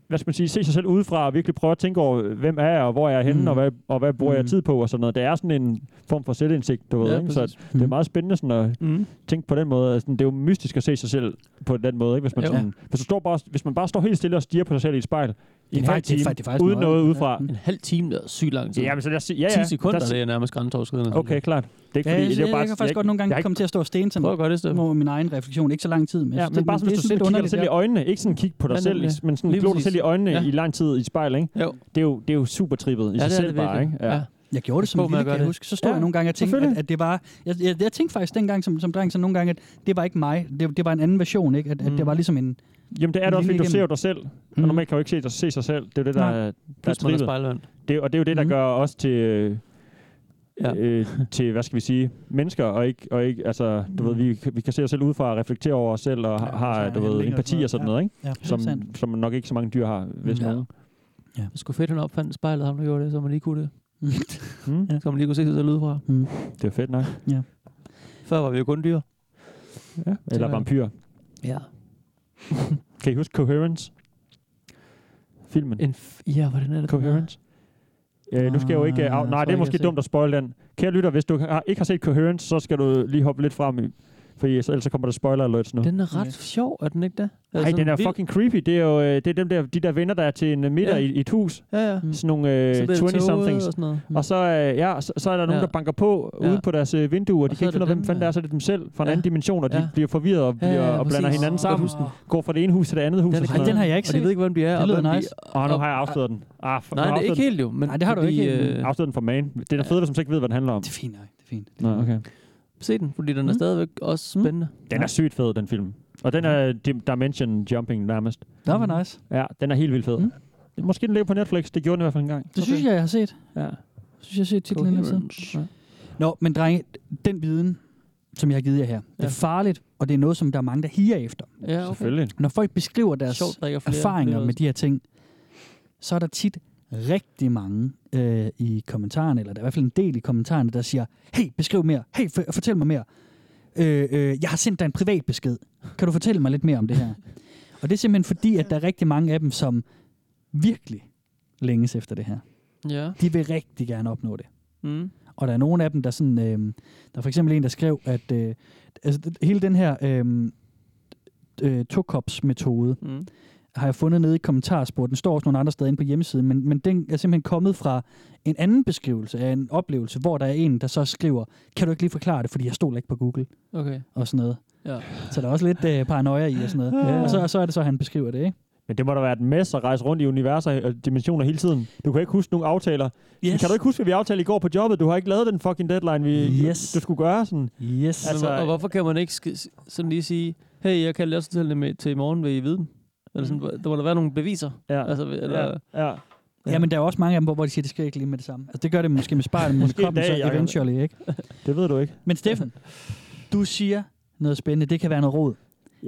Speaker 4: hvad skal man sige, se sig selv udefra og virkelig prøve at tænke over, hvem er jeg, og hvor er jeg henne,
Speaker 3: Mm.
Speaker 4: mm. og, hvad, og hvad bruger mm. jeg
Speaker 5: Mm.
Speaker 4: tid på, og sådan noget. Det er sådan en form for selvindsigt, du ved,
Speaker 5: Ja,
Speaker 4: ikke? Så
Speaker 5: præcis.
Speaker 4: det er meget spændende sådan at
Speaker 5: Mm.
Speaker 4: tænke på den måde. Altså, det er jo mystisk at se sig selv på den måde, ikke? Hvis man,
Speaker 5: Jo.
Speaker 4: sådan, hvis, du står bare, hvis man bare står helt stille og stiger på sig selv i et spejl i en
Speaker 3: Det er
Speaker 4: halv
Speaker 3: faktisk- det
Speaker 4: time,
Speaker 3: er faktisk- det er faktisk
Speaker 4: uden
Speaker 3: noget.
Speaker 4: noget udefra.
Speaker 5: En halv time, det er sygt lang tid.
Speaker 4: Ja, men så lad os sige, ja, ja.
Speaker 5: 10 sekunder,
Speaker 4: der,
Speaker 5: det er nærmest grænseoverskridende.
Speaker 4: Okay, klart. Det er ikke
Speaker 3: Ja,
Speaker 4: fordi,
Speaker 3: jeg, jeg,
Speaker 4: det er jo
Speaker 3: jeg,
Speaker 4: bare,
Speaker 3: jeg kan faktisk
Speaker 4: jeg-
Speaker 3: godt nogle gange
Speaker 4: jeg er ikke-
Speaker 3: komme til at stå og stene
Speaker 5: Prøv
Speaker 3: sådan
Speaker 5: at gøre det i stedet.
Speaker 3: mod min egen refleksion. Ikke så lang tid, men, jeg
Speaker 4: Ja,
Speaker 3: synes,
Speaker 4: men bare
Speaker 3: det
Speaker 4: sådan, hvis du
Speaker 3: er lidt
Speaker 4: sidder og kigger dig
Speaker 3: underligt,
Speaker 4: selv i
Speaker 3: ja.
Speaker 4: øjnene. Ikke sådan kig på dig
Speaker 5: Ja,
Speaker 4: selv,
Speaker 5: nemlig.
Speaker 4: men sådan
Speaker 5: Lige
Speaker 4: glor dig
Speaker 5: præcis.
Speaker 4: selv i øjnene
Speaker 5: Ja.
Speaker 4: i lang tid i et spejl, ikke?
Speaker 5: Jo.
Speaker 4: Det er jo, det er jo super trippet i sig selv bare, ikke?
Speaker 5: virkelig. Ja.
Speaker 3: Jeg gjorde det
Speaker 5: Pas
Speaker 3: som
Speaker 5: på med
Speaker 3: lille,
Speaker 5: at
Speaker 3: kan
Speaker 5: gøre
Speaker 3: jeg
Speaker 5: det.
Speaker 3: huske. Så stod ja,
Speaker 4: Ja,
Speaker 3: jeg nogle gange og tænkte, at,
Speaker 4: selvfølgelig.
Speaker 3: at det var... Jeg, jeg, jeg tænkte faktisk dengang som, som dreng, så nogle gange, at det var ikke mig. Det, det var en anden version, ikke? At, mm. at det var ligesom en...
Speaker 4: Jamen, det er det også, fordi
Speaker 3: Lige Mm.
Speaker 4: du ser jo dig selv. Og normalt kan du ikke se, dig, se sig selv. Det er jo det, der,
Speaker 3: Nej.
Speaker 4: er, der er
Speaker 5: Plus man er
Speaker 4: trippet.
Speaker 5: spejlvand.
Speaker 4: Det, og det er jo det, der
Speaker 3: Mhm.
Speaker 4: gør os til... Øh,
Speaker 5: Ja.
Speaker 4: ja. øh, til, hvad skal vi sige, mennesker, og ikke, og ikke altså, du ved, vi, vi kan se os selv udefra og reflektere over os selv, og
Speaker 3: Ja,
Speaker 4: ja, har,
Speaker 3: altså,
Speaker 4: du ved,
Speaker 3: handlinger og sådan
Speaker 4: empati og sådan
Speaker 3: noget.
Speaker 4: noget, ikke?
Speaker 3: Ja,
Speaker 4: Som,
Speaker 3: sandt.
Speaker 4: som nok ikke så mange dyr har, hvis
Speaker 5: Ja.
Speaker 4: nogen.
Speaker 5: Det skulle fedt, han opfandt spejlet, ham der gjorde det, så man lige kunne det.
Speaker 4: Mm.
Speaker 5: Så man lige kunne se det der lyd fra.
Speaker 3: Mm.
Speaker 4: Det var fedt nok.
Speaker 3: Ja.
Speaker 5: Før var vi jo kun dyr.
Speaker 4: Ja, eller
Speaker 5: Det var-
Speaker 4: vampyr.
Speaker 3: Ja.
Speaker 4: Kan I huske Coherence? Filmen.
Speaker 5: En f- ja, hvordan er det?
Speaker 4: Coherence? Øh, nu skal jeg jo ikke...
Speaker 3: Ah,
Speaker 4: Uh, nej,
Speaker 3: jeg tror
Speaker 4: det er
Speaker 3: ikke,
Speaker 4: måske
Speaker 3: jeg har
Speaker 4: dumt at spoil den. Kære lytter, hvis du har, ikke har set Coherence, så skal du lige hoppe lidt frem, i, for ellers så kommer der spoiler alerts nu.
Speaker 5: Den er ret
Speaker 3: Ja.
Speaker 5: sjov, er den ikke det?
Speaker 4: Nej, den er fucking creepy. Det er jo øh, det er dem der, de der venner, der er til en øh, middag
Speaker 5: Ja.
Speaker 4: i, i et hus.
Speaker 5: Ja, ja.
Speaker 4: Sådan nogle øh,
Speaker 5: Så bliver det toget
Speaker 4: 20-somethings.
Speaker 5: Og sådan noget. Mm.
Speaker 4: Og så, øh, ja, så, så er der nogen,
Speaker 5: Ja.
Speaker 4: der banker på
Speaker 5: Ja.
Speaker 4: ja. ude på deres øh, vindue, og de
Speaker 5: Og så
Speaker 4: kan
Speaker 5: er
Speaker 4: ikke finde ud
Speaker 5: det
Speaker 4: af, hvem
Speaker 5: dem,
Speaker 4: fanden det
Speaker 5: ja.
Speaker 4: er, så er det dem selv fra en
Speaker 5: Ja.
Speaker 4: anden dimension, og de
Speaker 5: Ja,
Speaker 4: bliver forvirret og, bliver,
Speaker 5: ja,
Speaker 4: og blander
Speaker 5: præcis.
Speaker 4: hinanden
Speaker 5: Jeg
Speaker 4: sammen.
Speaker 5: husker den.
Speaker 4: Går fra det ene hus til det andet hus.
Speaker 5: Den er
Speaker 4: og sådan
Speaker 3: Ej, den har jeg ikke
Speaker 5: Og de
Speaker 3: set.
Speaker 5: ved ikke, hvem de er.
Speaker 3: Det
Speaker 5: og
Speaker 3: lyder
Speaker 5: hvem de-
Speaker 3: nice.
Speaker 4: Åh, nu har jeg afsløret den. Ah, for,
Speaker 5: Nej,
Speaker 4: nu har
Speaker 5: det er ikke
Speaker 4: jeg afsløret
Speaker 5: helt jo. Men
Speaker 3: Nej, det har du
Speaker 5: fordi,
Speaker 3: ikke helt.
Speaker 5: øh,
Speaker 4: den. Afsløret den fra Man. Det er da fedt, som ikke ved, hvad den handler om.
Speaker 3: Det er fint nok. Det er fint.
Speaker 4: Nå, okay.
Speaker 5: Se den, fordi
Speaker 3: Mm.
Speaker 5: den er
Speaker 4: Mm.
Speaker 5: stadigvæk også spændende.
Speaker 4: Den er sygt fed, den film. Og den er dim- Dimension Jumping nærmest.
Speaker 3: Det var Mm. nice.
Speaker 4: Ja, den er helt vildt fed.
Speaker 3: Mm.
Speaker 4: Mm. Måske den ligger på Netflix. Det gjorde den i hvert fald en gang.
Speaker 3: Det synes jeg, jeg har set.
Speaker 4: Ja.
Speaker 3: Jeg synes, jeg har set titlen en eller anden side. Nå, men drenge, den viden, som jeg har givet jer her, det er farligt, og det er noget, som der er mange, der higer efter.
Speaker 5: Ja, okay.
Speaker 4: Selvfølgelig.
Speaker 3: Når folk beskriver deres
Speaker 5: Sjovt, der ikke er flere
Speaker 3: erfaringer
Speaker 5: flere
Speaker 3: med de her ting, så er der tit rigtig mange øh, i kommentarerne, eller der er i hvert fald en del i kommentarerne, der siger, hey, beskriv mere, hey, for, fortæl mig mere. Øh, øh, jeg har sendt dig en privat besked. Kan du fortælle mig lidt mere om det her? og det er simpelthen fordi, at der er rigtig mange af dem, som virkelig længes efter det her.
Speaker 5: Ja.
Speaker 3: De vil rigtig gerne opnå det.
Speaker 5: Mm.
Speaker 3: Og der er nogle af dem, der sådan... Øh, der er for eksempel en, der skrev, at øh, altså, d- hele den her øh, øh, tokops-metode
Speaker 5: Mm.
Speaker 3: har jeg fundet nede i kommentarspor. Den står også nogle andre steder inde på hjemmesiden, men, men den er simpelthen kommet fra en anden beskrivelse af en oplevelse, hvor der er en, der så skriver, kan du ikke lige forklare det, fordi jeg stoler ikke på Google
Speaker 5: Okay.
Speaker 3: og sådan noget.
Speaker 5: Ja.
Speaker 3: Så der er også lidt øh, paranoia i og sådan noget.
Speaker 4: Ja.
Speaker 3: Og, så, og så er det så, han beskriver det, ikke?
Speaker 4: Men det må da være et mess at rejse rundt i universer og dimensioner hele tiden. Du kan ikke huske nogen aftaler. Yes. Kan du ikke huske, hvad vi aftalte i går på jobbet? Du har ikke lavet den fucking deadline, vi,
Speaker 3: Yes.
Speaker 4: du skulle gøre. Sådan.
Speaker 3: Yes.
Speaker 5: Altså,
Speaker 4: Altså,
Speaker 5: og hvorfor kan man ikke sk- sådan lige sige, hey, jeg kan læse til det med til i morgen, vil I vide dem? Eller sådan, hvor- der må der være nogle beviser.
Speaker 4: Mm. Ja.
Speaker 5: Altså, eller, ja.
Speaker 4: ja. ja.
Speaker 3: Ja, men der er også mange af dem, hvor- hvor de siger, det sker ikke lige med det samme. Altså, det gør det måske med spejlet, men
Speaker 4: Måske en
Speaker 3: kommer så
Speaker 4: dag, Jacob.
Speaker 3: eventually, ikke?
Speaker 4: Det ved du ikke.
Speaker 3: Men Steffen, du siger noget spændende. Det kan være noget råd.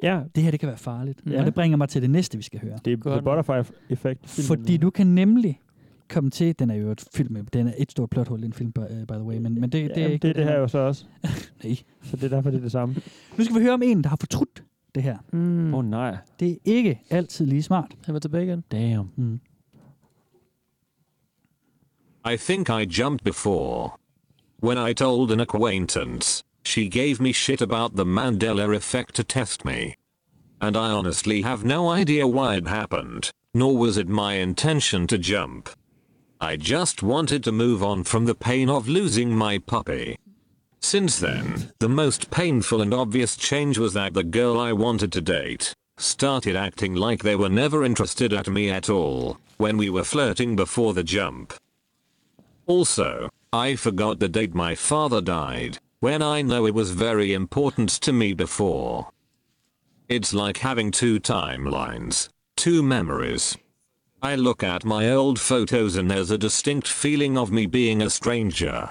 Speaker 4: Ja,
Speaker 3: Det her, det kan være farligt. Ja.
Speaker 5: Ja.
Speaker 3: Og det bringer mig til det næste, vi skal høre.
Speaker 4: det er
Speaker 5: Gør
Speaker 4: The
Speaker 5: den.
Speaker 4: Butterfly-effekt.
Speaker 3: Fordi du kan nemlig komme til, den er jo et film, den er et stort plot hole, den film, by, uh, by the way, men, men det,
Speaker 4: det,
Speaker 3: det er ikke...
Speaker 4: det, er det her jo så også.
Speaker 3: Nej.
Speaker 4: Så det er derfor, det er det samme.
Speaker 3: Nu skal vi høre om en, der har fortrudt det her.
Speaker 5: Mm.
Speaker 4: Åh oh, nej.
Speaker 3: Det er ikke altid lige smart.
Speaker 5: Han var tilbage igen.
Speaker 4: Damn.
Speaker 3: Mm.
Speaker 10: I think I jumped before. When I told an acquaintance, she gave me shit about the Mandela effect to test me. And I honestly have no idea why it happened, nor was it my intention to jump. I just wanted to move on from the pain of losing my puppy. Since then, the most painful and obvious change was that the girl I wanted to date started acting like they were never interested at me at all when we were flirting before the jump. Also, I forgot the date my father died, when I know it was very important to me before. It's like having two timelines, two memories. I look at my old photos and there's a distinct feeling of me being a stranger.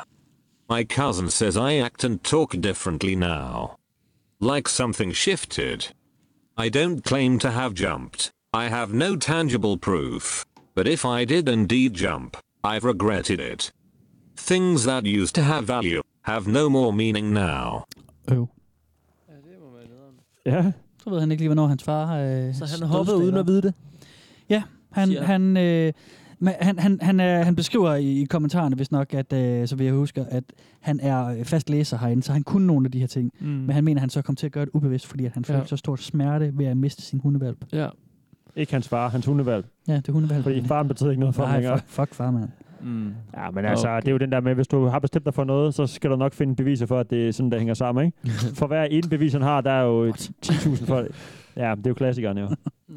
Speaker 10: My cousin says I act and talk differently now. Like something shifted. I don't claim to have jumped. I have no tangible proof. But if I did indeed jump, I've regretted it. Things that used to have value have no more meaning now.
Speaker 3: Øv.
Speaker 4: Ja.
Speaker 3: Så ved han ikke lige, hvornår hans far... Øh,
Speaker 5: Så han
Speaker 3: dødsdag
Speaker 5: hoppede uden
Speaker 3: var.
Speaker 5: at vide det.
Speaker 3: Ja, han,
Speaker 5: Siger
Speaker 3: han, øh, men han, han, han, øh, han beskriver i, i kommentarerne, hvis nok, at, øh, så vil jeg huske, at han er øh, fast læser herinde, så han kunne nogle af de her ting. Mm. Men han mener, at han så kom til at gøre det ubevidst, fordi at han
Speaker 5: Ja.
Speaker 3: følte så stor smerte ved at miste sin hundevalp.
Speaker 5: Ja.
Speaker 4: Ikke hans far, hans hundevalg.
Speaker 3: Ja, det er hundevalp.
Speaker 4: Fordi faren betyder ikke noget for ham
Speaker 3: Nej,
Speaker 4: længere.
Speaker 3: fuck, fuck far, mand.
Speaker 5: Mm.
Speaker 4: Ja, men altså, okay. det er jo den der med, hvis du har bestemt dig for noget, så skal du nok finde beviser for, at det er sådan, der hænger sammen, ikke? For hver en bevis, han har, der er jo 10.000 for det. Ja, det er jo klassikeren jo.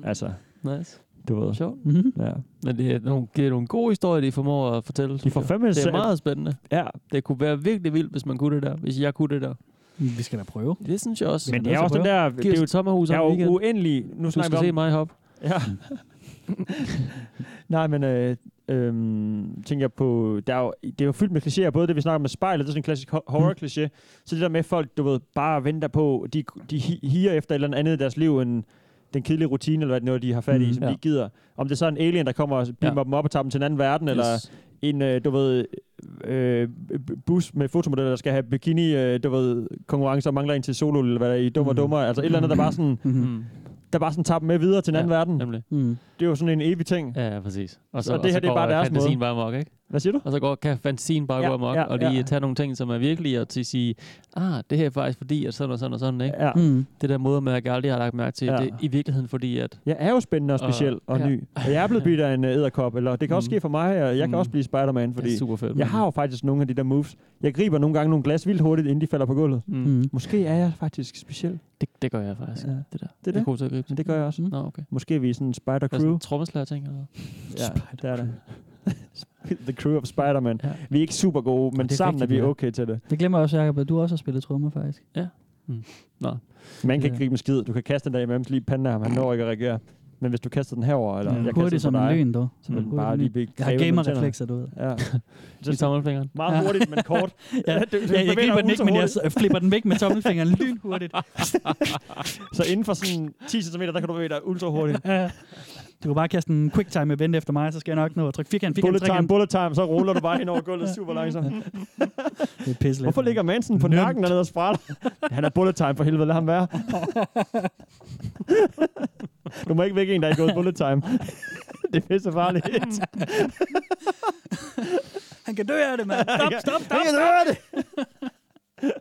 Speaker 4: Altså,
Speaker 5: Nice.
Speaker 4: du ved.
Speaker 5: Sjovt.
Speaker 3: Mm-hmm.
Speaker 4: Ja.
Speaker 5: Men det er, nogle, det er nogle gode historier, de formår at fortælle.
Speaker 4: De
Speaker 5: synes
Speaker 4: får
Speaker 5: jeg.
Speaker 4: fandme
Speaker 5: Det er
Speaker 4: sat-
Speaker 5: meget spændende.
Speaker 4: Ja,
Speaker 5: Det kunne være virkelig vildt, hvis man kunne det der. Hvis jeg kunne det der.
Speaker 3: Mm, Vi skal da prøve.
Speaker 5: Det synes jeg også.
Speaker 4: men det er også den der... Det
Speaker 5: Giv
Speaker 4: er
Speaker 5: os
Speaker 4: jo,
Speaker 5: et sommerhus
Speaker 4: der
Speaker 5: om
Speaker 4: er jo
Speaker 5: weekenden.
Speaker 4: uendelig... Nu
Speaker 5: Du skal
Speaker 4: snakker vi
Speaker 5: se
Speaker 4: om...
Speaker 5: mig hop.
Speaker 4: Ja. Nej, men øh, øh, tænker jeg på... Der er jo, det er jo fyldt med klichéer, både det, vi snakker om med spejlet, det er sådan en klassisk ho- horror-kliché.
Speaker 5: Mm.
Speaker 4: Så det der med at folk, du ved, bare venter på, de, de hi- higer efter et eller andet i deres liv, en, den kedelige rutine, eller hvad det nu er, de har fat i,
Speaker 5: Mm.
Speaker 4: mm, som
Speaker 5: Ja.
Speaker 4: ja. de ikke gider. Om det er så er en alien, der kommer og beamer
Speaker 5: Ja.
Speaker 4: dem op og tager dem til en anden verden, yes. eller en, øh, du ved, øh, bus med fotomodeller, der skal have bikini, øh, du ved, konkurrencer og mangler en til solo, eller hvad der er i Dummer mm. Dummer. Altså et eller andet, der bare sådan,
Speaker 5: Mhm.
Speaker 4: der bare sådan tager dem med videre til en
Speaker 5: Ja,
Speaker 4: anden verden.
Speaker 5: Nemlig.
Speaker 3: Mm.
Speaker 4: Det er jo sådan en evig ting.
Speaker 5: Ja, ja, præcis.
Speaker 4: Og det her, det er
Speaker 5: går
Speaker 4: bare deres måde.
Speaker 5: fantasien bare mok, ikke?
Speaker 4: Hvad siger du?
Speaker 5: Og så går, kan fantasien bare
Speaker 4: Ja,
Speaker 5: ja, gå amok,
Speaker 4: ja,
Speaker 5: ja, og lige
Speaker 4: ja.
Speaker 5: ja. tage nogle ting, som er virkelige, og til sige, ah, det her er faktisk fordi, at sådan og sådan og sådan, ikke?
Speaker 4: Ja.
Speaker 3: Mm.
Speaker 5: Det der modermærke, jeg aldrig har lagt mærke til,
Speaker 4: Ja.
Speaker 5: ja. det er i virkeligheden fordi, at...
Speaker 4: Jeg er jo spændende og
Speaker 5: Og-
Speaker 4: speciel og, og
Speaker 5: ja.
Speaker 4: ny. Og jeg er blevet bidt af en øh, æderkop, eller det kan også
Speaker 5: Mm.
Speaker 4: ske for mig, og jeg kan
Speaker 5: Mm.
Speaker 4: også blive Spider-Man,
Speaker 5: Fordi, det
Speaker 4: fordi
Speaker 5: er super fedt.
Speaker 4: jeg har jo faktisk nogle af de der moves. Jeg griber nogle gange nogle glas vildt hurtigt, inden de falder på gulvet.
Speaker 5: Mm. Mm.
Speaker 3: Mm.
Speaker 4: Måske er jeg faktisk speciel.
Speaker 5: Det, det gør jeg faktisk.
Speaker 4: Ja.
Speaker 5: Ja. Det der.
Speaker 4: Det er
Speaker 5: Jeg er
Speaker 4: det.
Speaker 5: god til at gribe.
Speaker 4: Men det gør jeg også.
Speaker 5: Nå, okay.
Speaker 4: Måske er vi sådan en
Speaker 5: Er sådan
Speaker 4: spider-crew.
Speaker 5: en trommeslager ting, eller? hvad?
Speaker 4: Ja, det er det. The crew of Spider-Man.
Speaker 5: Ja.
Speaker 4: Vi er ikke super gode, men
Speaker 5: det er
Speaker 4: sammen
Speaker 5: rigtigt,
Speaker 4: er vi
Speaker 5: ja.
Speaker 4: okay til det.
Speaker 3: Det glemmer jeg også, Jacob, at du også har spillet trommer, faktisk.
Speaker 4: Man kan ikke
Speaker 5: Øh.
Speaker 3: Ja.
Speaker 4: gribe en skid. Du kan kaste den der i MM's lige i panden af ham. Han når ikke at reagere. Men hvis du kaster den herover
Speaker 5: Mm.
Speaker 4: eller jeg kaster den
Speaker 3: hurtigt som
Speaker 4: på
Speaker 3: en
Speaker 4: dig,
Speaker 3: løgn, dog.
Speaker 4: så vil den
Speaker 3: Hurtigt
Speaker 4: bare
Speaker 3: som
Speaker 4: lige
Speaker 3: en-
Speaker 4: blive
Speaker 3: Jeg
Speaker 4: krævet
Speaker 3: har
Speaker 4: med tænderne.
Speaker 3: gamer-reflekser, du ved.
Speaker 4: Ja.
Speaker 5: I tommelfingeren.
Speaker 4: Meget hurtigt, men kort.
Speaker 3: Ja,
Speaker 4: det- det
Speaker 3: ja, jeg
Speaker 4: bevæger
Speaker 3: griber
Speaker 4: dig
Speaker 3: den ikke, men jeg
Speaker 4: ultrahurtigt.
Speaker 3: s- flipper den væk med tommelfingeren lynhurtigt.
Speaker 4: Så inden for sådan 10 cm, der kan du bevæge dig ultra hurtigt.
Speaker 3: Ja. du kan bare kaste en quick time event efter mig, så skal jeg nok nå at trykke firkant, firkant,
Speaker 4: Bullet time,
Speaker 3: trekant.
Speaker 4: bullet time, så ruller du bare hen over gulvet super langsomt.
Speaker 3: Det er pisse
Speaker 4: Hvorfor ligger Manson på
Speaker 3: Nemt.
Speaker 4: nakken dernede og sprætter? Han er bullet time for helvede, lad ham være. du må ikke vække en, der er gået bullet time. det er pisse farligt.
Speaker 3: Han kan dø af det, mand. Stop, stop, stop.
Speaker 4: Ikke rør det!
Speaker 3: øh, nu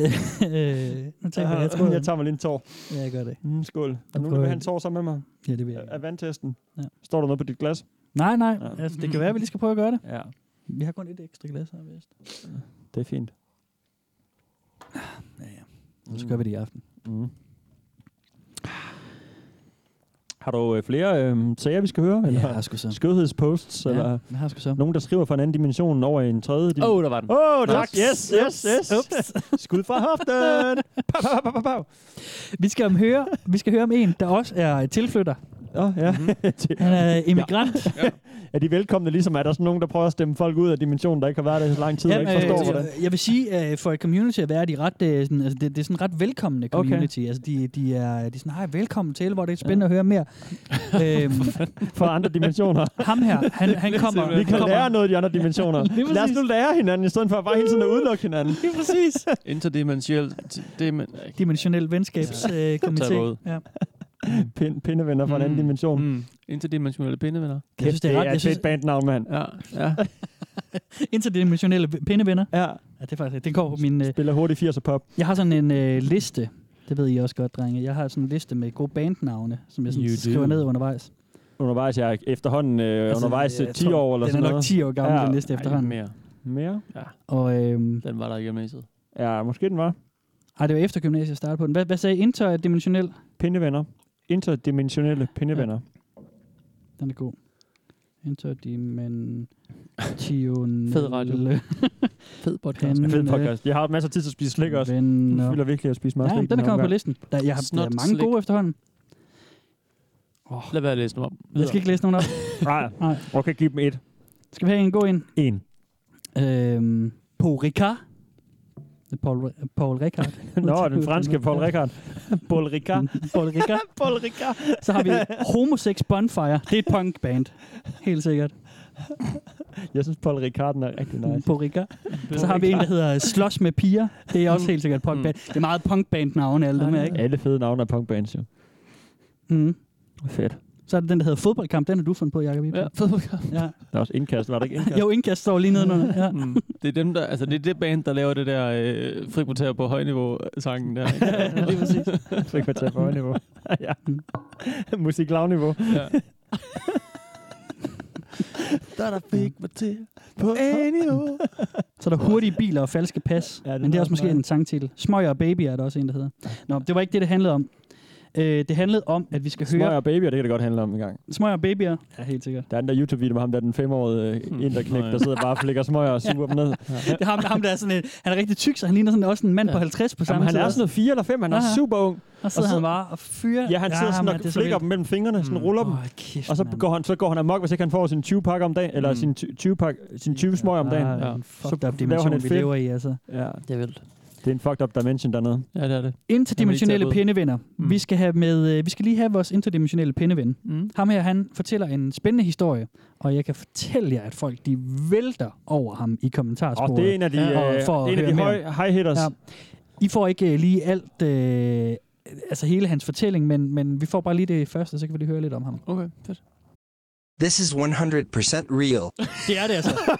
Speaker 3: tænker jeg, jeg tror,
Speaker 4: Jeg, jeg tager mig lige en tår.
Speaker 3: Ja, jeg gør det.
Speaker 4: Mm, skål. Er der
Speaker 3: Jeg
Speaker 4: nogen, der
Speaker 3: prøver
Speaker 4: vil have en
Speaker 3: det.
Speaker 4: tår sammen med mig?
Speaker 3: Ja, det vil jeg.
Speaker 4: Af vandtesten?
Speaker 3: Ja.
Speaker 4: Står der noget på dit glas?
Speaker 3: Nej, nej.
Speaker 4: Ja.
Speaker 3: Altså, det kan være, at vi lige skal prøve at gøre det.
Speaker 4: Ja,
Speaker 3: Vi har kun et ekstra glas her, vist.
Speaker 4: det er fint.
Speaker 3: Ah, Ja, ja. Og så gør vi det i aften.
Speaker 4: Mm. Har du øh, flere øh, sager, vi skal høre? Eller
Speaker 3: jeg har sgu så.
Speaker 4: skødhedsposts? Ja.
Speaker 3: Ja,
Speaker 4: Eller
Speaker 3: jeg har sgu så.
Speaker 4: nogen, der skriver fra en anden dimension over i en tredje?
Speaker 5: Åh, oh, der var den.
Speaker 4: Åh, oh, tak.
Speaker 5: Ups.
Speaker 4: Yes, yes, yes.
Speaker 3: Ups.
Speaker 4: Skud fra hoften. Pow, pow, pow, pow, pow.
Speaker 3: Vi skal, om høre, vi skal høre om en, der også er tilflytter. Mhm.
Speaker 4: Oh, ja. Mm-hmm.
Speaker 3: Han er immigrant.
Speaker 4: er de velkomne, ligesom er der sådan nogen, der prøver at stemme folk ud af dimensionen, der ikke har været der i så lang tid, ja, og ikke forstår,
Speaker 3: øh,
Speaker 4: hvordan?
Speaker 3: jeg, jeg vil sige, øh, for et community at være, de er ret, øh, sådan, altså, det, det er sådan ret velkommende
Speaker 4: Okay.
Speaker 3: community. Okay. Altså, de, de, er, de er sådan, hej, velkommen til, hvor det er spændende ja. at høre mere. øhm,
Speaker 4: Fra andre dimensioner.
Speaker 3: ham her, han, han kommer.
Speaker 4: Vi
Speaker 3: han
Speaker 4: kan
Speaker 3: kommer,
Speaker 4: lære noget af de andre dimensioner.
Speaker 3: Lige
Speaker 4: Lad os nu
Speaker 3: præcis.
Speaker 4: lære hinanden, i stedet for bare hele tiden at udelukke hinanden.
Speaker 3: Lige præcis.
Speaker 5: Interdimensionel... Det, men,
Speaker 3: Dimensionel venskabskomité. Øh,
Speaker 5: Tag
Speaker 3: komité.
Speaker 5: ud.
Speaker 3: ja.
Speaker 4: Pind, pindevenner fra en anden
Speaker 5: Mm.
Speaker 4: dimension.
Speaker 5: mm, interdimensionelle pindevenner.
Speaker 3: Jeg synes, det er ret. Jeg
Speaker 4: et
Speaker 3: synes,
Speaker 4: fedt bandnavn, mand.
Speaker 5: Ja, ja.
Speaker 3: interdimensionelle pindevenner.
Speaker 4: Ja,
Speaker 3: Ja, det er faktisk, det går på min... Øh,
Speaker 4: spiller hurtigt 80'er pop.
Speaker 3: jeg har sådan en øh, liste. Det ved I også godt, drenge. Jeg har sådan en liste med gode bandnavne, som jeg sådan
Speaker 5: You do.
Speaker 3: skriver ned undervejs.
Speaker 4: Undervejs, jeg er efterhånden øh, altså, undervejs
Speaker 3: jeg
Speaker 4: øh, 10
Speaker 3: tror,
Speaker 4: år eller
Speaker 3: Den
Speaker 4: sådan
Speaker 3: er
Speaker 4: noget.
Speaker 3: nok 10 år gammel,
Speaker 4: Ja.
Speaker 3: den liste
Speaker 5: Ej,
Speaker 3: efterhånden.
Speaker 5: mere.
Speaker 4: Mere?
Speaker 3: Og øhm,
Speaker 5: Den var der ikke med sig.
Speaker 4: Ja, måske den var.
Speaker 3: Ej, det var efter gymnasiet, jeg startede på den. Hvad, hvad sagde I? interdimensionel?
Speaker 4: Pindevenner. Interdimensionelle pindevenner.
Speaker 3: Den er god. Interdimensionel.
Speaker 5: Fed radio. Fed podcast.
Speaker 4: Ja,
Speaker 3: Pinde-
Speaker 4: fed podcast. Jeg har masser af tid til at spise slik også. Nu
Speaker 3: Venner.
Speaker 4: fylder virkelig at spise meget
Speaker 3: øh, Ja,
Speaker 4: slik.
Speaker 3: den er kommet på
Speaker 4: omgang.
Speaker 3: listen. Der, jeg har der
Speaker 5: Snot
Speaker 3: er mange
Speaker 5: slik.
Speaker 3: gode efterhånden.
Speaker 5: Lad være at læse nu op.
Speaker 3: Jeg skal ikke læse nogen op. Nej.
Speaker 4: Nej, okay, giv dem et.
Speaker 3: Skal vi have en god en?
Speaker 4: En.
Speaker 3: Øhm, Paul Ricard. Det er Paul, Paul Ricard.
Speaker 4: Nå, den franske Paul Ricard. Paul Ricard.
Speaker 3: Paul Ricard.
Speaker 4: Paul Ricard.
Speaker 3: Så har vi Homosex Bonfire. Det er et punkband. Helt sikkert.
Speaker 4: Jeg synes, Paul Ricard er rigtig nice.
Speaker 3: Paul Ricard. Så har vi en, der hedder øh, Slås med piger. Det er også helt sikkert et punkband. Det er meget punkband-navne, alle dem her, ikke?
Speaker 4: Mm. Alle fede navne er punkbands, jo.
Speaker 3: Mm.
Speaker 4: Fedt.
Speaker 3: Så er det den, der hedder fodboldkamp. Den har du fundet på, Jacob Ibsen.
Speaker 5: Ja, fed podcast.
Speaker 3: ja.
Speaker 4: Der er også indkast. Var der ikke indkast?
Speaker 3: Jo, indkast står lige nedenunder. Ja.
Speaker 5: Mm. Det er dem, der, altså det er det band, der laver det der øh, frikvarter på højniveau-sangen der. Ikke?
Speaker 3: Ja, lige præcis.
Speaker 4: Så ikke man tage på højniveau. Mm. ja. Musiklavniveau.
Speaker 5: Ja. der er der frikvarter på højniveau.
Speaker 3: Så er der hurtige biler og falske pas.
Speaker 4: Ja,
Speaker 3: Ja,
Speaker 4: det
Speaker 3: det Men det
Speaker 4: var
Speaker 3: er også måske
Speaker 4: meget.
Speaker 3: en sangtitel. Smøger og baby er der også en, der hedder. Nå, det var ikke det, det handlede om. Øh, det handlede om, at vi skal
Speaker 4: Smøger
Speaker 3: høre...
Speaker 4: og babyer, det kan det godt handle om en gang.
Speaker 3: Smøger og babyer. Ja, helt sikkert.
Speaker 4: Der er den der YouTube-video med ham, der er den femårige
Speaker 5: Hmm.
Speaker 4: inderknæk,
Speaker 5: Nå, ja.
Speaker 4: der sidder bare og flikker smøger og suger dem ned.
Speaker 3: Det er ham, ham der er sådan en, han er rigtig tyk, så han ligner sådan også en mand ja. på 50 på samme
Speaker 4: Jamen, han
Speaker 3: tid.
Speaker 4: er sådan noget fire eller fem, han er
Speaker 3: Ja, ja.
Speaker 4: super ung.
Speaker 3: og sidder
Speaker 4: og så-
Speaker 3: han bare og fyrer.
Speaker 4: Ja, han sidder sådan
Speaker 3: mand,
Speaker 4: og
Speaker 3: det er så
Speaker 4: flikker
Speaker 3: vildt.
Speaker 4: dem mellem fingrene, sådan ruller dem.
Speaker 3: Åh, kæft,
Speaker 4: Og så
Speaker 3: mand.
Speaker 4: går, han, så går han amok, hvis ikke han får sin 20 pakke om dagen, eller
Speaker 5: Mm.
Speaker 4: sin 20, pakke, sin 20 smøger om dagen.
Speaker 3: Ja,
Speaker 5: Ja.
Speaker 3: en fucked
Speaker 4: Så
Speaker 3: up
Speaker 4: laver han
Speaker 3: dimension,
Speaker 4: et
Speaker 3: vi
Speaker 4: fedt-
Speaker 3: lever i, altså.
Speaker 4: Ja.
Speaker 5: Det er vildt.
Speaker 4: Det er en fucked up dimension dernede.
Speaker 5: Ja, det er det.
Speaker 3: Interdimensionelle
Speaker 5: Jamen, det er
Speaker 3: pindevenner. Mm. Vi, skal have med, øh, vi skal lige have vores interdimensionelle pindeven. Mm. Ham her, han fortæller en spændende historie, og jeg kan fortælle jer, at folk de vælter over ham i kommentarsporet.
Speaker 4: Og det er en af de,
Speaker 3: og
Speaker 4: ja, øh,
Speaker 3: for at
Speaker 4: en af
Speaker 3: høre
Speaker 4: de
Speaker 3: mere.
Speaker 4: høj, high hitters. Ja.
Speaker 3: I får ikke øh, lige alt, øh, altså hele hans fortælling, men, men vi får bare lige det første, så kan vi lige høre lidt om ham.
Speaker 5: Okay, fedt.
Speaker 11: This is 100% real.
Speaker 3: Det er det altså.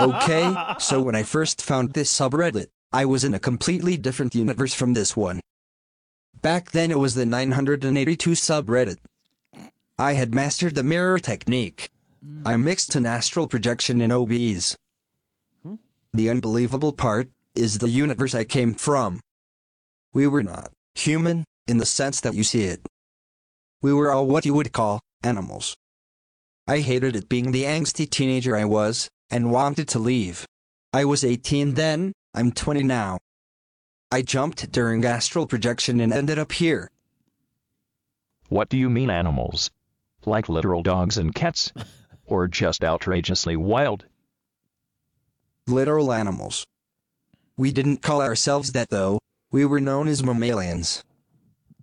Speaker 11: Okay, so when I first found this subreddit, I was in a completely different universe from this one. Back then it was the 982 subreddit. I had mastered the mirror technique. I mixed an astral projection and OBs. The unbelievable part is the universe I came from. We were not human in the sense that you see it. We were all what you would call animals. I hated it being the angsty teenager I was and wanted to leave. I was 18 then, I'm 20 now. I jumped during astral projection and ended up here.
Speaker 8: What do you mean animals? Like literal dogs and cats? Or just outrageously wild?
Speaker 11: Literal animals. We didn't call ourselves that though, we were known as mammalians.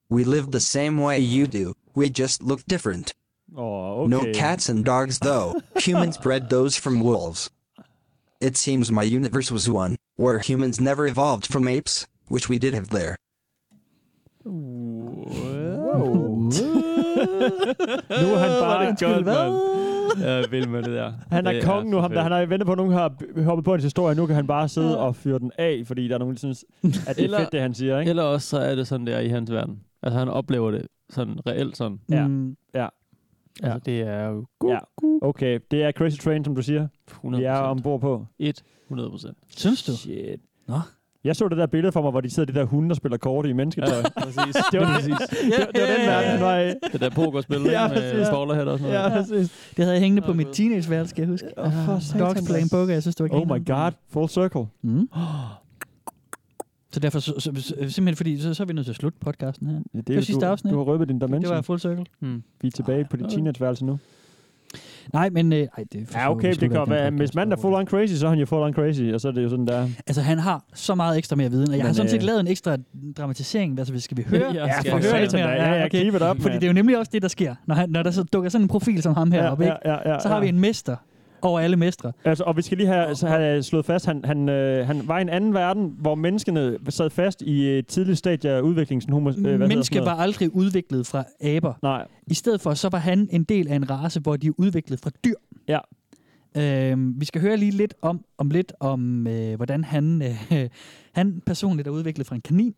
Speaker 11: We lived the same way you do, we just looked different.
Speaker 4: Oh, okay.
Speaker 11: No cats and dogs, though. humans bred those from wolves. It seems my universe was one where humans never evolved from apes, which we did have there.
Speaker 4: Nu er han
Speaker 5: Øh, Hvor er
Speaker 4: bare...
Speaker 5: det godt, mand. Jeg er vild med det der.
Speaker 4: Han er
Speaker 5: Det
Speaker 4: kongen nu,
Speaker 5: så
Speaker 4: ham der.
Speaker 5: fedt.
Speaker 4: Han er ventet på, at nogen har b- hoppet på hans historie. Nu kan han bare sidde og fyre den af, fordi der er nogen, der synes, at det er
Speaker 5: Eller-
Speaker 4: fedt, det han siger, ikke?
Speaker 5: Eller også så er det sådan der i hans verden. Altså han oplever det sådan reelt sådan.
Speaker 4: Ja.
Speaker 3: Mm,
Speaker 4: Ja.
Speaker 5: Altså, det er jo
Speaker 4: ja. Okay, det er Crazy Train, som du siger.
Speaker 5: 100%.
Speaker 4: Vi er ombord på.
Speaker 5: 100 procent.
Speaker 3: Synes du?
Speaker 4: Shit.
Speaker 3: Nå.
Speaker 4: Jeg så det der billede for mig, hvor de sidder i det der hunde, der spiller kort i mennesketøj. Ja.
Speaker 5: præcis.
Speaker 4: Det var, det, det, var, det var den verden, han var i.
Speaker 5: Det der pokerspil
Speaker 4: Ja,
Speaker 5: ja, med
Speaker 4: præcis.
Speaker 5: bowlerhat og sådan noget.
Speaker 4: Ja, præcis.
Speaker 3: Det havde jeg hængende på
Speaker 5: Åh,
Speaker 3: mit
Speaker 5: Gud.
Speaker 3: teenageværelse, skal jeg huske.
Speaker 4: Åh, for
Speaker 3: Oh,
Speaker 4: satan,
Speaker 3: Dogs playing
Speaker 4: altså.
Speaker 3: poker, jeg synes, det var
Speaker 4: Oh my
Speaker 3: grineren.
Speaker 4: god, full circle.
Speaker 3: Mm. Så derfor, så, så, så, simpelthen fordi, så, så er vi nødt til at slutte podcasten her.
Speaker 4: Ja, det,
Speaker 3: er jo sidste
Speaker 4: du,
Speaker 3: afsnit.
Speaker 4: Du har røbet din
Speaker 3: Det
Speaker 4: dimension.
Speaker 3: var full circle.
Speaker 5: Hmm.
Speaker 4: Vi er tilbage på dit teenageværelse nu.
Speaker 3: Nej, men... Øh, ej, det er for-
Speaker 4: Ja,
Speaker 3: vi
Speaker 4: okay,
Speaker 3: slutter
Speaker 4: det
Speaker 3: ikke
Speaker 4: kan
Speaker 3: den
Speaker 4: være. Hvis
Speaker 3: podcast
Speaker 4: manden er full on crazy, så er han jo full on crazy, og så er det jo sådan der.
Speaker 3: Altså, han har så meget ekstra mere viden, og jeg
Speaker 4: Men,
Speaker 3: har sådan set
Speaker 4: øh,
Speaker 3: lavet en ekstra dramatisering. Altså, skal vi høre?
Speaker 5: Ja, skal
Speaker 3: for
Speaker 5: vi
Speaker 3: høre
Speaker 5: høre
Speaker 3: lidt
Speaker 5: det?
Speaker 3: mere.
Speaker 4: Ja, ja, keep it up,
Speaker 3: Fordi
Speaker 4: man.
Speaker 3: det er jo nemlig også det, der sker. Når, han, når der så dukker sådan en profil som ham her op, ikke?
Speaker 4: ja, ja,
Speaker 3: så har vi en mester over alle mestre.
Speaker 4: Altså, og vi skal lige have, så have slået fast, han, han, øh, han var i en anden verden, hvor menneskene sad fast i øh, tidlige stadier af udviklingen. Sådan homo, øh, hvad hedder sådan
Speaker 3: Mennesket
Speaker 4: noget?
Speaker 3: var aldrig udviklet fra aber.
Speaker 4: Nej,
Speaker 3: I stedet for, så var han en del af en race, hvor de er udviklet fra dyr.
Speaker 4: Ja.
Speaker 3: Øhm, vi skal høre lige lidt om, om lidt om, øh, hvordan han, øh, han personligt er udviklet fra en kanin.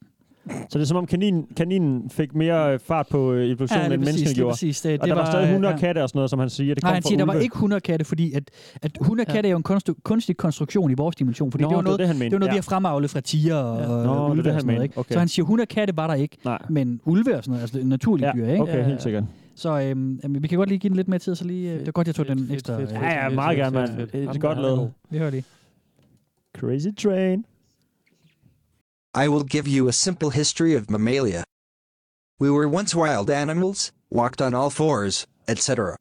Speaker 4: så det er som om kaninen, kaninen fik mere øh, fart på øh, evolutionen, ja, end menneskene
Speaker 3: lige
Speaker 4: gjorde.
Speaker 3: præcis. Det, øh,
Speaker 4: Og der var, stadig 100 ja. katte og sådan noget, som han siger. Det kom
Speaker 3: Nej, han
Speaker 4: fra
Speaker 3: siger, der var
Speaker 4: ulve.
Speaker 3: ikke 100 katte, fordi at, at 100 katte er jo en konstru- kunstig konstruktion i vores dimension, fordi
Speaker 4: Nå,
Speaker 3: det var
Speaker 4: det var
Speaker 3: noget,
Speaker 4: det, han mente,
Speaker 3: det var noget
Speaker 4: ja.
Speaker 3: vi har fremavlet fra tiger og, ja.
Speaker 4: Nå, det var
Speaker 3: og ulve
Speaker 4: det,
Speaker 3: og
Speaker 4: han
Speaker 3: sådan noget.
Speaker 4: mente.
Speaker 3: Ikke?
Speaker 4: Okay.
Speaker 3: Så han siger, 100 katte var der ikke,
Speaker 4: Nej.
Speaker 3: men ulve og sådan noget, altså det er naturlige dyr,
Speaker 4: Ja,
Speaker 3: ikke?
Speaker 4: okay, helt sikkert.
Speaker 3: Så øhm, jamen, vi kan godt lige give den lidt mere tid, så lige... Øh, det er godt, jeg tog den ekstra... øh,
Speaker 4: fedt. Ja, ja, meget gerne, mand. Det er godt lavet.
Speaker 3: Vi hører lige.
Speaker 4: Crazy train.
Speaker 11: I will give you a simple history of mammalia. We were once wild animals, walked on all fours, etc.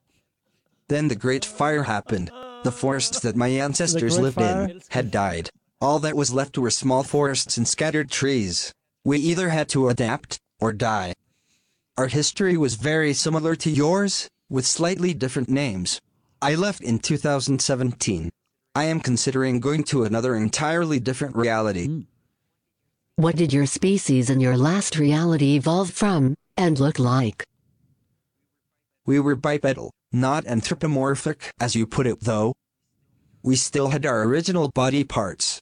Speaker 11: Then the Great Fire happened. The forests that my ancestors
Speaker 4: Great
Speaker 11: lived
Speaker 4: Fire.
Speaker 11: in had died. All that was left were small forests and scattered trees. We either had to adapt or die. Our history was very similar to yours, with slightly different names. I left in 2017. I am considering going to another entirely different reality.
Speaker 12: What did your species in your last reality evolve from and look like?
Speaker 11: We were bipedal, not anthropomorphic, as you put it though. We still had our original body parts.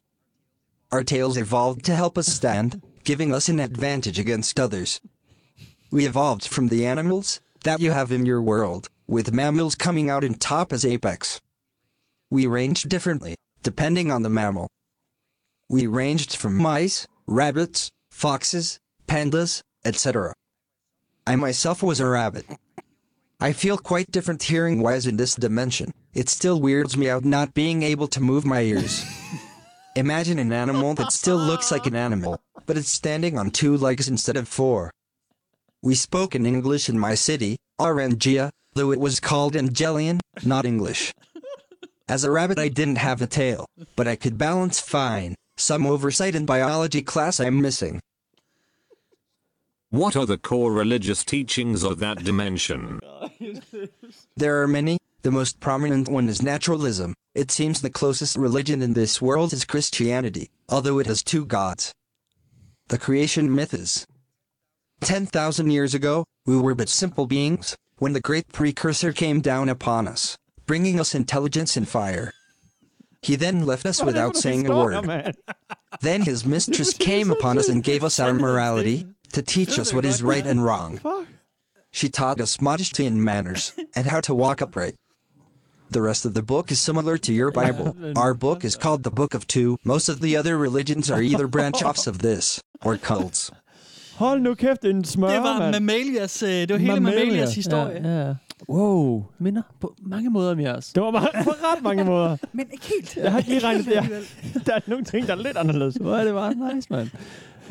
Speaker 11: Our tails evolved to help us stand, giving us an advantage against others. We evolved from the animals that you have in your world, with mammals coming out in top as apex. We ranged differently, depending on the mammal. We ranged from mice, rabbits, foxes, pandas, etc. I myself was a rabbit. I feel quite different hearing wise in this dimension. It still weirds me out not being able to move my ears. Imagine an animal that still looks like an animal, but it's standing on two legs instead of four. We spoke in English in my city, Orangia, though it was called Angelian, not English. As a rabbit, I didn't have a tail, but I could balance fine, Some oversight in biology class I'm missing.
Speaker 10: What are the core religious teachings of that dimension?
Speaker 11: There are many. The most prominent one is naturalism. It seems the closest religion in this world is Christianity, although it has two gods. The creation myth is 10,000 years ago, we were but simple beings when the great precursor came down upon us, bringing us intelligence and fire. He then left us without saying a word. Then his mistress came upon us and gave us our morality to teach us what is right and wrong. She taught us modesty and manners and how to walk upright. The rest of the book is similar to your Bible. Our book is called the Book of Two. Most of the other religions are either branch offs of this or cults.
Speaker 4: Hold nu kæft, en smør,
Speaker 3: Det var
Speaker 4: mand.
Speaker 3: Mammalias, øh, det var hele Mammalias historie.
Speaker 5: Ja, ja. Wow, minder på mange måder om jeres.
Speaker 4: Det var bare, på ret mange måder.
Speaker 13: Men ikke helt.
Speaker 4: Jeg har ikke lige regnet det.
Speaker 13: Ikke helt
Speaker 4: Jeg, der er nogle ting, der er lidt anderledes.
Speaker 5: Hvor er det bare nice, mand.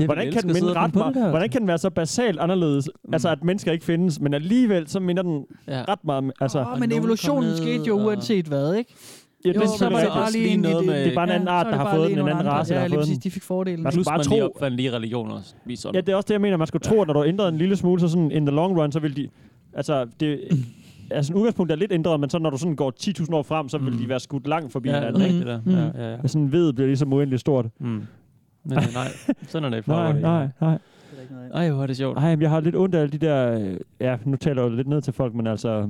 Speaker 4: Hvordan
Speaker 5: elsker
Speaker 4: kan,
Speaker 5: at
Speaker 4: den minde
Speaker 5: sidde og finde
Speaker 4: ret
Speaker 5: på
Speaker 4: meget,
Speaker 5: det der.
Speaker 4: hvordan kan den være så basalt anderledes? Altså, at mennesker ikke findes, men alligevel så minder den
Speaker 5: ja.
Speaker 4: ret meget. om- Altså,
Speaker 3: Åh, men evolutionen skete jo uanset hvad, ikke?
Speaker 4: Ja, det er
Speaker 3: Jo,
Speaker 4: selvfølgelig
Speaker 3: så var det
Speaker 4: rigtigt.
Speaker 3: bare lige en-
Speaker 5: Noget med-
Speaker 4: det er bare en anden
Speaker 3: Ja,
Speaker 4: art,
Speaker 3: så er
Speaker 4: der
Speaker 3: det
Speaker 4: har
Speaker 3: bare
Speaker 4: fået
Speaker 3: lige
Speaker 4: den, en
Speaker 3: nogle
Speaker 4: anden
Speaker 3: andre.
Speaker 4: race,
Speaker 3: Ja,
Speaker 4: der har
Speaker 3: lige
Speaker 4: fået
Speaker 3: præcis.
Speaker 4: den.
Speaker 3: De fik fordelen,
Speaker 4: Man
Speaker 3: ikke?
Speaker 4: skulle
Speaker 5: Plus
Speaker 4: bare
Speaker 5: man lige
Speaker 4: tro...
Speaker 5: opfandt lige religioner. og Lige sådan.
Speaker 4: Ja, det er også det, jeg mener. Man skulle tro, at når du ændrede en lille smule, så sådan in the long run, så vil de... Altså, det, altså udgangspunkt er lidt ændret, men så når du sådan går 10.000 år frem, så vil de være skudt langt forbi
Speaker 5: Mm. Ja,
Speaker 4: hinanden,
Speaker 5: mm,
Speaker 4: ikke?
Speaker 5: det der. Ja, ja, ja.
Speaker 4: Men Mhm. Sådan ved bliver ligesom uendeligt stort.
Speaker 5: Mm. Nej, nej, nej. Sådan er det. for
Speaker 4: Nej,
Speaker 5: hurtigt.
Speaker 4: nej, nej.
Speaker 5: Ej, hvor er det sjovt.
Speaker 4: Ej, men jeg har lidt ondt af alle de der... øh, Ja, nu taler jeg jo lidt ned til folk, men altså...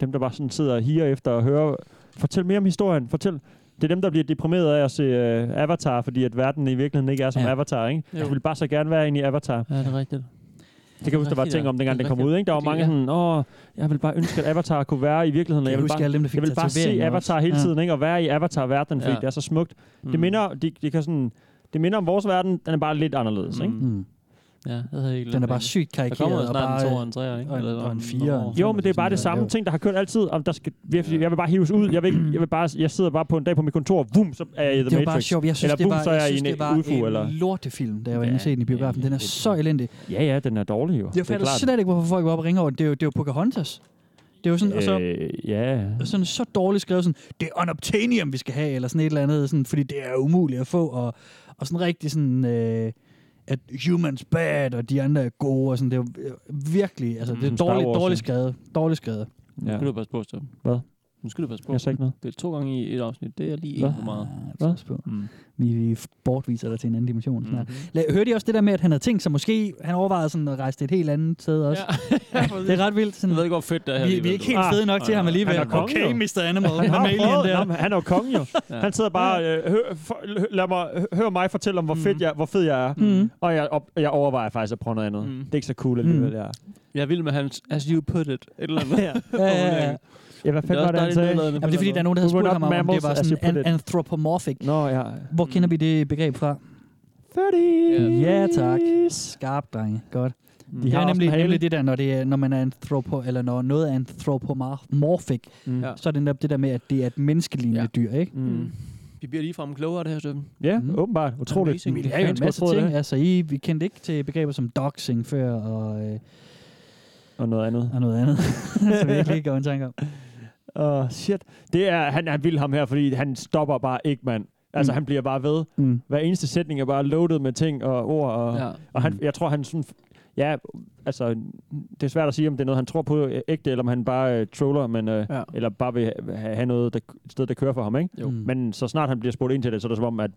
Speaker 4: Dem, der bare sådan sidder og higer efter og hører... Fortæl mere om historien. Fortæl. Det er dem, der bliver deprimeret af at se uh, Avatar, fordi at verden i virkeligheden ikke er som ja.
Speaker 5: Ja.
Speaker 4: Avatar, ikke?
Speaker 5: Jo.
Speaker 4: Jeg ville bare så gerne være inde i Avatar.
Speaker 5: Ja, det er rigtigt.
Speaker 4: Det kan jeg huske, der var
Speaker 5: rigtigt,
Speaker 4: ting
Speaker 5: ja.
Speaker 4: om, dengang
Speaker 5: Det
Speaker 4: den
Speaker 5: er
Speaker 4: kom
Speaker 5: rigtigt.
Speaker 4: ud, ikke? Der var
Speaker 5: Fordi,
Speaker 4: mange
Speaker 5: ja.
Speaker 4: sådan, åh, jeg vil bare ønske, at Avatar kunne være i virkeligheden. og
Speaker 3: Kan
Speaker 4: Jeg vil
Speaker 3: du huske
Speaker 4: bare,
Speaker 3: alle dem, der fik
Speaker 4: jeg vil bare se
Speaker 3: tatoveringer
Speaker 4: Avatar
Speaker 3: også?
Speaker 4: hele
Speaker 3: Ja.
Speaker 4: tiden, ikke? Og være i Avatar-verdenen, fordi
Speaker 5: Ja.
Speaker 4: det er så smukt. Det
Speaker 5: Mm.
Speaker 4: minder, det, det kan sådan... Det minder om vores verden, den er bare lidt anderledes, ikke?
Speaker 3: Mm.
Speaker 5: Ja, det havde jeg ikke
Speaker 3: Den er bare sygt
Speaker 5: Der kommer jo
Speaker 3: karikeret. Og
Speaker 5: snart en
Speaker 3: bare, øh,
Speaker 5: to og en tre, ikke?
Speaker 3: og en-
Speaker 5: Eller
Speaker 3: og en
Speaker 5: om
Speaker 3: fire.
Speaker 5: nogle år.
Speaker 4: Jo, men det er bare det samme
Speaker 3: Ja. Mm.
Speaker 4: ting, der har kørt altid. Om der skal, jeg, jeg vil bare hives ud. Jeg vil, ikke, jeg vil bare, jeg sidder bare på en dag på mit kontor, vum, så er jeg i The
Speaker 3: det var
Speaker 4: Matrix.
Speaker 3: bare sjovt. Jeg synes,
Speaker 4: eller
Speaker 3: det
Speaker 4: vum,
Speaker 3: var,
Speaker 4: så er
Speaker 3: jeg
Speaker 4: jeg
Speaker 3: synes,
Speaker 4: i
Speaker 3: det
Speaker 4: en
Speaker 3: var
Speaker 4: UFO,
Speaker 3: en
Speaker 4: eller...
Speaker 3: lortefilm, da jeg var inde og se den i biografen. Den er så elendig.
Speaker 4: Ja, ja, den er dårlig jo.
Speaker 3: Jeg fatter slet ikke, hvorfor folk var oppe og ringe over. den. Det er jo, det er jo Pocahontas. Det er jo sådan, og så,
Speaker 4: Øh, ja.
Speaker 3: sådan så dårligt skrevet, sådan, det er unobtainium, vi skal have, eller sådan et eller andet, sådan, fordi det er umuligt at få, og, og sådan rigtig sådan, øh, at humans bad, og de andre er gode, og sådan, det er jo øh, virkelig, altså, det er
Speaker 4: Som Mm. Star
Speaker 3: dårligt,
Speaker 4: Wars,
Speaker 3: dårligt
Speaker 4: ja.
Speaker 3: skrevet, dårligt skrevet.
Speaker 4: Ja.
Speaker 5: Nu skal du passe på, Støm.
Speaker 4: Hvad?
Speaker 5: Nu skal du passe på.
Speaker 4: Jeg sagde ikke noget.
Speaker 5: Det er to gange i et afsnit. Det er lige
Speaker 4: Hvad?
Speaker 5: en for meget.
Speaker 3: Hvad? På.
Speaker 5: Mm.
Speaker 3: Vi, vi bortviser dig til en anden dimension. Mm.
Speaker 5: Mhm.
Speaker 3: La- hørte I også det der med, at han havde tænkt sig, måske han overvejede sådan at rejse til et helt andet sted også? Ja. det er ret vildt. Sådan,
Speaker 5: Jeg ved ikke, hvor fedt det er her.
Speaker 3: vi, vi
Speaker 5: alligevel,
Speaker 3: er ikke
Speaker 5: du.
Speaker 4: Ah.
Speaker 3: helt fede nok til ham alligevel.
Speaker 4: Han er konge,
Speaker 3: okay,
Speaker 4: jo.
Speaker 3: Mr. Animal.
Speaker 4: Han, har
Speaker 3: Mammalian
Speaker 4: prøvet,
Speaker 3: der.
Speaker 4: Nå, men han er jo kongen jo. Han sidder bare, øh, hør, for, l- lad mig h- hør mig fortælle om, hvor, fedt jeg, hvor fed jeg er.
Speaker 3: Mm.
Speaker 4: Og jeg, op, jeg overvejer faktisk at prøve noget andet.
Speaker 5: Mm.
Speaker 4: Det er ikke så cool alligevel, jeg er.
Speaker 5: Jeg vil med hans, as you put it, et eller andet.
Speaker 4: Ja. Ja, hvad fanden var det, han sagde?
Speaker 3: Jamen, det er fordi, der er nogen, der har
Speaker 4: We were
Speaker 3: spurgt
Speaker 4: not
Speaker 3: ham om, om det
Speaker 4: mammals,
Speaker 3: var
Speaker 4: as you
Speaker 3: sådan
Speaker 4: put
Speaker 3: an-
Speaker 4: it.
Speaker 3: anthropomorphic.
Speaker 4: Nå, ja. Mm.
Speaker 3: Hvor kender vi det begreb fra?
Speaker 4: 30!
Speaker 3: Ja, tak. Skarp, drenge. Godt.
Speaker 4: De
Speaker 3: Det
Speaker 4: har
Speaker 3: er
Speaker 4: også en
Speaker 3: nemlig,
Speaker 4: hale.
Speaker 3: nemlig det der, når, det er, når man er anthropo, eller når noget er anthropomorphic,
Speaker 4: Mm.
Speaker 5: Ja.
Speaker 3: så er det netop det der med, at det er et menneskelignende
Speaker 5: Ja.
Speaker 3: ja. dyr, ikke?
Speaker 4: Mm.
Speaker 5: Vi bliver ligefrem klogere af det her, Støm.
Speaker 4: Ja,
Speaker 3: Mhm.
Speaker 4: åbenbart. Utroligt.
Speaker 5: Amazing.
Speaker 3: Det er jo en masse ting. Altså, I, vi kendte ikke til begreber som doxing før, og, øh,
Speaker 4: Og noget andet.
Speaker 3: og noget andet, som vi ikke lige går en tanke om.
Speaker 4: Åh, oh, shit. Det er, han, han vil ham her, fordi han stopper bare ikke, mand. Altså, mm.
Speaker 3: Mm.
Speaker 4: han bliver bare ved.
Speaker 3: Mm.
Speaker 4: Hver eneste sætning er bare loaded med ting og ord. Og, ja.
Speaker 5: Ja. Mm.
Speaker 4: og han, jeg tror, han sådan... Ja, altså, det er svært at sige, om det er noget, han tror på øh, ægte, eller om han bare øh, troller, men, øh, ja.
Speaker 5: Ja.
Speaker 4: eller bare vil ha- ha- have noget, der, et sted, der kører for ham, ikke?
Speaker 5: Jo.
Speaker 3: Mm.
Speaker 4: Men så snart han bliver spurgt ind til det, så er det som om, at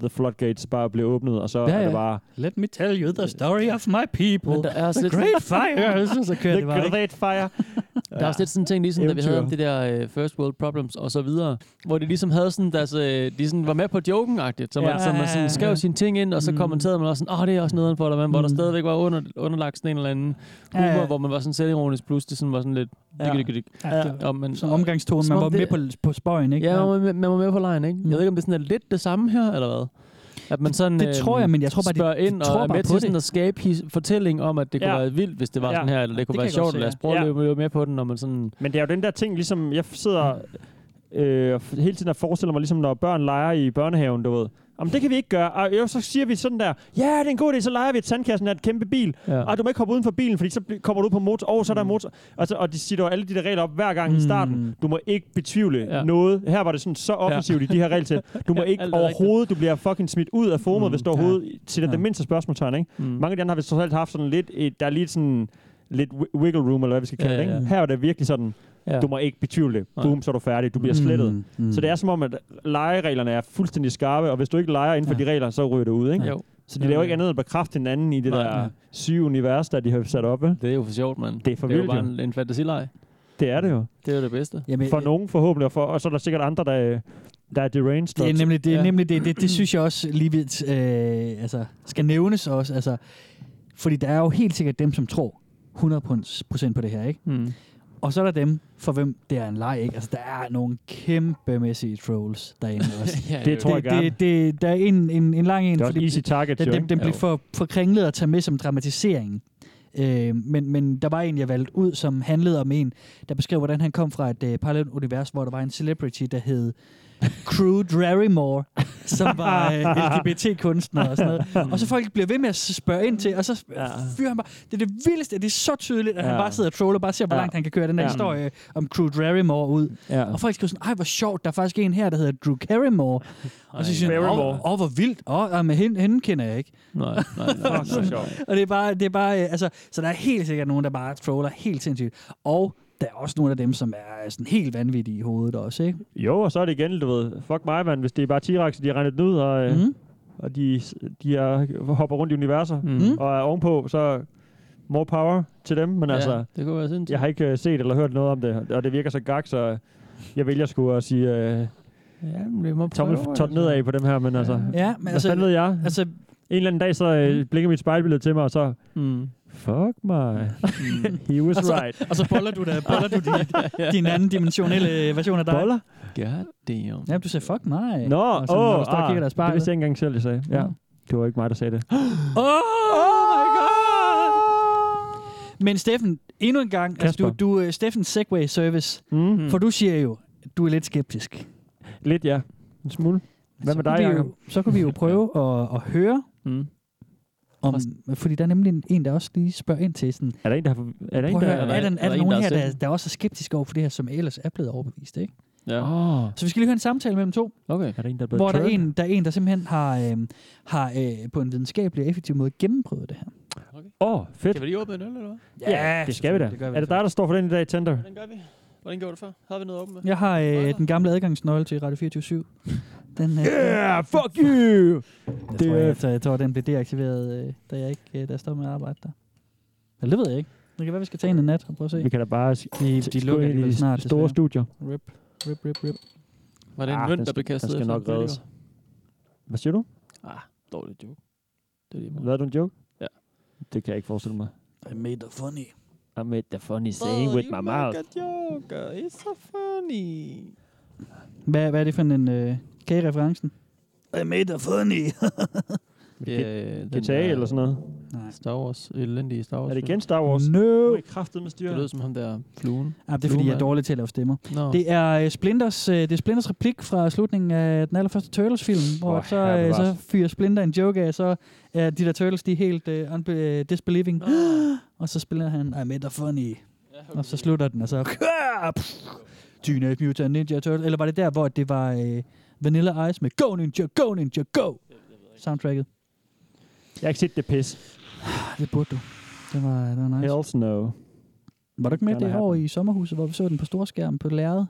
Speaker 4: the floodgates bare bliver åbnet, og så ja,
Speaker 3: Ja,
Speaker 4: ja. er det
Speaker 3: ja.
Speaker 4: bare...
Speaker 3: Let me tell you the story of my
Speaker 5: Men
Speaker 3: people.
Speaker 5: der er også lidt,
Speaker 3: Great fire! Så, så kører
Speaker 4: The
Speaker 3: det bare, ikke?
Speaker 4: great fire!
Speaker 5: der er også lidt sådan en ting, ligesom da vi havde om det der uh, first world problems og så videre, hvor de ligesom havde sådan deres, uh, de sådan var med på joken-agtigt, så man,
Speaker 4: Ja.
Speaker 5: ja, så man sådan skrev
Speaker 3: Ja.
Speaker 5: ja. sine ting ind, og så
Speaker 3: Mm.
Speaker 5: kommenterede man også sådan, åh, oh, det er også nederen for dig, man, hvor der
Speaker 3: Mm.
Speaker 5: stadigvæk var under, underlagt sådan en eller anden humor,
Speaker 3: Ja,
Speaker 5: ja,
Speaker 3: ja.
Speaker 5: ja. hvor man var sådan selvironisk, plus det sådan var sådan lidt,
Speaker 4: Ja.
Speaker 5: dik, dik, dik.
Speaker 3: Ja, det-
Speaker 5: Og man,
Speaker 3: Som omgangstone,
Speaker 5: Som
Speaker 3: man
Speaker 5: om
Speaker 3: var
Speaker 5: det-
Speaker 3: med på, på spøjen, ikke? Mm.
Speaker 5: ja, man, var med- man var med på lejen, ikke? Jeg ved ikke, om det sådan er lidt det samme her, eller hvad? At man sådan, øhm,
Speaker 3: det tror jeg, men jeg tror bare, de-
Speaker 5: spørger
Speaker 3: de
Speaker 5: ind
Speaker 3: tror
Speaker 5: og er
Speaker 3: bare
Speaker 5: med
Speaker 3: på
Speaker 5: til
Speaker 3: det.
Speaker 5: sådan at skabe his- fortælling om, at det kunne
Speaker 4: Ja.
Speaker 5: være vildt, hvis det var
Speaker 4: Ja.
Speaker 5: sådan her, eller det kunne
Speaker 3: kan
Speaker 5: være
Speaker 3: jeg godt
Speaker 5: sjovt,
Speaker 3: se,
Speaker 5: eller lad os prøve
Speaker 4: ja.
Speaker 5: at løbe- løbe med på den, når man sådan...
Speaker 4: Men det er jo den der ting, ligesom jeg f- sidder øh, og f- hele tiden og forestiller mig, ligesom når børn leger i børnehaven, du ved. Om det kan vi ikke gøre. Og jo, så siger vi sådan der, ja, det er en god idé, så leger vi et sandkassen af et kæmpe bil.
Speaker 5: Ja. Mm.
Speaker 4: Ja. Og du må ikke hoppe uden for bilen, fordi så bl- kommer du ud på motor. Og så er der motor. Og, så, og de siger jo alle de der regler op hver gang i starten. Du må ikke betvivle ja. noget. Her var det sådan så offensivt ja. i de her regelsæt. Du må
Speaker 5: Ja,
Speaker 4: ja,
Speaker 5: alt
Speaker 4: ikke
Speaker 5: er
Speaker 4: overhovedet, du bliver fucking smidt ud af formet, mm. hvis du overhovedet ja. til det,
Speaker 5: Ja.
Speaker 4: det mindste spørgsmålstegn. Ikke?
Speaker 5: Mm.
Speaker 4: Mm. Mange af de andre har vi totalt haft sådan lidt, et, der er lige sådan lidt wi- wiggle room, eller hvad vi skal kalde
Speaker 5: Ja,
Speaker 4: ja, det.
Speaker 5: ja,
Speaker 4: Ikke?
Speaker 5: ja.
Speaker 4: Her er det virkelig sådan,
Speaker 5: Ja.
Speaker 4: ja. du må ikke betvivle det.
Speaker 5: Nej.
Speaker 4: Boom, så er du færdig. Du bliver slettet.
Speaker 5: Mm,
Speaker 4: Mm.
Speaker 5: mm.
Speaker 4: Mm. Så det er som om, at legereglerne er fuldstændig skarpe, og hvis du ikke leger inden for ja. de regler, så ryger du ud. Ikke?
Speaker 5: Jo.
Speaker 4: Så de laver ikke andet end at bekræfte hinanden i det
Speaker 5: Nej.
Speaker 4: Nej. der syge univers, der de har sat op. Det
Speaker 5: er jo for sjovt, mand.
Speaker 4: Det er for
Speaker 5: det er jo
Speaker 4: vildt,
Speaker 5: bare
Speaker 4: jo.
Speaker 5: en, en fantasileg.
Speaker 4: Det er det jo.
Speaker 5: Det er jo det bedste.
Speaker 4: Jamen,
Speaker 3: øh,
Speaker 4: for nogen forhåbentlig, og, for, og så er der sikkert andre, der, øh, der er deranged. Mm.
Speaker 3: Det er
Speaker 4: og-
Speaker 3: nemlig det, er nemlig det, det, det synes jeg også lige vidt, øh, altså, skal nævnes også. Altså, fordi der er jo helt sikkert dem, som tror 100% på det her, ikke?
Speaker 5: Mm.
Speaker 3: Og så er der dem, for hvem det er en leg, ikke? Altså, der er nogle kæmpemæssige trolls derinde også.
Speaker 5: Ja, Det det er tror jo- jeg
Speaker 3: det,
Speaker 5: gerne.
Speaker 3: Det, det, der er en, en, en lang en.
Speaker 4: Det er også
Speaker 3: fordi
Speaker 4: easy target,
Speaker 3: Den,
Speaker 4: jo,
Speaker 3: den,
Speaker 4: ikke?
Speaker 3: den
Speaker 4: Jo.
Speaker 3: blev for, for kringlet at tage med som dramatisering. Øh, men, men der var en, jeg valgte ud, som handlede om en, der beskrev, hvordan han kom fra et øh, parallelt univers, hvor der var en celebrity, der hed Crew Drarimore, som var øh, LGBT-kunstner og sådan noget. Og så folk bliver ved med at spørge ind til, og så fyrer han bare. Det er det vildeste, det er så tydeligt, at ja. han
Speaker 4: Ja.
Speaker 3: bare sidder og troller, bare ser, hvor
Speaker 4: Ja.
Speaker 3: langt han kan køre den der
Speaker 4: Ja.
Speaker 3: historie om Crew Drarimore ud.
Speaker 4: Ja.
Speaker 3: Og folk skriver sådan, ej, hvor sjovt, der er faktisk en her, der hedder Drew Carrymore. Og så
Speaker 5: Ej,
Speaker 3: siger han,
Speaker 5: Barrymore.
Speaker 3: åh, åh, hvor vildt, åh, jamen, hende, hende kender jeg ikke.
Speaker 5: Nej, nej, nej.
Speaker 3: Og sådan-
Speaker 5: Fuck, hvor sjovt.
Speaker 3: og det er bare, det er bare øh, altså, så der er helt sikkert nogen, der bare troller helt sindssygt. Og der er også nogle af dem, som er øh, sådan helt vanvittige i hovedet også, ikke?
Speaker 4: Jo, og så er det igen, du ved, fuck mig, mand, hvis det er bare T-Rex, de har regnet den ud, og, øh,
Speaker 3: Mhm.
Speaker 4: og de, de er, hopper rundt i universer,
Speaker 5: Mhm.
Speaker 4: og er ovenpå, så more power til dem, men
Speaker 5: Ja,
Speaker 4: altså,
Speaker 5: det kunne være sindssygt.
Speaker 4: jeg har ikke øh, set eller hørt noget om det, og det virker så gak, så jeg vælger sgu at sige øh,
Speaker 5: Jamen, det må
Speaker 4: tommel
Speaker 5: prøve,
Speaker 4: tot
Speaker 5: altså.
Speaker 4: nedad på dem her, men altså,
Speaker 3: Ja, men
Speaker 4: hvad
Speaker 3: altså-
Speaker 4: altså, fanden ved jeg?
Speaker 3: Altså, Mhm. en
Speaker 4: eller anden dag, så øh, blinker mit spejlbillede til mig, og så,
Speaker 5: mm.
Speaker 4: fuck mig, he was
Speaker 3: og, så,
Speaker 4: right.
Speaker 3: og så boller du, da, boller du din, din anden dimensionelle øh, version af dig.
Speaker 4: Boller?
Speaker 5: God damn.
Speaker 3: Ja, du siger, fuck nej.
Speaker 4: Nå,
Speaker 3: Og sådan, når du står og
Speaker 4: åh,
Speaker 3: kigger i
Speaker 4: ah,
Speaker 3: deres
Speaker 4: det
Speaker 3: spejl.
Speaker 4: vidste jeg ikke engang selv, jeg sagde. Ja, det var ikke mig, der sagde det.
Speaker 3: Oh, my god! Men Steffen, endnu en gang, altså, du,
Speaker 4: Kasper.
Speaker 3: du øh, Steffens Segway Service,
Speaker 4: mm.
Speaker 3: for du siger jo, at du er lidt skeptisk.
Speaker 4: Lidt, ja. En smule. Hvad med
Speaker 3: Så kunne
Speaker 4: dig,
Speaker 3: vi jo-
Speaker 4: Jacob?
Speaker 3: Så kan vi jo prøve at, at høre,
Speaker 5: mm.
Speaker 3: om, fordi der er nemlig en- en, der også lige spørger ind til sådan,
Speaker 4: Er der en, der har... Er der
Speaker 3: Prøv
Speaker 4: en,
Speaker 3: at
Speaker 4: der...
Speaker 3: høre, er, der, er der nogen her,
Speaker 4: er
Speaker 3: der,
Speaker 4: selv?
Speaker 3: der også er skeptiske over for det her, som ellers er blevet overbevist, ikke?
Speaker 5: Ja.
Speaker 4: Oh.
Speaker 3: Så vi skal lige høre en samtale mellem to,
Speaker 5: Okay.
Speaker 4: Er der en, der er blevet
Speaker 3: hvor der er,
Speaker 4: turned?
Speaker 3: en, der er en, der simpelthen har, øh, har øh, på en videnskabelig og effektiv måde gennemprøvet det her.
Speaker 4: Åh, oh, fedt.
Speaker 5: Kan vi lige åbne en øl, eller hvad?
Speaker 4: Ja, det skal vi da.
Speaker 3: selvfølgelig, det gør vi
Speaker 4: er det dig, der står for den i dag, Tinder?
Speaker 5: Hvordan gør vi? Hvordan gjorde du før? Havde vi noget åbent med?
Speaker 3: Jeg har øh, den gamle adgangsnøgle til Radio 24 den, øh,
Speaker 4: Yeah, fuck you!
Speaker 3: Jeg
Speaker 4: Det
Speaker 3: tror,
Speaker 4: er-
Speaker 3: jeg, jeg, jeg tror, den blev deaktiveret, øh, da jeg ikke øh, da jeg stoppede med at arbejde der. Eller det ved jeg ikke. Det kan være, vi skal tage en i nat og prøve at se.
Speaker 4: Vi kan da bare sk-
Speaker 3: de, de lukker
Speaker 4: ind i
Speaker 3: alligevel
Speaker 4: de
Speaker 3: snart,
Speaker 4: snart, store
Speaker 3: desværre.
Speaker 4: studier.
Speaker 3: Rip, rip, rip, rip.
Speaker 5: Var det en
Speaker 4: Ah,
Speaker 5: mønt,
Speaker 4: den
Speaker 5: der blev
Speaker 4: skal- den
Speaker 5: kastet
Speaker 4: skal
Speaker 5: efter
Speaker 4: nok
Speaker 5: en politiker?
Speaker 4: reddes. Hvad siger du?
Speaker 5: Ah, dårlig joke. Det er lige meget.
Speaker 4: Hvad er du en joke?
Speaker 5: Ja.
Speaker 4: Det kan jeg ikke forestille mig.
Speaker 3: I made a funny.
Speaker 4: I made the funny saying with my mouth.
Speaker 5: a joke. It's so funny.
Speaker 3: Hvad, hvad er det for en... Øh, kan I referencen? I made a funny.
Speaker 5: Ja, Øh, den
Speaker 4: GTA
Speaker 5: der-
Speaker 4: eller sådan noget?
Speaker 3: Nej.
Speaker 5: Star Wars, elendige Star Wars.
Speaker 4: Er det igen Star Wars?
Speaker 3: No!
Speaker 4: Du er kraftet med styr.
Speaker 5: Det lød som ham der fluen.
Speaker 3: Ja, det er fordi, jeg er dårlig til at lave stemmer.
Speaker 5: Nå.
Speaker 3: Det er øh, Splinters, øh, det er Splinters replik fra slutningen af den allerførste Turtles-film, hvor
Speaker 4: Åh,
Speaker 3: så,
Speaker 4: herre
Speaker 3: øh, så
Speaker 4: bevares.
Speaker 3: fyrer Splinter en joke af, så er de der Turtles, de er helt øh, unbe- øh, disbelieving. og så spiller han, I made a funny. Og så slutter den, og så... Teenage Mutant Ninja Turtle. Eller var det der, hvor det var øh, Vanilla Ice med Go Ninja, Go Ninja, Go! Soundtracket.
Speaker 4: Jeg har ikke set det pis.
Speaker 3: Ah, Det burde du. Det var, det var nice.
Speaker 4: Hells no.
Speaker 3: Var du ikke med
Speaker 4: Gotta
Speaker 3: det år i sommerhuset, hvor vi så den på storskærm på lærredet?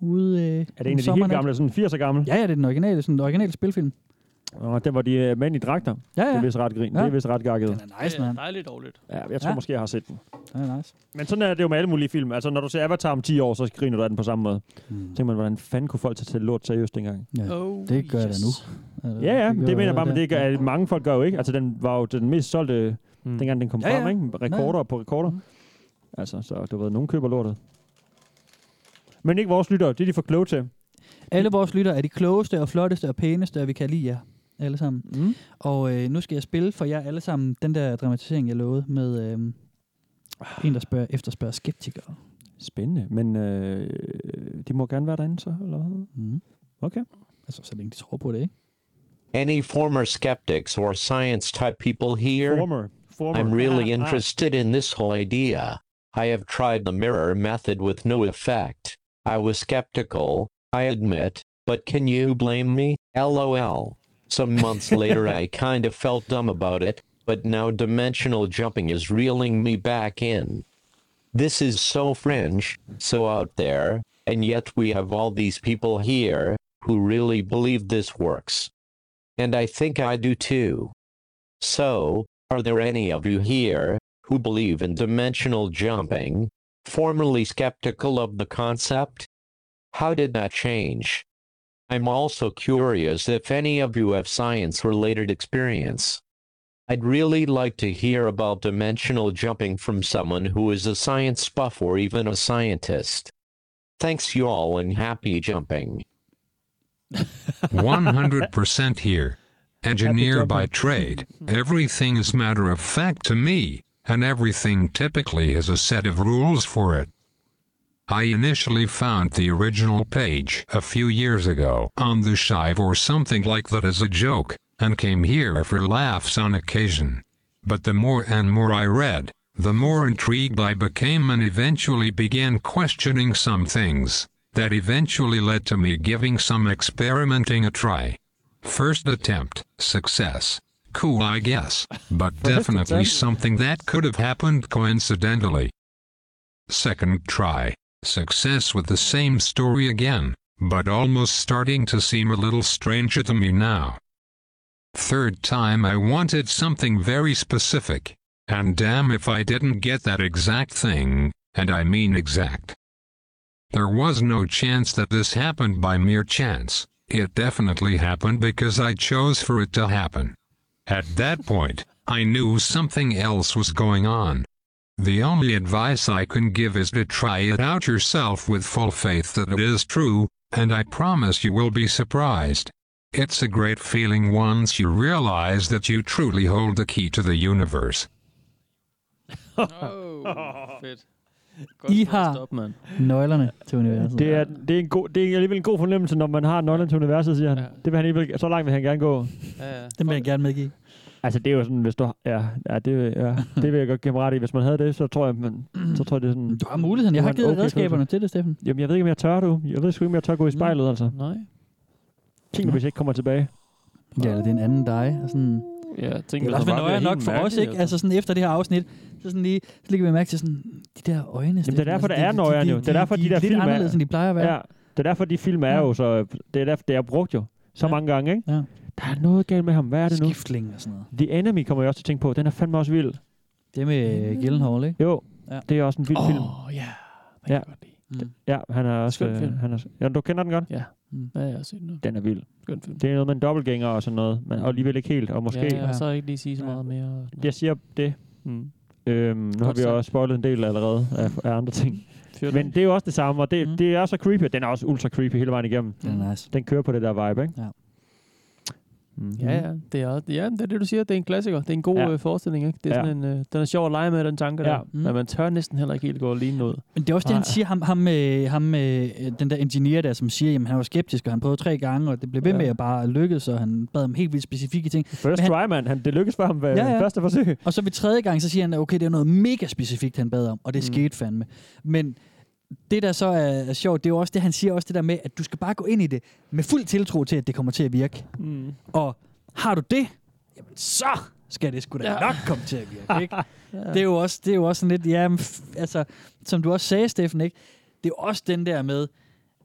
Speaker 3: Ude, øh,
Speaker 4: Er det en af de helt gamle, sådan 80'er gamle?
Speaker 3: Ja, ja, det er den originale, sådan den originale spilfilm.
Speaker 4: Nå, den var de øh, mænd i dragter.
Speaker 3: Ja, ja.
Speaker 4: Det er vist ret grin.
Speaker 3: Ja.
Speaker 4: Det er vist ret gakket.
Speaker 3: Nice, man.
Speaker 5: Dejligt dårligt.
Speaker 4: Ja, jeg tror
Speaker 3: Ja.
Speaker 4: ja. måske, jeg har set den.
Speaker 3: Det er nice.
Speaker 4: Men sådan er det jo med alle mulige film. Altså, når du ser Avatar om 10 år, så griner du af den på samme måde. Mm. Tænker man, hvordan fanden kunne folk tage til lort seriøst dengang?
Speaker 3: Hmm. Ja,
Speaker 5: Oh,
Speaker 3: det gør jeg da nu. Eller,
Speaker 4: Ja, ja, det,
Speaker 3: gør
Speaker 4: det mener jeg
Speaker 3: allerede
Speaker 4: bare, men
Speaker 3: der.
Speaker 4: det gør, at mange folk gør jo ikke. Altså, den var jo den mest solgte, mm. dengang den kom
Speaker 3: Ja,
Speaker 4: ja,
Speaker 3: ja. Hmm.
Speaker 4: frem, ja. ikke? Rekorder
Speaker 3: Ja,
Speaker 4: ja. på rekorder. Mm. Altså, så du ved, nogen køber lortet. Men ikke vores lyttere, det er de for kloge til.
Speaker 3: Alle vores lytter er de klogeste og flotteste og pæneste, og vi kan lide jer alle sammen.
Speaker 4: Mm.
Speaker 3: Og øh, nu skal jeg spille for jer alle sammen den der dramatisering, jeg lovede med øh, en, der spørger, efterspørger skeptikere.
Speaker 4: Spændende, men øh, de må gerne være derinde så, eller hvad?
Speaker 3: Mm.
Speaker 4: Okay.
Speaker 3: Altså, så længe de tror på det, ikke?
Speaker 7: Any former skeptics or science type people here?
Speaker 4: Former. Former.
Speaker 7: I'm really
Speaker 4: Ah, ah.
Speaker 7: interested in this whole idea. I have tried the mirror method with no effect. I was skeptical, I admit, but can you blame me? LOL. Some months later, I kind of felt dumb about it, but now dimensional jumping is reeling me back in. This is so fringe, so out there, and yet we have all these people here who really believe this works. And I think I do too. So, are there any of you here who believe in dimensional jumping, formerly skeptical of the concept? How did that change? I'm also curious if any of you have science related experience. I'd really like to hear about dimensional jumping from someone who is a science buff or even a scientist. Thanks, you all, and happy jumping.
Speaker 13: 100% here. Engineer by trade, everything is matter of fact to me, and everything typically has a set of rules for it. I initially found the original page a few years ago on the shive or something like that as a joke, and came here for laughs on occasion. But the more and more I read, the more intrigued I became and eventually began questioning some things that eventually led to me giving some experimenting a try. First attempt, success. Cool, I guess, but definitely
Speaker 14: attempt.
Speaker 13: something that could have happened coincidentally. Second try. Success with the same story again, but almost starting to seem a little stranger to me now. Third time I wanted something very specific, and damn if I didn't get that exact thing, and I mean exact. There was no chance that this happened by mere chance. It definitely happened because I chose for it to happen. At that point, I knew something else was going on. The only advice I can give is to try it out yourself with full faith that it is true, and I promise you will be surprised. It's a great feeling once you realize that you truly hold the key to the universe.
Speaker 5: Oh, fedt. Godt
Speaker 3: I
Speaker 5: for at
Speaker 3: har
Speaker 5: stoppe, mand.
Speaker 3: nøglerne til universet.
Speaker 4: Det er, det, er en god, det er alligevel en god fornemmelse, når man har nøglen til universet, siger han. Ja. Det vil han alligevel, så langt vil han gerne gå.
Speaker 5: Ja, ja.
Speaker 3: Den vil jeg gerne medgive.
Speaker 4: Altså, det er jo sådan, hvis du har- ja, ja, det, ja, det vil jeg godt give mig ret i. Hvis man havde det, så tror jeg, man, så tror jeg det er sådan... Du
Speaker 3: har muligheden. Jeg har givet redskaberne til det, Steffen.
Speaker 4: Jamen, jeg ved ikke, om jeg tør, du. Jeg ved sgu ikke, om jeg tør gå i spejlet, altså.
Speaker 5: Nej.
Speaker 4: Tænk nu, hvis jeg ikke kommer tilbage.
Speaker 3: Ja, eller det er en anden dig. og Sådan.
Speaker 5: Ja, tænk,
Speaker 3: det
Speaker 4: hvis
Speaker 3: er også
Speaker 4: man bare
Speaker 3: nøje
Speaker 4: bliver
Speaker 3: nok
Speaker 4: helt
Speaker 3: for os,
Speaker 4: mærkelig,
Speaker 3: ikke?
Speaker 4: altså.
Speaker 3: Altså sådan efter det her afsnit, så, sådan lige, så ligger vi mærke til sådan, de der øjne. Steffen,
Speaker 4: Jamen, det er derfor,
Speaker 3: altså,
Speaker 4: der
Speaker 3: de-
Speaker 4: er
Speaker 3: de-
Speaker 4: nøjeren
Speaker 3: de-
Speaker 4: jo. Det er derfor, de,
Speaker 3: de
Speaker 4: der
Speaker 3: er
Speaker 4: film
Speaker 3: lidt
Speaker 4: er...
Speaker 3: anderledes, end de plejer at være.
Speaker 4: Ja, det er derfor, de film er jo så... Det er derfor, det er brugt jo så ja. mange gange, ikke?
Speaker 3: Ja.
Speaker 4: Der er noget galt med ham. Hvad er det nu?
Speaker 3: Skiftling og sådan noget.
Speaker 4: The Enemy kommer jeg også til at tænke på. Den er fandme også vild. Mm.
Speaker 3: Det med Gyllenhaal, ikke?
Speaker 4: Jo,
Speaker 3: Ja.
Speaker 4: ja. det er også en vild
Speaker 3: Åh,
Speaker 4: film.
Speaker 5: ja.
Speaker 4: Ja. Mm. ja, han er også...
Speaker 5: Skøn
Speaker 4: øh,
Speaker 5: film.
Speaker 4: Han er, ja, du kender den godt?
Speaker 5: Ja.
Speaker 3: Mm.
Speaker 5: Ja, jeg har set den.
Speaker 4: Den er vild.
Speaker 5: Skøn film.
Speaker 4: Det er noget med en dobbeltgænger og sådan noget, men og alligevel ikke helt, og måske...
Speaker 5: Ja, ja, og så ikke lige sige så meget mere.
Speaker 4: Jeg siger det.
Speaker 5: Mm.
Speaker 4: Øhm, nu har
Speaker 5: Godt
Speaker 4: vi
Speaker 5: sagt.
Speaker 4: også spoilet en del allerede af, af andre ting. Men det er jo også det samme, og det, mm. det er også så creepy. Den er også ultra creepy hele vejen igennem.
Speaker 3: Den er nice.
Speaker 4: Den kører på det der vibe, ikke?
Speaker 3: Ja.
Speaker 4: Mm.
Speaker 5: Ja, ja. Det er, ja, det er det, du siger. Det er en klassiker. Det er en god
Speaker 4: Ja.
Speaker 5: Mhm. ja. øh, forestilling, ikke? Det er
Speaker 4: Ja.
Speaker 5: ja. sådan en, øh, den er sjov at lege med, den tanke ja.
Speaker 4: Ja.
Speaker 5: der. Mm. Men man tør næsten heller ikke helt gå lige ud.
Speaker 3: Men det er også det, han
Speaker 5: Nej.
Speaker 3: siger, ham, ham, øh, ham øh, den der ingeniør der, som siger, jamen han var skeptisk, og han prøvede tre gange, og det blev ved
Speaker 4: Ja.
Speaker 3: med at bare lykkes, og han bad om helt vildt specifikke ting.
Speaker 4: First try, man. Han, det lykkedes for ham ved første forsøg.
Speaker 3: Og så ved tredje gang, så siger han, okay, det er noget mega specifikt, han bad om, og det mm. skete fandme. Men det, der så er, er sjovt, det er jo også det, han siger også det der med, at du skal bare gå ind i det med fuld tiltro til, at det kommer til at virke.
Speaker 5: Mm.
Speaker 3: Og har du det, jamen, så skal det sgu da
Speaker 5: Ja.
Speaker 3: ja. nok komme til at virke, ikke?
Speaker 5: Ja.
Speaker 3: Det er jo også, det er jo også sådan lidt, ja, men f- altså, som du også sagde, Steffen, ikke? Det er jo også den der med,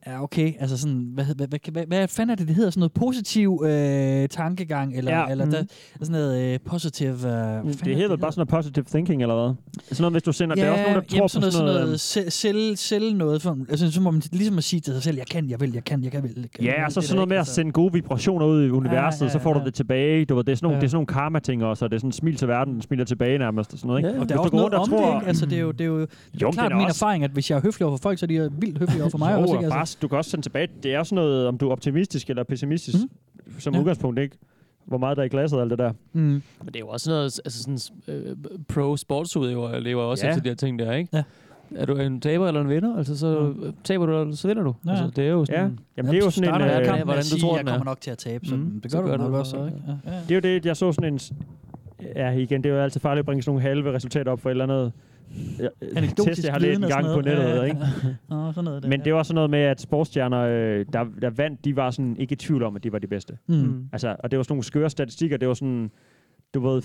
Speaker 3: ja, okay, altså sådan, hvad, hvad, hvad, hvad, hvad fanden er det, det hedder? Sådan noget positiv øh, tankegang, eller,
Speaker 4: Ja.
Speaker 3: ja. eller
Speaker 4: Mhm.
Speaker 3: der, sådan noget øh, positive... Øh, hvad
Speaker 4: Det,
Speaker 3: fanden
Speaker 4: det
Speaker 3: er
Speaker 4: hedder bare sådan noget positive thinking, eller hvad? Sådan noget, hvis du sender... der er også nogen, der tror
Speaker 3: jamen,
Speaker 4: på
Speaker 3: sådan noget,
Speaker 4: sådan øhm-
Speaker 3: sådan noget selv, selv, selv noget. For, altså, så må man ligesom at sige til sig selv, jeg kan, jeg vil, jeg kan, jeg kan, vil. Jeg kan,
Speaker 4: øhm, Ja,
Speaker 3: vil,
Speaker 4: og så
Speaker 3: det
Speaker 4: sådan
Speaker 3: der,
Speaker 4: noget med
Speaker 3: ikke?
Speaker 4: at sende gode vibrationer ud i universet,
Speaker 3: ja,
Speaker 4: så får
Speaker 3: ja.
Speaker 4: du det tilbage. Du ved, det er sådan nogle,
Speaker 3: Ja.
Speaker 4: det er sådan nogle karma-ting også, og det er sådan smil til verden, den smiler tilbage nærmest og sådan noget, ikke?
Speaker 3: Ja, og
Speaker 4: Hvis
Speaker 3: der er
Speaker 4: du
Speaker 3: også
Speaker 4: går
Speaker 3: noget
Speaker 4: rundt og
Speaker 3: om det, ikke? Altså, det er jo, det er jo, det er
Speaker 4: Jo,
Speaker 3: jo
Speaker 4: men
Speaker 3: klart
Speaker 4: det er
Speaker 3: min
Speaker 4: også-
Speaker 3: erfaring, at hvis jeg er høflig over for folk, så er de vildt høflige over for mig
Speaker 4: jo,
Speaker 3: også,
Speaker 4: og
Speaker 3: ikke?
Speaker 4: bare,
Speaker 3: Altså,
Speaker 4: du kan også sende tilbage. Det er også noget, om du er optimistisk eller pessimistisk,
Speaker 3: Mhm.
Speaker 4: mm. som ja. udgangspunkt, ikke? Hvor meget der er i glasset og alt det der.
Speaker 3: Mm.
Speaker 5: Men det er jo også sådan noget, altså sådan, øh, pro sportsudøvere lever også
Speaker 4: Ja.
Speaker 5: ja. efter de her ting der, ikke?
Speaker 3: Ja.
Speaker 5: Er du en taber eller en vinder? Altså, så taber du, eller så vinder du.
Speaker 3: Ja.
Speaker 5: Altså, det er jo sådan...
Speaker 3: Ja. Jamen, det er jo sådan en, øh, kampen med at sige, jeg
Speaker 5: den er.
Speaker 3: kommer nok til at tabe, Mhm. så
Speaker 4: Mm.
Speaker 3: det gør du nok også, ikke? Ja.
Speaker 4: Det er jo det, jeg så sådan en... s- Ja, igen, det er jo altid farligt at bringe sådan nogle halve resultater op for et eller andet ja, øh,
Speaker 3: Anekdotisk
Speaker 4: test, jeg har læst en
Speaker 3: viden og
Speaker 4: gang
Speaker 3: sådan
Speaker 4: på
Speaker 3: noget.
Speaker 4: nettet.
Speaker 3: Ja, ja.
Speaker 4: Ikke?
Speaker 3: Nå, sådan noget der,
Speaker 4: Men det var sådan noget med, at sportsstjerner, øh, der, der vandt, de var sådan ikke i tvivl om, at de var de bedste.
Speaker 3: Mm.
Speaker 4: Altså, og det var sådan nogle skøre statistikker. Det var sådan, du ved,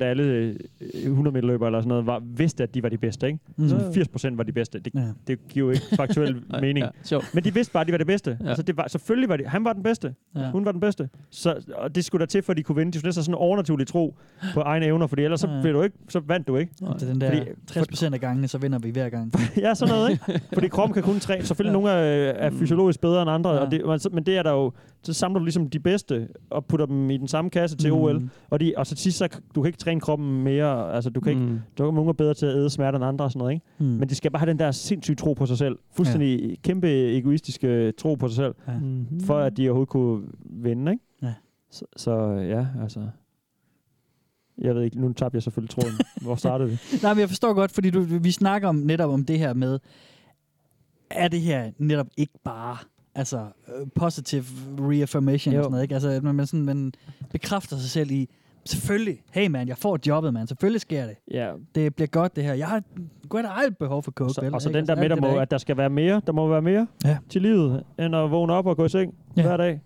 Speaker 4: 80% af alle øh, 100 meter løbere eller sådan noget, var, vidste, at de var de bedste, ikke?
Speaker 3: Mm.
Speaker 4: Mm. Så 80% var de bedste. Det,
Speaker 3: Ja.
Speaker 4: ja. det giver jo ikke faktuel
Speaker 5: Nej,
Speaker 4: mening.
Speaker 5: ja,
Speaker 4: Ja, Men de vidste bare, at de var det bedste.
Speaker 5: Ja.
Speaker 4: Ja. Altså, det var, selvfølgelig var det, han var den bedste.
Speaker 5: Ja.
Speaker 4: Ja. Hun var den bedste. Så, og det skulle der til, for at de kunne vinde. De skulle næsten have sådan en overnaturlig tro på egne evner, fordi ellers så,
Speaker 3: Ja.
Speaker 4: blev du ikke, så vandt du ikke.
Speaker 3: Det er den der
Speaker 4: Fordi-
Speaker 3: 60% af gangene, så vinder vi hver gang.
Speaker 4: ja, sådan noget, ikke? Fordi kroppen kan kun træne. Selvfølgelig nogle er, er fysiologisk bedre end andre, ja. og det, men så- men det er der jo, så samler du ligesom de bedste og putter dem i den samme kasse til
Speaker 3: Mm.
Speaker 4: mm. OL. Og, de, og så sidst, så, du kan ikke træne kroppen mere, altså du kan ikke,
Speaker 5: Mm.
Speaker 4: du kan, nogen er bedre til at æde smerter end andre og sådan noget, ikke?
Speaker 3: Mm.
Speaker 4: Men de skal bare have den der sindssyge tro på sig selv. Fuldstændig ja. kæmpe egoistiske tro på sig selv,
Speaker 3: ja.
Speaker 4: for at de overhovedet kunne vinde, ikke?
Speaker 3: Ja.
Speaker 4: Så, så ja, altså... Jeg ved ikke, nu tabte jeg selvfølgelig tråden. Hvor startede vi?
Speaker 3: Nej, men jeg forstår godt, fordi du, vi snakker om, netop om det her med, er det her netop ikke bare altså, øh, positive reaffirmation jo. og sådan noget, ikke? Altså, at man, man, sådan, man bekræfter sig selv i, selvfølgelig, hey man, jeg får jobbet, man, selvfølgelig sker det.
Speaker 4: Ja.
Speaker 3: Det bliver godt, det her. Jeg har godt alt behov for coke. vel?
Speaker 4: Og så
Speaker 3: Ikke?
Speaker 4: den
Speaker 3: Altså,
Speaker 4: der
Speaker 3: alt
Speaker 4: med, der
Speaker 3: det
Speaker 4: må,
Speaker 3: ikke?
Speaker 4: at der skal være mere, der må være mere
Speaker 3: ja.
Speaker 4: til livet, end at vågne op og gå i seng ja. hver dag,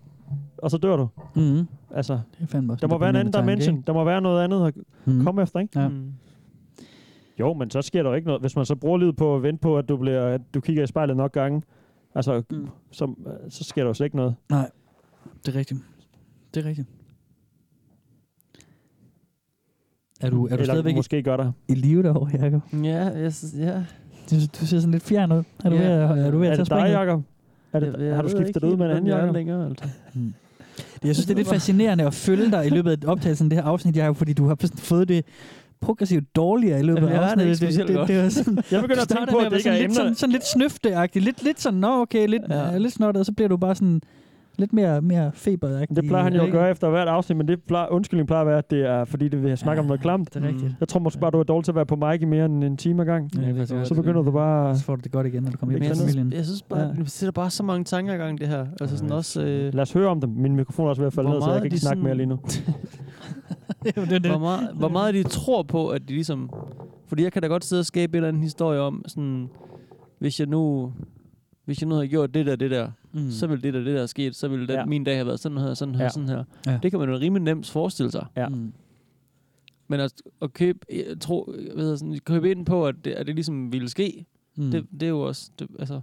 Speaker 4: og så dør du.
Speaker 3: Mm-hmm.
Speaker 4: Altså,
Speaker 3: det er fandme også
Speaker 4: der må
Speaker 3: en
Speaker 4: være en anden
Speaker 3: deprimerende tanke,
Speaker 4: dimension,
Speaker 3: ikke?
Speaker 4: der må være noget andet at
Speaker 3: mm.
Speaker 4: komme efter, ikke?
Speaker 3: Ja.
Speaker 4: Jo, men så sker der jo ikke noget. Hvis man så bruger livet på at vente på, at du, bliver, at du kigger i spejlet nok gange, altså, mm. så, så sker der jo slet ikke noget.
Speaker 3: Nej, det er rigtigt. Det er rigtigt. Er du, er du
Speaker 4: Eller
Speaker 3: stadigvæk i-
Speaker 4: måske gør der.
Speaker 3: i live derovre, Jacob?
Speaker 5: Ja, jeg, synes- ja.
Speaker 3: Du, du ser sådan lidt fjern ud. Er du
Speaker 5: Ja.
Speaker 3: ved, at- er du ved at
Speaker 5: Er
Speaker 3: tage
Speaker 5: det dig,
Speaker 3: springet?
Speaker 5: Jacob?
Speaker 4: Er det,
Speaker 5: Jeg- jeg
Speaker 4: har du
Speaker 5: ved
Speaker 4: skiftet
Speaker 5: ikke
Speaker 4: ud
Speaker 5: helt,
Speaker 4: med en
Speaker 5: hvem
Speaker 4: anden,
Speaker 5: jeg er
Speaker 4: Jacob?
Speaker 5: længere, altså.
Speaker 3: Jeg synes, det er lidt fascinerende at følge dig i løbet af optagelsen af det her afsnit, Jacob, fordi du har sådan fået det progressivt dårligere i løbet
Speaker 5: Jamen, jeg
Speaker 3: af
Speaker 5: har det
Speaker 3: afsnittet.
Speaker 5: ikke specielt godt.
Speaker 3: var sådan,
Speaker 5: Jeg begynder
Speaker 3: du
Speaker 5: at tænke
Speaker 3: starter
Speaker 5: på,
Speaker 3: med
Speaker 5: at det ikke er
Speaker 3: være sådan lidt,
Speaker 5: emner.
Speaker 3: sådan, sådan lidt snøfteagtigt. Lidt, lidt sådan, nå okay, lidt, ja. lidt snottet, og så bliver du bare sådan lidt mere, mere feberagtig.
Speaker 4: Det plejer han jo at gøre efter hvert afsnit, men det plejer, undskyldning plejer at være, at det er, fordi det, vi har snakket om noget klamt.
Speaker 3: det er rigtigt.
Speaker 4: Jeg tror måske bare, du er dårlig til at være på mic i mere end en time ad gang.
Speaker 3: Ja, det kan godt
Speaker 4: så begynder du bare...
Speaker 3: Så får du det godt igen, når du kommer hjem
Speaker 4: Ikke
Speaker 3: til
Speaker 4: sådan noget?
Speaker 3: familien.
Speaker 5: Jeg synes bare, ja. det sætter bare så mange tanker i gang, det her. Altså sådan også... Øh,
Speaker 4: Lad os høre om dem. Min mikrofon er også ved at falde
Speaker 5: Hvor
Speaker 4: ned, så jeg
Speaker 5: meget
Speaker 4: kan
Speaker 5: de
Speaker 4: ikke snakke
Speaker 5: sådan-
Speaker 4: mere lige nu.
Speaker 5: Hvor, meget, hvor meget de tror på, at de ligesom... Fordi jeg kan da godt sidde og skabe en eller anden historie om, sådan, hvis jeg nu hvis jeg nu havde gjort det der, det der,
Speaker 3: Mm.
Speaker 5: mm. så ville det der, det der sket, så ville den, ja.
Speaker 4: Ja.
Speaker 5: min dag have været sådan her, sådan her,
Speaker 4: Ja.
Speaker 5: ja. sådan her.
Speaker 3: Ja.
Speaker 5: Ja. Det kan man jo rimelig nemt forestille sig.
Speaker 4: Ja.
Speaker 3: Mm.
Speaker 5: Men at, at købe, jeg tro, hvad hedder sådan, købe ind på, at det, at det ligesom ville ske,
Speaker 3: Mm.
Speaker 5: mm. det, det er jo også, det, altså,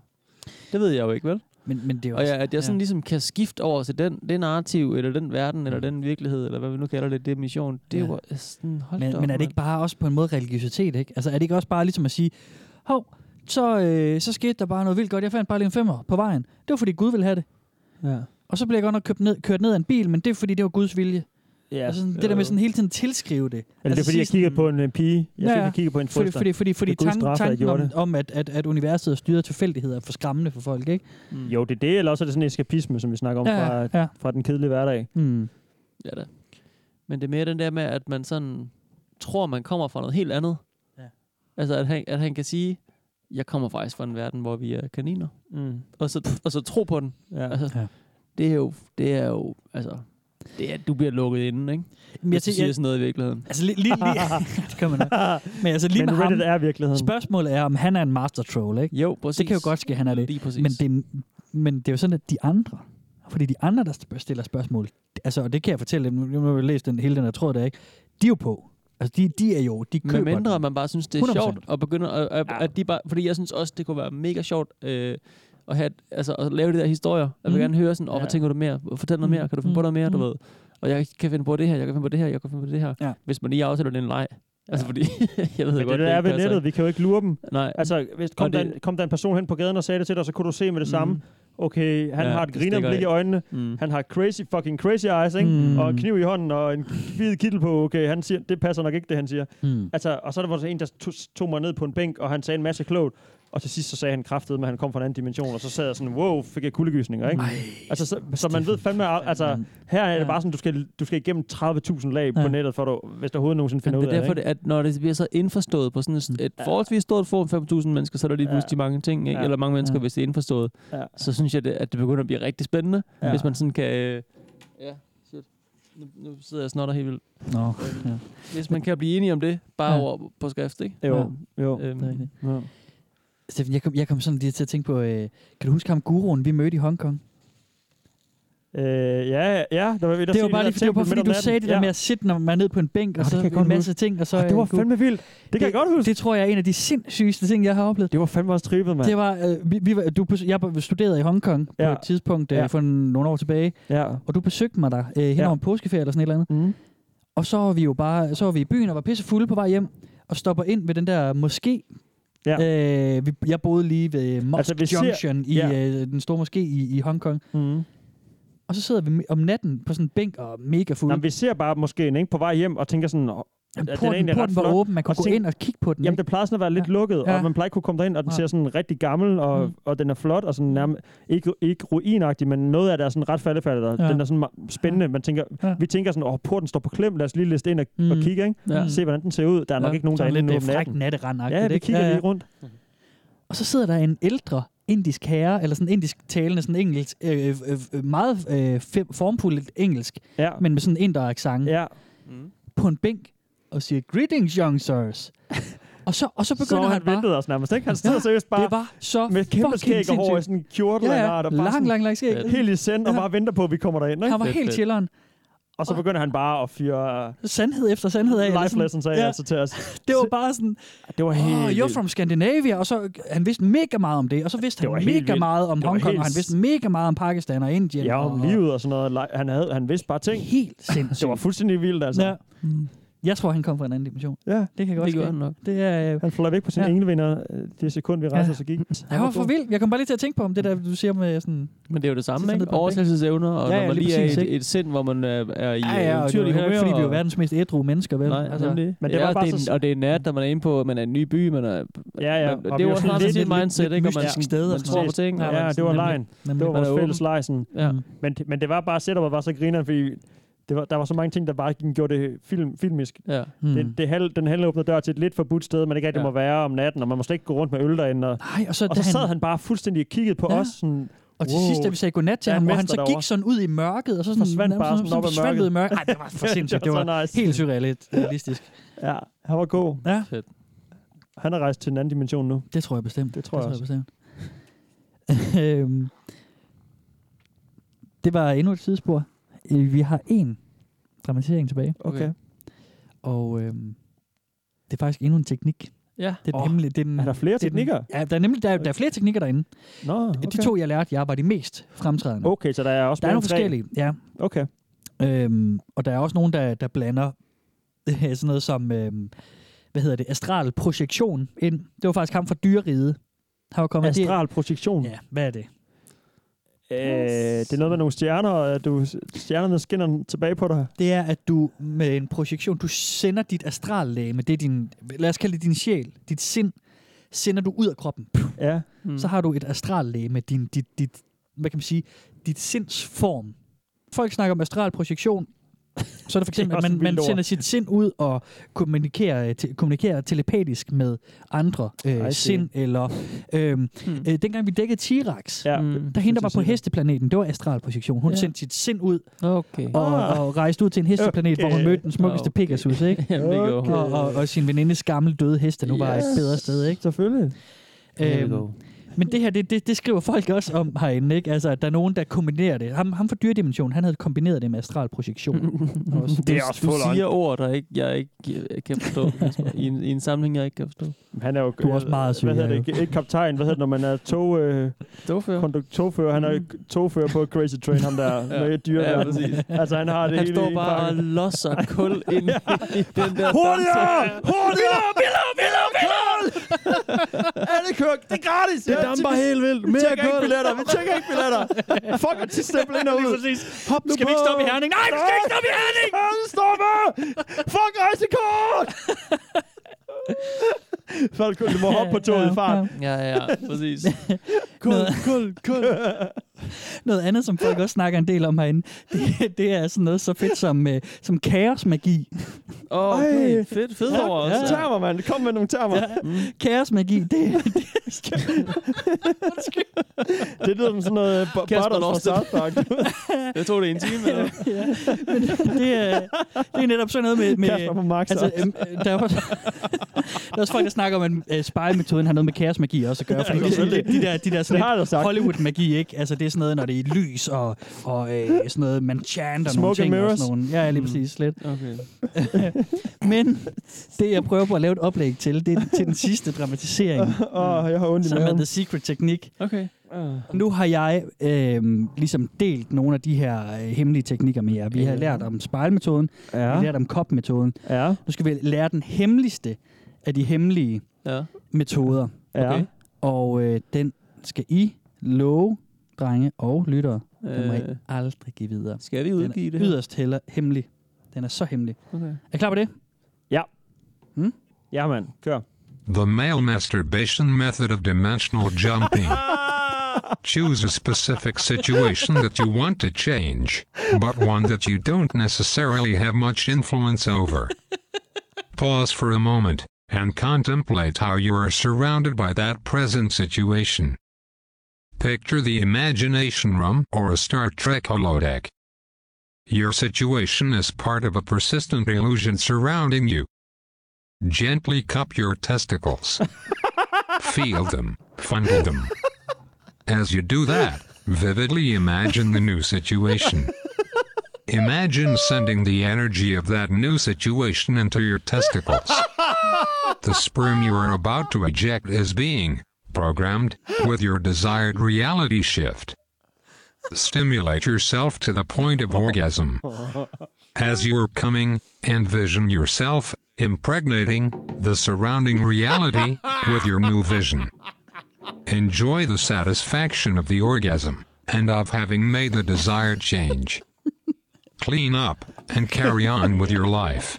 Speaker 5: det ved jeg jo ikke, vel?
Speaker 3: Men, men det er jo
Speaker 5: Og
Speaker 3: også-
Speaker 5: ja, at jeg sådan
Speaker 3: ja.
Speaker 5: ligesom kan skifte over til den, det narrativ, eller den verden, eller den virkelighed, eller hvad vi nu kalder det, det er mission. Det er
Speaker 3: Mm. Ja.
Speaker 5: jo altså sådan, hold
Speaker 3: Men,
Speaker 5: da
Speaker 3: men
Speaker 5: op,
Speaker 3: er det ikke bare også på en måde religiøsitet, ikke? Altså er det ikke også bare ligesom at sige, hov, så, øh, så skete der bare noget vildt godt, jeg fandt bare lige en femmer på vejen. Det var fordi Gud ville have det.
Speaker 5: Ja.
Speaker 3: Og så blev jeg godt nok købt ned, kørt ned af en bil, men det er fordi, det var Guds vilje.
Speaker 4: Ja.
Speaker 3: Altså sådan, det der med sådan hele tiden tilskrive det.
Speaker 4: Eller det er,
Speaker 3: altså,
Speaker 4: fordi jeg
Speaker 3: sige
Speaker 4: kiggede på en, en pige. Jeg
Speaker 3: Ja,
Speaker 4: synes,
Speaker 3: ja.
Speaker 4: jeg kiggede på en
Speaker 3: fordi,
Speaker 4: fryster.
Speaker 3: fordi, fordi, fordi
Speaker 4: Det er Guds
Speaker 3: tanken,
Speaker 4: straf, at jeg
Speaker 3: tanken
Speaker 4: gjorde
Speaker 3: om,
Speaker 4: det.
Speaker 3: om at, at, at universet er styret af tilfældigheder er for skræmmende for folk, ikke?
Speaker 4: Jo, det er det, eller også er det sådan en eskapisme, som vi snakker om
Speaker 3: Ja,
Speaker 4: ja, fra,
Speaker 3: ja.
Speaker 4: ja. fra den kedelige hverdag.
Speaker 3: Mm.
Speaker 5: Ja da. Men det er mere den der med, at man sådan tror, man kommer fra noget helt andet.
Speaker 3: Ja.
Speaker 5: Altså, at han, at han kan sige, jeg kommer faktisk fra en verden, hvor vi er kaniner.
Speaker 4: Mm.
Speaker 5: Og, så, og så tro på den.
Speaker 4: Ja.
Speaker 5: Altså,
Speaker 3: ja.
Speaker 5: Det er jo, det er jo, altså, det er, at du bliver lukket inden, ikke?
Speaker 3: Men
Speaker 5: Hvis
Speaker 3: jeg
Speaker 5: du
Speaker 3: tænker-
Speaker 5: siger sådan noget i virkeligheden.
Speaker 3: Altså lige, lige, lige det kan man nok.
Speaker 4: Ah.
Speaker 3: Men altså lige
Speaker 5: Men
Speaker 3: med
Speaker 5: Reddit
Speaker 3: ham,
Speaker 5: er virkeligheden.
Speaker 3: Spørgsmålet er, om han er en master troll, ikke?
Speaker 5: Jo, præcis.
Speaker 3: Det kan jo godt ske, han er det.
Speaker 5: Lige præcis.
Speaker 3: Men det, er- men det er jo sådan, at de andre, fordi de andre, der sp- stiller spørgsmål, altså, og det kan jeg fortælle, nu nu har jeg læst den, hele den her tråd der, ikke? De er jo på. Altså, de, de er jo, de køber
Speaker 5: Men mindre
Speaker 3: den.
Speaker 5: man bare synes, det er
Speaker 3: 100%.
Speaker 5: sjovt at begynde at, at, ja. at de bare, fordi jeg synes også, det kunne være mega sjovt øh, at, have, altså, at lave de der historier. Jeg vil
Speaker 3: Mhm.
Speaker 5: mm. gerne høre sådan, oh, hvad
Speaker 3: Ja.
Speaker 5: tænker du mere? Fortæl noget
Speaker 3: Mm,
Speaker 5: mere, kan du finde på
Speaker 3: mm,
Speaker 5: noget mere, du
Speaker 3: mm.
Speaker 5: ved? Og jeg kan finde på det her, jeg kan finde på det her, jeg kan finde på det her.
Speaker 3: Ja.
Speaker 5: Hvis man lige aftaler den leg. Altså fordi, jeg ved
Speaker 4: Men
Speaker 5: godt,
Speaker 4: det, der er ved
Speaker 5: passer
Speaker 4: nettet,
Speaker 5: ikke.
Speaker 4: vi kan jo ikke lure dem.
Speaker 5: Nej.
Speaker 4: Altså, hvis kom,
Speaker 5: Og
Speaker 4: det... der
Speaker 5: det-
Speaker 4: en, kom der en person hen på gaden og sagde det til dig, så kunne du se med det samme.
Speaker 5: Mm.
Speaker 4: Okay, han
Speaker 5: Ja,
Speaker 4: ja, har et
Speaker 5: det
Speaker 4: griner
Speaker 5: stikker
Speaker 4: blik i
Speaker 5: af.
Speaker 4: øjnene.
Speaker 5: Mm.
Speaker 4: Han har crazy fucking crazy eyes, ikke?
Speaker 5: Mm.
Speaker 4: Mm. Og kniv i hånden og en hvid kittel på. Okay, han
Speaker 5: Mhm.
Speaker 4: siger, det passer nok ikke, det han siger.
Speaker 3: Mm.
Speaker 4: Altså, og så er der var så en, der tog, tog mig ned på en bænk, og han sagde en masse klogt. Og til sidst så sagde han kraftede med, at han kom fra en anden dimension, og så sad jeg sådan, wow, fik jeg kuldegysninger, ikke?
Speaker 3: Ej,
Speaker 4: altså, så, så, man ved fandme, altså, her er det bare sådan, du skal, du skal igennem 30.000 lag på
Speaker 5: Ja.
Speaker 4: nettet, for du, hvis der overhovedet nogensinde finder
Speaker 5: Men
Speaker 4: ud
Speaker 5: det
Speaker 4: af
Speaker 5: er
Speaker 4: det,
Speaker 5: derfor,
Speaker 4: ikke? Mm.
Speaker 5: det, at når det bliver så indforstået på sådan et, et
Speaker 4: Ja.
Speaker 5: forholdsvis stort forum, 5.000 mennesker, så er der lige
Speaker 4: Ja.
Speaker 5: pludselig mange ting, ikke?
Speaker 4: Ja.
Speaker 5: eller mange mennesker,
Speaker 4: Ja.
Speaker 5: hvis det er indforstået,
Speaker 4: Ja.
Speaker 5: så synes jeg, det, at det begynder at blive rigtig spændende,
Speaker 4: Ja.
Speaker 5: hvis man sådan kan... Øh, ja, shit. Nu, nu sidder jeg og snotter helt vildt.
Speaker 3: Nå,
Speaker 5: ja. Hvis man kan blive enige om det, bare
Speaker 3: Ja.
Speaker 5: ja. over på skrift, ikke?
Speaker 3: Jo,
Speaker 4: jo.
Speaker 5: Øhm,
Speaker 3: det er rigtigt.
Speaker 4: Ja.
Speaker 3: Steffen, jeg kom, jeg kom sådan lige til at tænke på, øh, kan du huske ham guruen, vi mødte i Hongkong?
Speaker 4: Øh, ja, ja, ja, der var vi der
Speaker 3: det var
Speaker 4: set
Speaker 3: bare
Speaker 4: der
Speaker 3: lige, det var bare
Speaker 4: tempel midt
Speaker 3: fordi,
Speaker 4: om
Speaker 3: du
Speaker 4: natten.
Speaker 3: sagde det der
Speaker 4: Ja.
Speaker 3: med at sidde, når man er nede på en bænk, og
Speaker 4: Nå,
Speaker 3: så
Speaker 4: det kan jeg
Speaker 3: en
Speaker 4: godt
Speaker 3: masse
Speaker 4: huske.
Speaker 3: ting. Og så,
Speaker 4: Åh, det
Speaker 3: øh,
Speaker 4: var
Speaker 3: gu-
Speaker 4: fandme vildt. Det kan jeg godt huske.
Speaker 3: Det tror jeg er en af de sindssygeste ting, jeg har oplevet.
Speaker 4: Det var fandme også trippet, mand.
Speaker 3: Det var, øh, vi, vi var, du, bes- jeg studerede i Hongkong ja. på et tidspunkt øh,
Speaker 4: Ja.
Speaker 3: ja. for nogle år tilbage,
Speaker 4: ja.
Speaker 3: og du besøgte mig der øh, hen over en påskeferie eller sådan et eller
Speaker 4: andet. Mm.
Speaker 3: Og så var vi jo bare, så var vi i byen og var pissefulde på vej hjem, og stopper ind ved den der moské, Ja. Øh, vi, jeg boede lige ved Mosque
Speaker 4: Altså,
Speaker 3: altså,
Speaker 4: vi ser-
Speaker 3: Junction i
Speaker 4: Ja.
Speaker 3: øh, den store moské i, i Hongkong.
Speaker 4: Mm.
Speaker 3: Og så sidder vi mi- om natten på sådan en bænk og er mega fuld.
Speaker 4: Nå, men vi ser bare måske en, ikke, på vej hjem og tænker sådan... Oh,
Speaker 3: porten- porten var åben, man kunne gå ind og kigge på den,
Speaker 4: Jamen,
Speaker 3: ikke?
Speaker 4: det plejer sådan at være lidt lukket, og
Speaker 3: Ja.
Speaker 4: man plejer ikke kunne komme derind, og den
Speaker 3: Nej.
Speaker 4: ser sådan rigtig gammel, og, mm. og den er flot, og sådan nærmest, ikke, ikke ruinagtig, men noget af det er sådan ret faldefærdigt, og ja.
Speaker 3: Ja.
Speaker 4: den er sådan ma- spændende. Man tænker, ja. Vi tænker sådan, åh, oh, porten står på klem, lad os lige liste ind og, mm. og
Speaker 3: Mm.
Speaker 4: kigge, ikke? Ja.
Speaker 3: Ja.
Speaker 4: Se, hvordan den ser ud. Der er ja. nok ikke nogen, der er
Speaker 3: Sådan
Speaker 4: inde nu
Speaker 3: lidt
Speaker 4: om
Speaker 3: øh, fræk
Speaker 4: natten.
Speaker 3: natterand
Speaker 4: Ja, vi kigger lige rundt.
Speaker 3: Mhm. Og så sidder der en ældre indisk herre, eller sådan indisk talende, sådan engelsk, øh, øh, øh, meget øh, fe- formfuldt engelsk,
Speaker 4: ja.
Speaker 3: men med sådan en indre accent,
Speaker 4: ja.
Speaker 3: på en bænk og siger, greetings young sirs. og, så, og så begynder
Speaker 4: så han,
Speaker 3: han bare...
Speaker 4: ventede os nærmest, ikke? Han stod
Speaker 3: Ja,
Speaker 4: seriøst bare
Speaker 3: det var så
Speaker 4: med kæmpe
Speaker 3: fucking
Speaker 4: skæg og hår i sådan en
Speaker 3: sindssygt.
Speaker 4: kjortel
Speaker 3: Ja, ja.
Speaker 4: af en art, og bare
Speaker 3: Lang,
Speaker 4: sådan
Speaker 3: lang, lang skæg.
Speaker 4: Helt i send, og bare venter på, at vi kommer derind. Ikke?
Speaker 3: Han var Fedt, helt fedt. chilleren.
Speaker 4: Og så begynder han bare at fyre øh,
Speaker 3: Sandhed efter sandhed af. eller
Speaker 4: life
Speaker 3: sådan-
Speaker 4: lessons af,
Speaker 3: Ja.
Speaker 4: altså til os.
Speaker 3: Det var bare sådan,
Speaker 4: det var helt
Speaker 3: oh, you're
Speaker 4: vildt.
Speaker 3: from Scandinavia, og så han vidste mega meget om det, og så vidste
Speaker 4: Det var
Speaker 3: han
Speaker 4: helt
Speaker 3: mega
Speaker 4: vildt.
Speaker 3: meget om
Speaker 4: Det var
Speaker 3: Hongkong,
Speaker 4: helt
Speaker 3: og han vidste mega meget om Pakistan og Indien.
Speaker 4: Ja, om
Speaker 3: og,
Speaker 4: livet og sådan noget. Le- Han, havde, han vidste bare ting.
Speaker 3: Helt sindssygt.
Speaker 4: det var fuldstændig vildt, altså.
Speaker 3: Ja. Mm. Jeg tror, han kom fra en anden dimension.
Speaker 4: Ja,
Speaker 3: det kan godt ske. Det er, øh,
Speaker 4: han fløj væk på sine ja.
Speaker 3: ja.
Speaker 4: englevinder øh, det sekund, vi rejser,
Speaker 3: Ja.
Speaker 4: så gik.
Speaker 3: Han var for vild. Jeg kom bare lige til at tænke på om det der, du siger med sådan...
Speaker 5: Men det er jo det
Speaker 3: Sådan
Speaker 5: samme,
Speaker 3: lidt
Speaker 5: ikke?
Speaker 3: på en bænk.
Speaker 5: Overtagelsesevner, og
Speaker 3: Ja,
Speaker 5: ja,
Speaker 3: ja,
Speaker 5: når man
Speaker 3: lige
Speaker 5: lige er i
Speaker 3: præcis,
Speaker 5: et,
Speaker 3: ikke?
Speaker 5: et sind, hvor man er, er i øh,
Speaker 3: Ja, ja, og det er jo
Speaker 5: eventyrlig
Speaker 3: heller
Speaker 5: humør.
Speaker 3: ikke, fordi vi er jo
Speaker 5: og-
Speaker 3: verdens mest ædru mennesker, vel?
Speaker 5: Nej, altså, jamen det. Men det ja,
Speaker 4: var
Speaker 5: var
Speaker 4: bare
Speaker 5: bare det er,
Speaker 4: så-
Speaker 5: en- og det er nat, når man er inde på, man er i en ny by, man er...
Speaker 4: Ja,
Speaker 5: Man,
Speaker 4: ja. og
Speaker 5: det
Speaker 4: vi
Speaker 5: er jo
Speaker 4: var
Speaker 5: også
Speaker 4: sådan
Speaker 5: meget sådan
Speaker 4: lidt-
Speaker 5: sit
Speaker 4: lidt-
Speaker 5: mindset,
Speaker 4: lidt
Speaker 5: ikke? Og man,
Speaker 4: mystisk
Speaker 5: sådan,
Speaker 4: sted og
Speaker 5: man
Speaker 4: sådan
Speaker 5: tror på
Speaker 4: lidt.
Speaker 5: ting. og
Speaker 4: Ja,
Speaker 5: man
Speaker 4: det var
Speaker 5: sådan-
Speaker 4: lejen.
Speaker 5: man-
Speaker 4: Det var
Speaker 5: man
Speaker 4: vores
Speaker 5: er
Speaker 4: fælles
Speaker 5: åben.
Speaker 4: leg. Sådan.
Speaker 5: Ja.
Speaker 4: Men, det- men det var bare, setupet var så grineren, fordi det var, der var så mange ting, der bare gik- gjorde det film, filmisk.
Speaker 5: Ja.
Speaker 3: Mm.
Speaker 4: Det, det halv, den halvåbne dør til et lidt forbudt sted, man ikke rigtig ja. må være om natten, og man må slet ikke gå rundt med øl derinde. Og,
Speaker 3: Nej, og så,
Speaker 4: og
Speaker 3: da
Speaker 4: så sad han,
Speaker 3: han-
Speaker 4: bare fuldstændig og kiggede på ja.
Speaker 3: Ja.
Speaker 4: os. Sådan,
Speaker 3: Og til sidst, da vi sagde godnat til
Speaker 4: der er
Speaker 3: ham,
Speaker 4: en
Speaker 3: hvor han
Speaker 4: mester
Speaker 3: så
Speaker 4: derovre.
Speaker 3: gik sådan ud i mørket, og så sådan,
Speaker 4: Forsvandt bare sådan op ad
Speaker 3: forsvandt ud i
Speaker 4: mørket.
Speaker 3: mørket. Nej, det var for
Speaker 4: Det
Speaker 3: sindssygt.
Speaker 4: var
Speaker 3: Det
Speaker 4: så
Speaker 3: var
Speaker 4: nice.
Speaker 3: helt surrealistisk.
Speaker 4: Ja, han var god.
Speaker 3: Ja.
Speaker 4: Han er rejst til en anden dimension nu.
Speaker 3: Det tror jeg bestemt.
Speaker 4: Det tror jeg,
Speaker 3: Det
Speaker 4: også.
Speaker 3: tror jeg bestemt. Øhm, det var endnu et sidespor. Øh, Vi har en dramatisering tilbage.
Speaker 4: Okay.
Speaker 3: Og øhm, det er faktisk endnu en teknik.
Speaker 5: Ja.
Speaker 3: Det er, den
Speaker 4: Åh,
Speaker 3: hemmelige- det er, den,
Speaker 4: er der flere
Speaker 3: det den-
Speaker 4: teknikker?
Speaker 3: Ja, der er, nemlig, der, er, der er flere teknikker derinde.
Speaker 4: Nå, okay.
Speaker 3: De to, jeg lærte, jeg var de mest fremtrædende.
Speaker 4: Okay, så der er også
Speaker 3: der er
Speaker 4: mere
Speaker 3: nogle
Speaker 4: end tre.
Speaker 3: forskellige, ja.
Speaker 4: Okay.
Speaker 3: Øhm, og der er også nogen, der, der blander sådan noget som, øhm, hvad hedder det, astral projektion ind. Det var faktisk ham fra dyreriget. Han var kommet
Speaker 4: Astral projektion?
Speaker 3: Ja, hvad er det?
Speaker 4: Øh, det er noget med nogle stjerner, og at du, stjernerne skinner tilbage på dig.
Speaker 3: Det er, at du med en projektion, du sender dit astrallæme, det er din, lad os kalde det din sjæl, dit sind, sender du ud af kroppen. Puh.
Speaker 4: Ja.
Speaker 3: Mm. Så har du et astrallæme, din, dit, dit, hvad kan man sige, dit sindsform. Folk snakker om astral projektion, så er det for
Speaker 4: Det er
Speaker 3: eksempel, at
Speaker 4: også et
Speaker 3: man, man
Speaker 4: vildt ord.
Speaker 3: sender sit sind ud og kommunikerer, øh, te, kommunikerer telepatisk med andre
Speaker 4: I
Speaker 3: øh,
Speaker 4: see.
Speaker 3: sind. Eller, øh, øh, dengang vi dækkede T-Rex,
Speaker 4: ja.
Speaker 3: der hende, der var på hesteplaneten, det var astral projektion.
Speaker 5: Mm,
Speaker 3: Hun
Speaker 5: Ja.
Speaker 3: ja. sendte sit sind ud
Speaker 5: Okay.
Speaker 3: og, og rejste ud til en hesteplanet, okay. hvor hun mødte den smukkeste
Speaker 5: Okay.
Speaker 3: okay. Pegasus, ikke?
Speaker 5: Jamen, det gjorde hun.
Speaker 3: Og, og, og sin venindes gamle døde hest, der nu var et
Speaker 5: Yes.
Speaker 3: bedre sted, ikke?
Speaker 4: Selvfølgelig.
Speaker 5: Here we go.
Speaker 3: Øhm, men det her, det, det, det skriver folk også om herinde, ikke? Altså, at der er nogen, der kombinerer det. Ham, ham fra dyredimension, han havde kombineret det med astral projektion. også.
Speaker 5: Du- Du siger ord, der ikke, jeg ikke gi- kan forstå, Kasper, i en, i en samling, jeg ikke kan forstå.
Speaker 4: Han er jo...
Speaker 3: Du er også meget
Speaker 4: Hvad
Speaker 3: sød,
Speaker 4: hedder det?
Speaker 3: ja,
Speaker 4: Ikke- Ikke kaptajn. Hvad hedder det, når man er tog... Øh,
Speaker 5: togfører.
Speaker 4: Konduk- togfører. Han er jo
Speaker 14: Mhm.
Speaker 4: togfører på Crazy Train, ham der ja. med dyr.
Speaker 5: Ja, præcis.
Speaker 4: Altså, han har det
Speaker 5: han
Speaker 4: hele
Speaker 5: står
Speaker 4: i
Speaker 5: bare og
Speaker 4: pakken.
Speaker 5: losser kul ind i den der
Speaker 4: Hurtigere!
Speaker 5: dampsæk.
Speaker 4: Hurtigere!
Speaker 14: Vildere, vildere, vildere!
Speaker 4: Er det køk? Det er gratis!
Speaker 14: Det damper helt vildt.
Speaker 4: Vi
Speaker 14: Mere
Speaker 4: tjekker ikke
Speaker 14: kul.
Speaker 4: billetter. Vi tjekker ikke billetter. Fuck, at stempel ind og
Speaker 14: Lige
Speaker 4: ud.
Speaker 14: præcis.
Speaker 4: Hop nu
Speaker 14: Skal vi ikke
Speaker 4: på.
Speaker 14: stoppe i Herning? Nej, vi skal ikke stoppe i Herning!
Speaker 4: Herning stopper! Fuck rejsekort! Folk kunne- du må hoppe på toget i fart.
Speaker 5: Ja, ja, ja, præcis.
Speaker 3: Kul, kul, kul. noget andet, som folk også snakker en del om herinde, det, det er sådan noget så fedt som, øh, som kaosmagi.
Speaker 5: Åh, oh, okay. fedt, fedt
Speaker 3: Ja,
Speaker 5: over
Speaker 3: ja.
Speaker 5: også.
Speaker 3: Termer,
Speaker 4: mand. Kom med nogle termer.
Speaker 3: Ja. Kaosmagi, det, det,
Speaker 4: Det lyder som sådan noget uh,
Speaker 5: Kasper
Speaker 4: Butters fra
Speaker 5: Lost
Speaker 4: South Park.
Speaker 5: Jeg tog det en time. Eller?
Speaker 3: det, er, det er netop sådan noget med... med
Speaker 4: Kasper på Max
Speaker 3: altså,
Speaker 4: også.
Speaker 3: øhm, øh, der, er også, der er også folk, der snakker om, at øh, spy-metoden har noget med kaosmagi også at gøre. Fordi
Speaker 4: Ja,
Speaker 3: det, er
Speaker 4: selvfølgelig.
Speaker 3: de, de der, de der
Speaker 4: Det
Speaker 3: sådan
Speaker 4: har jeg da
Speaker 3: lidt
Speaker 4: sagt.
Speaker 3: Hollywood-magi, ikke? Altså, det er sådan noget, når det er lys og, og øh, sådan noget, man chanter
Speaker 4: Smoke
Speaker 3: nogle
Speaker 4: and
Speaker 3: ting. Og
Speaker 4: mirrors.
Speaker 3: sådan nogle. Ja, lige
Speaker 4: Mm.
Speaker 3: præcis. Lidt.
Speaker 5: Okay.
Speaker 3: Men det, jeg prøver på at lave et oplæg til, det er til den sidste dramatisering.
Speaker 4: Åh, jeg har ondt i
Speaker 3: Som er
Speaker 4: maven.
Speaker 3: The Secret Teknik.
Speaker 5: Okay.
Speaker 3: Nu har jeg øh, ligesom delt nogle af de her øh, hemmelige teknikker med jer. Vi har
Speaker 4: Ja.
Speaker 3: lært om spejlmetoden, ja. vi har lært om kopmetoden.
Speaker 4: Ja.
Speaker 3: Nu skal vi lære den hemmeligste af de hemmelige
Speaker 5: ja.
Speaker 3: metoder.
Speaker 4: Ja. Okay.
Speaker 3: Og øh, den skal I love, drenge og lyttere. Den må I
Speaker 5: Øh.
Speaker 3: aldrig give videre.
Speaker 5: Skal vi udgive
Speaker 3: den
Speaker 5: det
Speaker 3: er
Speaker 5: her?
Speaker 3: yderst heller, hemmelig. Den er så hemmelig.
Speaker 5: Okay.
Speaker 3: Er I klar på det?
Speaker 4: Ja. Ja, mand. Kør.
Speaker 13: The male masturbation method of dimensional jumping. Choose a specific situation that you want to change, but one that you don't necessarily have much influence over. Pause for a moment and contemplate how you are surrounded by that present situation. Picture the imagination room or a Star Trek holodeck. Your situation is part of a persistent illusion surrounding you. Gently cup your testicles. Feel them, fondle them. As you do that, vividly imagine the new situation. Imagine sending the energy of that new situation into your testicles. The sperm you are about to eject is being programmed with your desired reality shift. Stimulate yourself to the point of orgasm. As you are coming, envision yourself impregnating the surrounding reality with your new vision. Enjoy the satisfaction of the orgasm and of having made the desired change. Clean up and carry on with your life.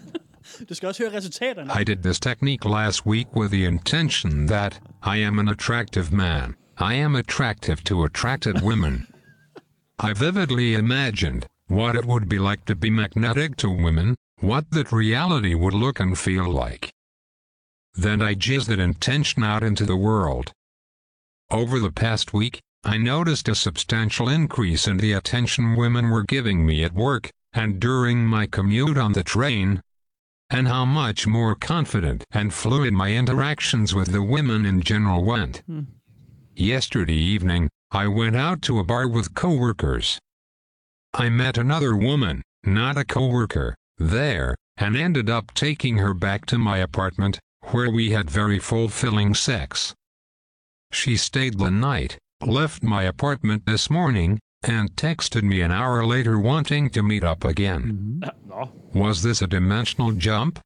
Speaker 3: Du skal også høre resultaterne.
Speaker 13: I did this technique last week with the intention that I am an attractive man. I am attractive to attracted women. I vividly imagined what it would be like to be magnetic to women, what that reality would look and feel like. Then I jizzed that intention out into the world. Over the past week, I noticed a substantial increase in the attention women were giving me at work and during my commute on the train, and how much more confident and fluid my interactions with the women in general went.
Speaker 5: Hmm.
Speaker 13: Yesterday evening, I went out to a bar with coworkers. I met another woman, not a coworker, there, and ended up taking her back to my apartment, where we had very fulfilling sex. She stayed the night, left my apartment this morning, and texted me an hour later wanting to meet up
Speaker 5: Mm-hmm.
Speaker 13: again. Was this a dimensional jump?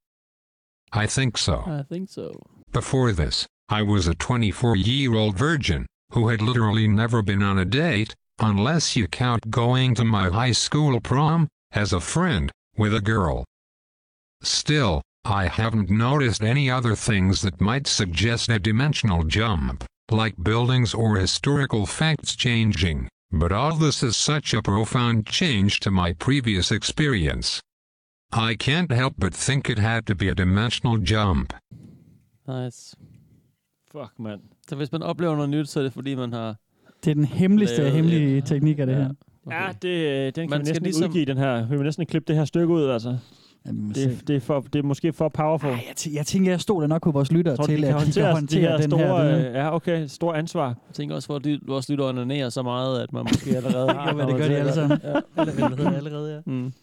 Speaker 13: I think so.
Speaker 5: I think so.
Speaker 13: Before this, I was a 24 year old virgin who had literally never been on a date, unless you count going to my high school prom as a friend with a girl. Still, I haven't noticed any other things that might suggest a dimensional jump, like buildings or historical facts changing, but all this is such a profound change to my previous experience. I can't help but think it had to be a dimensional jump.
Speaker 5: Nice.
Speaker 4: Fuck, mand.
Speaker 5: Så hvis man oplever noget nyt, så er det fordi, man har...
Speaker 3: Det er den hemmeligste af
Speaker 5: Lavet
Speaker 3: hemmelige teknikker, det
Speaker 5: Ja.
Speaker 3: her.
Speaker 4: Okay. Ja, det, øh, den
Speaker 5: Man
Speaker 4: kan man vi
Speaker 5: skal
Speaker 4: næsten ligesom...
Speaker 5: ligesom-
Speaker 4: udgive, den her. Vi må næsten klippe det her stykke ud, altså. Det, det, er for, det er måske for powerful. Ej,
Speaker 3: Jeg, t- jeg tænker, jeg stoler nok på vores lyttere
Speaker 4: tror,
Speaker 3: til,
Speaker 4: de kan
Speaker 3: at de kan
Speaker 4: håndtere,
Speaker 3: håndtere
Speaker 4: de her
Speaker 3: den
Speaker 4: store,
Speaker 3: her.
Speaker 4: øh, ja, okay, store ansvar.
Speaker 5: Jeg tænker også, hvor dy- vores lytter onanerer så meget, at man måske allerede har...
Speaker 3: Det kan være, det
Speaker 5: noget
Speaker 3: gør de
Speaker 5: til
Speaker 3: alle
Speaker 5: at-
Speaker 3: sammen.
Speaker 5: Ja.
Speaker 3: Eller hvad det hedder allerede, ja.
Speaker 5: Mm.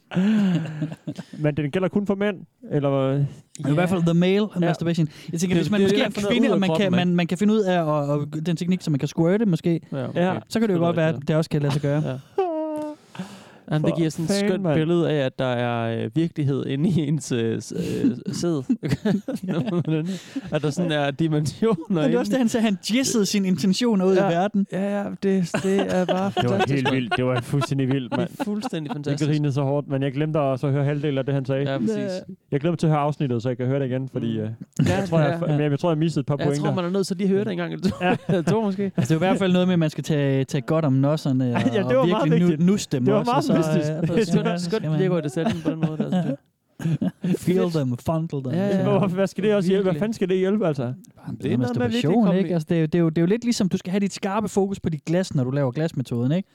Speaker 4: Men den gælder kun for mænd, eller hvad?
Speaker 3: Ja. I hvert fald the male ja. masturbation. Jeg tænker,
Speaker 4: Det-
Speaker 3: hvis man
Speaker 4: det er
Speaker 3: måske
Speaker 4: det,
Speaker 3: er
Speaker 4: man finder ud
Speaker 3: kvinde,
Speaker 4: af
Speaker 3: og man kan,
Speaker 4: kroppen,
Speaker 3: man, man kan finde ud af og, og den teknik, som man kan squirte måske,
Speaker 5: Ja,
Speaker 4: okay.
Speaker 3: så kan det jo
Speaker 4: Det er
Speaker 3: godt være, at
Speaker 4: rigtigt,
Speaker 3: det også kan lade sig gøre.
Speaker 5: Ja. Jamen, det
Speaker 4: For
Speaker 5: giver sådan et
Speaker 4: fanden,
Speaker 5: skønt
Speaker 4: mand.
Speaker 5: billede af, at der er øh, virkelighed inde i ens øh, s- øh, sæd. at der sådan er dimensioner
Speaker 3: Men det er også det, han sagde, han jizzede sine intentioner ud
Speaker 5: Ja.
Speaker 3: i verden.
Speaker 5: Ja, ja, det, det er bare
Speaker 4: Det var helt vildt. Det var fuldstændig vildt, mand.
Speaker 5: fuldstændig
Speaker 4: Jeg
Speaker 5: fantastisk.
Speaker 4: grinede så hårdt, men jeg glemte også at høre halvdelen af det, han sagde.
Speaker 5: Ja, præcis.
Speaker 4: Jeg glemte til at høre afsnittet, så jeg kan høre det igen,
Speaker 3: Mm.
Speaker 4: fordi øh, jeg, tror, jeg,
Speaker 5: ja, ja.
Speaker 4: jeg, jeg tror, jeg missede et par
Speaker 5: Ja, jeg
Speaker 4: pointer.
Speaker 5: tror, man er nødt til lige at høre det en gang. Eller to. to måske.
Speaker 3: Altså, det er i hvert fald noget med, at man skal tage, tage godt om nosserne og,
Speaker 5: Ja, det var
Speaker 3: og
Speaker 5: meget
Speaker 3: virkelig nu,
Speaker 5: vigtigt.
Speaker 3: nu stemme
Speaker 5: Det var
Speaker 3: også,
Speaker 5: meget
Speaker 3: og så, øh,
Speaker 5: mystisk.
Speaker 3: ja, præcis.
Speaker 5: Det er skønt-
Speaker 3: Ja,
Speaker 5: skønt,
Speaker 3: ja,
Speaker 5: at det går i detaljen på den måde. Der. synes jeg.
Speaker 3: Feel them, fondle them.
Speaker 5: Ja, ja.
Speaker 4: Hvorfor- Hvad skal det også hjælpe? Hvad
Speaker 5: Virkelig.
Speaker 4: fanden skal det hjælpe, altså?
Speaker 3: Det er masturbation, ikke? Altså, det, er jo, det, er jo, det er jo lidt ligesom, du skal have dit skarpe fokus på dit glas, når du laver glasmetoden, ikke?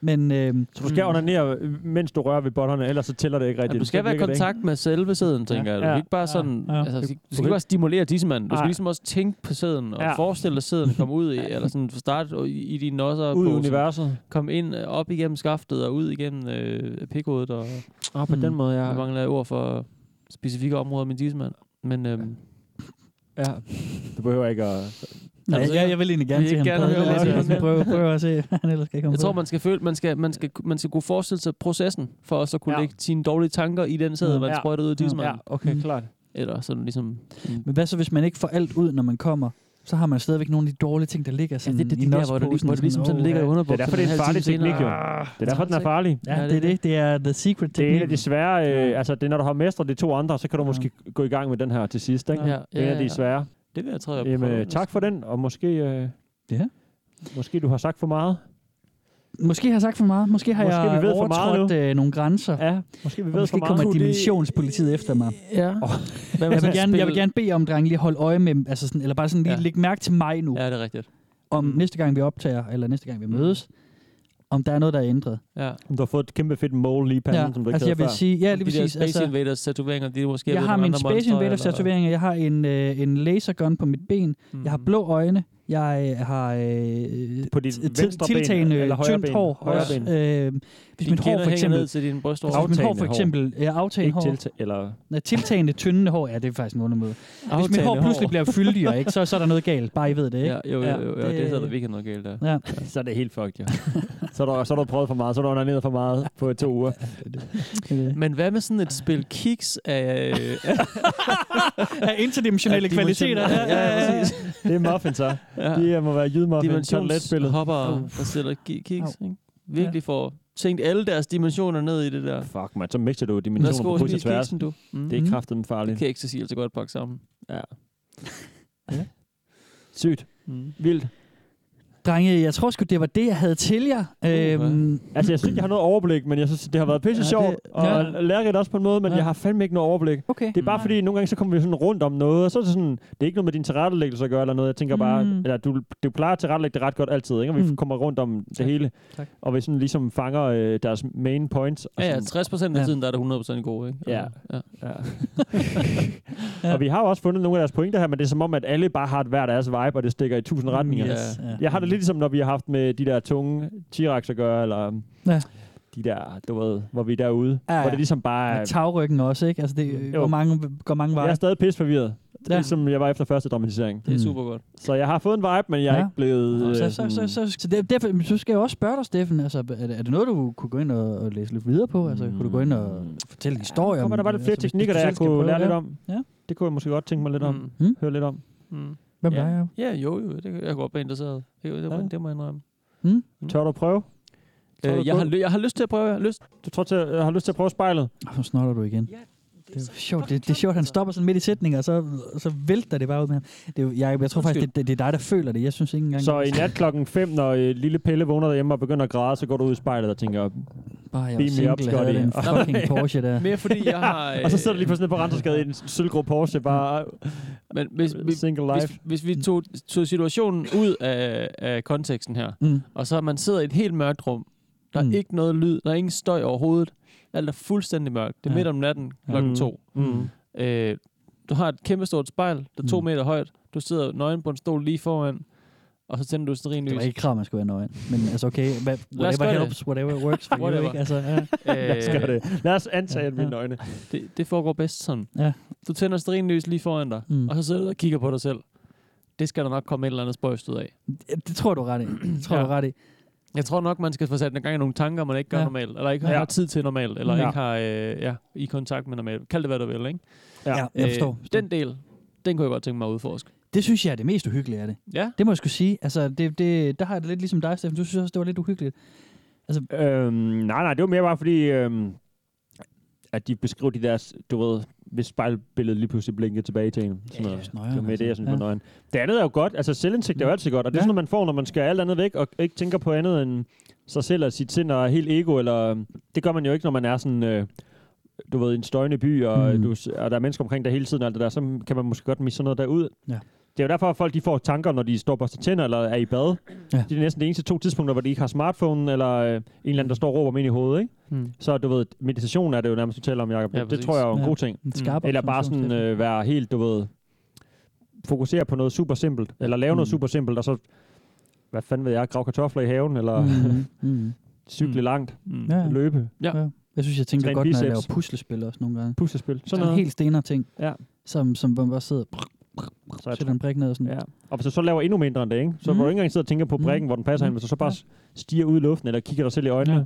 Speaker 3: Men, øhm,
Speaker 4: så du skal onanere, mens du rører ved botterne, ellers så tæller det ikke rigtigt.
Speaker 5: Ja, du skal være i kontakt med selve sæden, tænker jeg. Du kan ikke bare sådan...
Speaker 4: ja.
Speaker 5: Altså, du
Speaker 4: Du
Speaker 5: skal
Speaker 4: kan-
Speaker 5: ikke bare stimulere tissemanden. Du
Speaker 4: Nej.
Speaker 5: skal ligesom også tænke på sæden, og
Speaker 4: Ja.
Speaker 5: forestille dig sæden komme ud i, eller sådan starte i i dine nosser.
Speaker 4: Ud i
Speaker 5: posen.
Speaker 4: universet.
Speaker 5: Kom ind, øh, op igennem skaftet, og ud igennem øh, pikhovedet, og... Hmm.
Speaker 4: Ah, på den måde, ja.
Speaker 5: Jeg mangler ord for specifikke områder med tissemand. Men øhm, ja,
Speaker 4: Du behøver ikke at...
Speaker 3: Nej, jeg, jeg vil egentlig gerne
Speaker 5: Vi
Speaker 3: se
Speaker 5: vil
Speaker 3: ham.
Speaker 5: gerne høre
Speaker 3: prøve,
Speaker 5: om det.
Speaker 3: prøve, prøve, prøve at se, hvad han ellers kan komme
Speaker 5: Jeg tror,
Speaker 3: på.
Speaker 5: man skal føle, man skal, man skal, man skal kunne forestille sig processen, for også at kunne ja. lægge sine dårlige tanker i den sæde, man
Speaker 3: Ja.
Speaker 5: ja. sprøjter ud i tissemanden.
Speaker 3: Ja, okay, Mm.
Speaker 4: klart.
Speaker 5: Eller sådan ligesom...
Speaker 3: Men hvad så, hvis man ikke får alt ud, når man kommer? Så har man stadigvæk nogle af de dårlige ting, der ligger sådan
Speaker 5: det er de
Speaker 3: i
Speaker 5: der, hvor det-
Speaker 3: nosposen,
Speaker 5: hvor det ligesom sådan
Speaker 3: åh,
Speaker 5: ligger i
Speaker 3: ja.
Speaker 5: underbukserne Det er derfor, det er en en halv farlig time teknik, senere. Ah, jo.
Speaker 4: Det er derfor, den er farlig.
Speaker 3: Ja, det er det. Det er the secret
Speaker 4: Det er en
Speaker 3: teknik.
Speaker 4: af de svære, øh, altså det er, når du har mestret de to andre, så kan du måske gå i gang med den her til sidst, ikke?
Speaker 5: Ja, ja,
Speaker 4: det er en af
Speaker 5: ja, ja.
Speaker 4: de svære.
Speaker 5: Det vil jeg tro, jeg
Speaker 4: Jamen,
Speaker 5: prøver
Speaker 4: øh, tak for den, og måske, øh,
Speaker 3: ja.
Speaker 4: måske du har sagt for meget.
Speaker 3: Måske har jeg sagt for meget. Måske har
Speaker 4: Måske
Speaker 3: jeg
Speaker 4: vi ved for meget
Speaker 3: overtrådt øh, nogle grænser.
Speaker 4: Ja, måske vi
Speaker 3: Og
Speaker 4: ved
Speaker 3: måske
Speaker 4: for meget.
Speaker 3: kommer
Speaker 4: Kunne det-
Speaker 3: dimensionspolitiet efter mig.
Speaker 5: Ja.
Speaker 3: Jeg vil, gerne, jeg vil gerne bede om, drenge, lige holde øje med, altså sådan, eller bare sådan lige ja. lægge mærke til mig nu.
Speaker 5: Ja, det er rigtigt. Mm.
Speaker 3: Om mm. næste gang vi optager, eller næste gang vi mødes, om der er noget, der er ændret.
Speaker 5: Ja.
Speaker 4: Du har fået et kæmpe fedt mål lige i panden,
Speaker 3: Ja,
Speaker 4: som du ikke
Speaker 3: altså,
Speaker 4: havde
Speaker 3: jeg vil
Speaker 4: før.
Speaker 3: sige- ja, lige
Speaker 5: de der
Speaker 3: præcis,
Speaker 5: Space
Speaker 3: altså-
Speaker 5: Invaders tatoveringer, de er måske
Speaker 3: Jeg
Speaker 5: ved
Speaker 3: har
Speaker 5: nogle
Speaker 3: min
Speaker 5: andre
Speaker 3: Space
Speaker 5: monstre,
Speaker 3: Invaders
Speaker 5: eller-
Speaker 3: tatoveringer, jeg har en, øh, en lasergun på mit ben, mm.
Speaker 5: Mhm.
Speaker 3: jeg har blå øjne, jeg øh, har øh,
Speaker 4: på dit
Speaker 3: t-
Speaker 4: venstre ben,
Speaker 3: tiltagende
Speaker 4: eller højre
Speaker 3: tyndt
Speaker 4: ben?
Speaker 3: hår.
Speaker 4: Højre
Speaker 3: Også,
Speaker 4: ben.
Speaker 3: øh, hvis
Speaker 4: Dine
Speaker 3: mit hår
Speaker 4: kinder
Speaker 3: for
Speaker 4: hænger
Speaker 3: eksempel...
Speaker 4: ned til dine brystvorter.
Speaker 3: Hvis mit hår for
Speaker 4: Aftagende hår.
Speaker 3: eksempel... Ja, aftagende
Speaker 4: Ikke
Speaker 3: hår.
Speaker 4: tilta- eller-
Speaker 3: Nej, tiltagende, tyndende hår. Ja, det er faktisk en undermåde. Hvis mit
Speaker 5: Aftagende
Speaker 3: hår pludselig
Speaker 5: hår.
Speaker 3: bliver fyldigere, ikke, så, så er der noget galt. Bare I ved det, ikke?
Speaker 5: Ja, jo, jo, jo, jo, det er så der virkelig noget galt der.
Speaker 3: Ja.
Speaker 4: Så er det helt fucked, jo. så, er du, så er du prøvet for meget, så er du onaneret for meget på to uger.
Speaker 5: Men hvad med sådan et spil kicks af...
Speaker 3: af interdimensionelle kvaliteter.
Speaker 5: Ja, ja, ja, præcis.
Speaker 4: det er muffins, så.
Speaker 5: Ja.
Speaker 4: De øh, må være jydmuffins.
Speaker 5: dimensionsspillet. Hopper og
Speaker 4: Uh.
Speaker 5: uh. sætter gi- kicks,
Speaker 4: Au.
Speaker 5: ikke? Virkelig får tænkt alle deres dimensioner ned i det der.
Speaker 4: Fuck, man. Så mixer du dimensioner
Speaker 5: Værsgo,
Speaker 4: på kryds
Speaker 5: smid
Speaker 4: og tværs.
Speaker 5: kiksen, du. Mm.
Speaker 4: Det er kraftedeme farligt.
Speaker 5: Det kan ecstasy altså godt pakke sammen. Ja.
Speaker 4: Sygt.
Speaker 5: Mm.
Speaker 4: Vildt.
Speaker 3: Drenge, jeg tror sgu, det var det, jeg havde til jer. Øhm,
Speaker 4: altså, jeg synes ikke, jeg har noget overblik, men jeg synes, det har været pisse
Speaker 3: Ja,
Speaker 4: sjovt,
Speaker 3: det-
Speaker 4: og
Speaker 3: ja.
Speaker 4: ja. lærerigt også på en måde, men
Speaker 3: Ja.
Speaker 4: ja. jeg har fandme ikke noget overblik.
Speaker 3: Okay.
Speaker 4: Det er bare fordi, nogle gange så kommer vi sådan rundt om noget, og så er det sådan, det er ikke noget med din tilrettelæggelse at gøre eller noget. Jeg tænker bare,
Speaker 3: Mm.
Speaker 4: eller du, du plejer at tilrettelægge det ret godt altid, ikke? Og vi
Speaker 5: Mm.
Speaker 4: kommer rundt om det hele,
Speaker 5: Tak.
Speaker 4: og vi sådan ligesom fanger øh, deres main points. Og
Speaker 5: Ja, ja,
Speaker 4: sådan,
Speaker 5: 60 procent af tiden, der er det 100% gode, ikke?
Speaker 4: Ja.
Speaker 5: ja.
Speaker 4: Ja. Og vi har jo også fundet nogle af deres pointer her, men det er som om, at alle bare har et hver deres vibe, og det stikker i tusind retninger.
Speaker 5: yes, ja.
Speaker 4: Jeg har det lidt ligesom, når vi har haft med de der tunge T-Rex at gøre, eller
Speaker 3: Ja.
Speaker 4: ja. de der, du ved, hvor vi er derude. Ja,
Speaker 3: Ja, ja.
Speaker 4: ja. Hvor det ligesom bare...
Speaker 3: Med tagryggen også, ikke? Altså, det,
Speaker 4: Mm. Jo.
Speaker 3: går, mange, går mange
Speaker 4: Jeg
Speaker 3: veje.
Speaker 4: er stadig pisse forvirret.
Speaker 3: Ja. Mm.
Speaker 4: Ja. Ligesom jeg var efter første dramatisering.
Speaker 5: Det er super godt.
Speaker 4: Så jeg har fået en vibe, men jeg er
Speaker 3: Ja.
Speaker 4: ikke blevet...
Speaker 3: Så,
Speaker 4: øh,
Speaker 3: så, så,
Speaker 4: sådan-
Speaker 3: så, så, det- derfor, men så skal jeg også spørge dig, Steffen. Altså, er, det, er det noget, du kunne gå ind og, og læse lidt videre på? Altså, kunne du gå ind og fortælle historier?
Speaker 4: Kommer Mm.
Speaker 3: om-
Speaker 4: der bare lidt flere
Speaker 3: altså, hvis du
Speaker 4: teknikker, der
Speaker 3: selv
Speaker 4: jeg
Speaker 3: skal
Speaker 4: kunne
Speaker 3: prøve
Speaker 4: lære
Speaker 3: det?
Speaker 4: lidt om?
Speaker 3: Ja.
Speaker 4: Det kunne jeg måske godt tænke mig lidt om.
Speaker 3: Mm.
Speaker 4: Høre lidt om.
Speaker 5: Mm.
Speaker 3: Hvem
Speaker 5: ja.
Speaker 3: er jeg?
Speaker 5: Ja, jo, jo, det kan jeg kunne godt være interesseret. Det, det, det, må, det må jeg indrømme.
Speaker 3: Mm.
Speaker 4: Tør du prøve? Tør du
Speaker 5: Øh, jeg, har,
Speaker 4: prøve?
Speaker 5: ly- jeg har lyst til at prøve. Jeg har lyst.
Speaker 4: Du tror til, at, jeg har lyst til at prøve spejlet?
Speaker 3: Nu snotter du igen. Det er, sjovt, det, det er sjovt, han
Speaker 5: altså.
Speaker 3: stopper sådan midt i sætningen, og så, så vælter det bare ud med ham. Det er, jo- Jacob, jeg tror faktisk, det, det, det er dig, der føler det. Jeg synes ikke engang...
Speaker 4: Så i nat klokken 5, når øh, lille Pelle vågner derhjemme og begynder at græde, så går du ud i spejlet og tænker,
Speaker 3: Bare jeg var
Speaker 4: beam me up,
Speaker 3: single, havde
Speaker 4: Scotty.
Speaker 3: den fucking Porsche der.
Speaker 5: Mere fordi jeg har... øh,
Speaker 4: og så sidder du lige på sådan et på Randersgade i en sølvgrå Porsche, bare
Speaker 5: Men hvis, vi,
Speaker 4: single life.
Speaker 5: Hvis, hvis vi tog, tog situationen ud af, af konteksten her,
Speaker 3: Mm.
Speaker 5: og så man sidder i et helt mørkt rum, der er
Speaker 4: Mm.
Speaker 5: mm. ikke noget lyd, der er ingen støj overhovedet, alt er fuldstændig mørkt, det er ja.
Speaker 4: Ja.
Speaker 5: midt om natten klokken
Speaker 4: Mm.
Speaker 5: mm. to.
Speaker 4: Mm.
Speaker 5: Øh, du har et kæmpestort spejl, der er to
Speaker 3: Mm.
Speaker 5: meter højt, du sidder nøgen på en stol lige foran, og så tænder du stearinlys.
Speaker 3: Det var ikke krav, man skulle være nøgen. Men altså okay, hvad,
Speaker 5: Lad os
Speaker 3: whatever
Speaker 5: gøre det.
Speaker 3: helps, whatever works for you,
Speaker 5: Whatever. Øh,
Speaker 3: ikke? Altså, ja.
Speaker 4: Lad os gøre det. Lad os antage, at vi er
Speaker 5: Ja.
Speaker 4: nøgne.
Speaker 5: Det, det foregår bedst sådan.
Speaker 3: Ja.
Speaker 5: Du tænder stearinlys lige foran dig,
Speaker 3: Mm.
Speaker 5: mm. og så sidder du og kigger på dig selv. Det skal der nok komme et eller andet spøjst ud af.
Speaker 3: Det tror jeg, du er ret i. Det tror ja. du er ret i.
Speaker 5: Jeg tror nok, man skal få sat en gang i nogle tanker, man ikke gør
Speaker 4: Ja.
Speaker 5: ja. normalt, eller ikke
Speaker 4: Ja.
Speaker 5: har tid til normalt, eller
Speaker 4: Ja.
Speaker 5: ja. ikke har øh, ja, i kontakt med normalt. Kald det, hvad du vil, ikke? Øh,
Speaker 3: Ja, jeg forstår,
Speaker 5: Den del, den kunne jeg godt tænke mig at udforske.
Speaker 3: Det synes jeg er det mest uhyggelige af det.
Speaker 5: Ja.
Speaker 3: Det må jeg skulle sige. Altså, det, det, der har jeg det lidt ligesom dig, Steffen. Du synes også, det var lidt uhyggeligt. Altså,
Speaker 4: øhm, nej, nej, det var mere bare fordi, øhm, at de beskriver de deres, du ved, hvis spejlbilledet lige pludselig blinker tilbage til en. Sådan noget.
Speaker 3: nøjeren,
Speaker 4: det var mere det, jeg
Speaker 3: altså.
Speaker 4: synes var
Speaker 3: Ja. Mm.
Speaker 4: nøjeren. Det andet er jo godt, altså selvindsigt er jo altid godt, og det er sådan noget, man får, når man skal alt andet væk, og ikke tænker på andet end sig selv og sit sind og helt ego, eller øhm, det gør man jo ikke, når man er sådan, øh, du ved, i en støjende by, og,
Speaker 3: Mm.
Speaker 4: mm. du, og der er mennesker omkring dig hele tiden og alt det der, så kan man måske godt misse sådan noget derud.
Speaker 3: Ja.
Speaker 4: Det er jo derfor, at folk de får tanker, når de står og børster tænder eller er i bad.
Speaker 3: Ja.
Speaker 4: Det er næsten de eneste to tidspunkter, hvor de ikke har smartphone eller øh, en eller anden, der står og råber dem ind i hovedet. Ikke?
Speaker 5: Mm.
Speaker 4: Så du ved, meditation er det jo nærmest, du taler om, Jacob.
Speaker 5: Ja,
Speaker 4: Ja, det
Speaker 5: præcis.
Speaker 4: tror jeg er en
Speaker 5: Ja,
Speaker 4: god ting.
Speaker 5: en skarpere
Speaker 4: Eller bare sådan
Speaker 5: observation,
Speaker 4: øh, være helt, du ved, fokusere på noget super simpelt, eller lave mm.
Speaker 5: Hmm.
Speaker 4: noget super simpelt, og så, hvad fanden ved jeg, grave kartofler i haven, eller
Speaker 5: Hmm.
Speaker 3: Mhm. Mhm.
Speaker 4: cykle langt, mm.
Speaker 3: Ja, ja.
Speaker 4: løbe.
Speaker 5: Ja.
Speaker 3: Jeg synes, jeg tænker
Speaker 4: Træn
Speaker 3: godt, biceps. når jeg
Speaker 4: biceps.
Speaker 3: laver puslespil også nogle gange.
Speaker 4: Puslespil. Sådan
Speaker 3: Sådan
Speaker 4: noget.
Speaker 3: en helt stener ting,
Speaker 4: ja.
Speaker 3: som, som man bare sidder brr, brr, brr,
Speaker 4: Så jeg
Speaker 3: sætter en brik ned og sådan.
Speaker 4: Ja. Og hvis du så laver endnu mindre end det, ikke?
Speaker 3: Mhm.
Speaker 4: så mm. må du ikke engang sidde og tænke på brækken, mm. hvor den passer mm. hen, men så, så bare stiger ud i luften, eller kigger dig selv i øjnene. Ja.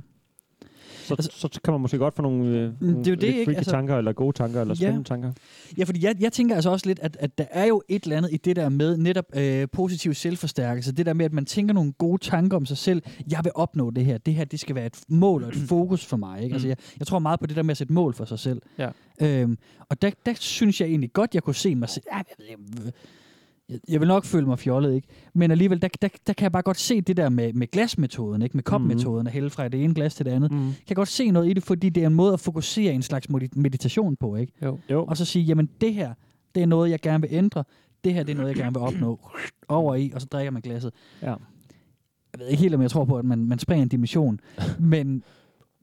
Speaker 4: Så, altså, så kan man måske godt få nogle, øh,
Speaker 3: det er jo
Speaker 4: nogle
Speaker 3: det,
Speaker 4: lidt
Speaker 3: ikke?
Speaker 4: freaky
Speaker 3: Altså-
Speaker 4: tanker, eller gode tanker, eller
Speaker 3: Ja.
Speaker 4: spændende tanker.
Speaker 3: Ja, fordi jeg, jeg tænker altså også lidt, at, at der er jo et eller andet i det der med netop øh, positiv selvforstærkelse. Det der med, at man tænker nogle gode tanker om sig selv. Jeg vil opnå det her. Det her, det skal være et mål og
Speaker 4: Mm.
Speaker 3: et fokus for mig. Ikke? Altså, jeg, jeg tror meget på det der med at sætte mål for sig selv.
Speaker 5: Ja.
Speaker 3: Øhm, og der, der synes jeg egentlig godt, jeg kunne se mig selv. Jeg, jeg, jeg, jeg vil nok føle mig fjollet, ikke? Men alligevel, der, der, der kan jeg bare godt se det der med, med glasmetoden,
Speaker 4: Mhm.
Speaker 3: ikke? Med kopmetoden og hælde fra det ene glas til det andet.
Speaker 4: Mm.
Speaker 3: Kan jeg godt se noget i det, fordi det er en måde at fokusere en slags modi- meditation på, ikke?
Speaker 5: Jo.
Speaker 4: jo.
Speaker 3: Og så sige, jamen det her, det er noget, jeg gerne vil ændre. Det her, det er noget, jeg gerne vil opnå. Over i, og så drikker man glasset.
Speaker 4: Ja.
Speaker 3: Jeg ved ikke helt, om jeg tror på, at man, man springer en dimension, men,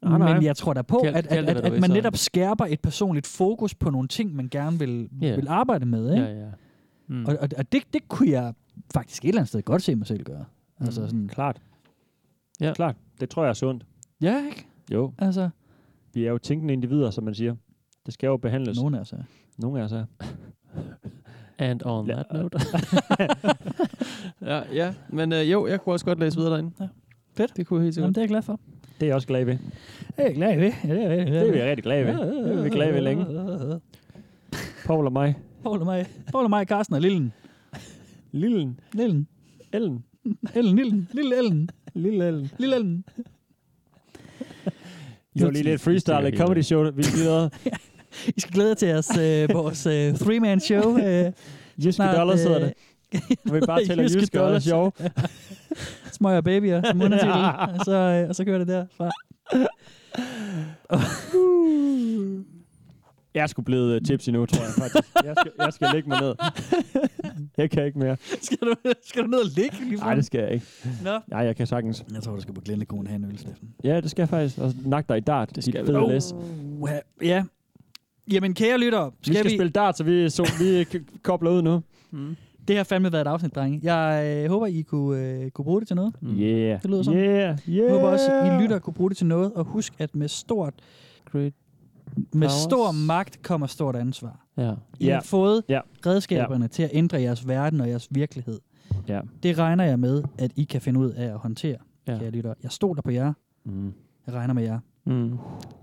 Speaker 4: Nej, nej.
Speaker 3: men jeg tror da på,
Speaker 4: Kald- kald
Speaker 3: at, at,
Speaker 4: det,
Speaker 3: at,
Speaker 4: hvad du
Speaker 3: at
Speaker 4: vil,
Speaker 3: man
Speaker 4: så.
Speaker 3: netop skærper et personligt fokus på nogle ting, man gerne vil,
Speaker 5: Ja.
Speaker 3: vil arbejde med. Ikke?
Speaker 5: Ja, ja. Mm.
Speaker 3: Og, og, og det, det kunne jeg faktisk et eller andet sted godt se mig selv gøre. Altså
Speaker 4: Mm.
Speaker 3: sådan,
Speaker 4: Klart.
Speaker 5: Ja.
Speaker 4: Klart. Det tror jeg er sundt.
Speaker 3: Ja, ikke?
Speaker 4: Jo.
Speaker 3: Altså.
Speaker 4: Vi er jo tænkende individer, som man siger. Det skal jo behandles.
Speaker 3: Nogle af os er.
Speaker 4: Nogle af os er.
Speaker 5: And on that note. ja, ja, men øh, jo, jeg kunne også godt læse videre derinde.
Speaker 3: Ja. Fedt.
Speaker 5: Det kunne jeg helt sikkert.
Speaker 3: Jamen, det er jeg glad for.
Speaker 4: Det er jeg også glad ved.
Speaker 3: Det er jeg glad ved. Ja, det er,
Speaker 4: Det er vi rigtig glade ved. Det er vi glade ved længe. Paul og mig.
Speaker 3: Paul og mig. Paul og mig, Carsten og Lillen.
Speaker 4: Lillen?
Speaker 3: Lillen.
Speaker 4: Ellen.
Speaker 3: Ellen, Lillen. Lille Ellen.
Speaker 4: Lille Ellen.
Speaker 3: Lille Ellen.
Speaker 4: Det var lige lidt freestyle, et comedy show, vi lige lavede.
Speaker 3: I skal glæde jer til jeres, øh, vores øh, three-man-show. Øh,
Speaker 4: Jyske Dollars hedder det. Hvor vi bare tæller jyske dollars, jo.
Speaker 3: Smøger og babyer som undertitel, og, så, øh, og så kører det derfra.
Speaker 4: Jeg er sgu blevet øh, tipsy nu, tror jeg faktisk. Jeg skal, jeg skal lægge mig ned. Jeg kan ikke mere.
Speaker 3: skal, du, skal du ned og ligge? lige
Speaker 4: Nej, det skal jeg ikke.
Speaker 3: Nå.
Speaker 4: Nej, jeg kan sagtens.
Speaker 3: Jeg tror, du skal på Glendekron have en øl, Steffen.
Speaker 4: Ja, det skal jeg faktisk. Og nak dig i dart, det skal dit fede læs.
Speaker 3: Uh, ja. Jamen, kære lyttere,
Speaker 4: Vi skal spille dart, så vi, så vi k- kobler ud nu.
Speaker 5: Mm.
Speaker 3: Det har fandme været et afsnit, drenge. Jeg øh, håber, I kunne, øh, kunne bruge det til noget.
Speaker 4: Yeah.
Speaker 3: Det lyder sådan.
Speaker 4: Yeah, yeah.
Speaker 3: Jeg håber også, I lytter kunne bruge det til noget. Og husk, at med stort
Speaker 5: Great.
Speaker 3: med
Speaker 5: powers.
Speaker 3: stor magt kommer stort ansvar.
Speaker 5: Ja.
Speaker 3: I
Speaker 5: Ja.
Speaker 3: har fået
Speaker 4: ja.
Speaker 3: redskaberne ja. til at ændre jeres verden og jeres virkelighed.
Speaker 4: Ja.
Speaker 3: Det regner jeg med, at I kan finde ud af at håndtere,
Speaker 4: Ja.
Speaker 3: ja. kære lytter. Jeg stoler på jer.
Speaker 4: Mm.
Speaker 3: Jeg regner med jer.
Speaker 5: Mm.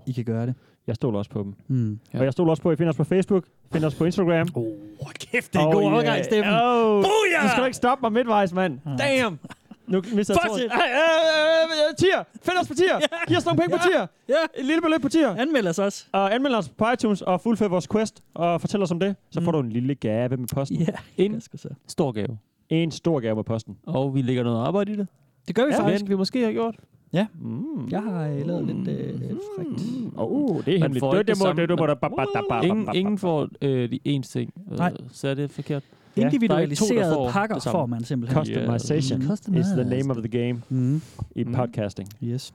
Speaker 3: I kan gøre det.
Speaker 4: Jeg stoler også på dem.
Speaker 3: Mm.
Speaker 4: Ja. Og jeg stoler også på, at I finder os på Facebook, finder os på Instagram. Åh, oh,
Speaker 3: kæft, det er en god overgang, Steffen.
Speaker 4: Oh,
Speaker 3: Booyah!
Speaker 4: Du skal da ikke stoppe mig midtvejs, mand.
Speaker 3: Mm.
Speaker 4: Damn! Nu mister jeg
Speaker 14: Fuck
Speaker 4: tråden.
Speaker 14: it!
Speaker 4: Ej, øh, øh, øh, Tier! Find os på tier! Giv os nogle penge på tier!
Speaker 3: Ja.
Speaker 4: Et lille beløb på tier!
Speaker 3: Anmeld os også.
Speaker 4: Og anmeld os på iTunes og fuldfør vores quest og fortæl os om det. Så får du en lille gave med posten.
Speaker 3: Mm. Ja,
Speaker 4: en
Speaker 5: stor gave.
Speaker 4: En stor gave med posten.
Speaker 5: Og vi lægger noget arbejde i det.
Speaker 3: Det gør vi
Speaker 5: ja,
Speaker 3: faktisk.
Speaker 5: Men vi måske har gjort. Mm.
Speaker 3: Ja.
Speaker 4: Mm.
Speaker 3: Jeg har øh, lavet lidt øh, frækt.
Speaker 4: Åh, Uh, det er hemmeligt.
Speaker 5: får
Speaker 4: Det-
Speaker 5: ikke
Speaker 4: det må-
Speaker 5: samme-
Speaker 4: det- det må
Speaker 5: man-
Speaker 4: da- ba- ba- da- ba- ba-
Speaker 5: Ingen,
Speaker 4: ba-
Speaker 5: ingen får øh, de ens ting, øh,
Speaker 3: Nej.
Speaker 5: så er det forkert.
Speaker 3: Ja.
Speaker 5: Der er ikke to, der
Speaker 3: Individualiserede
Speaker 5: får det
Speaker 3: pakker
Speaker 5: samme.
Speaker 3: får man simpelthen.
Speaker 4: Customization
Speaker 3: Mm.
Speaker 4: is the name of the game
Speaker 3: mm.
Speaker 4: i podcasting.
Speaker 3: Yes.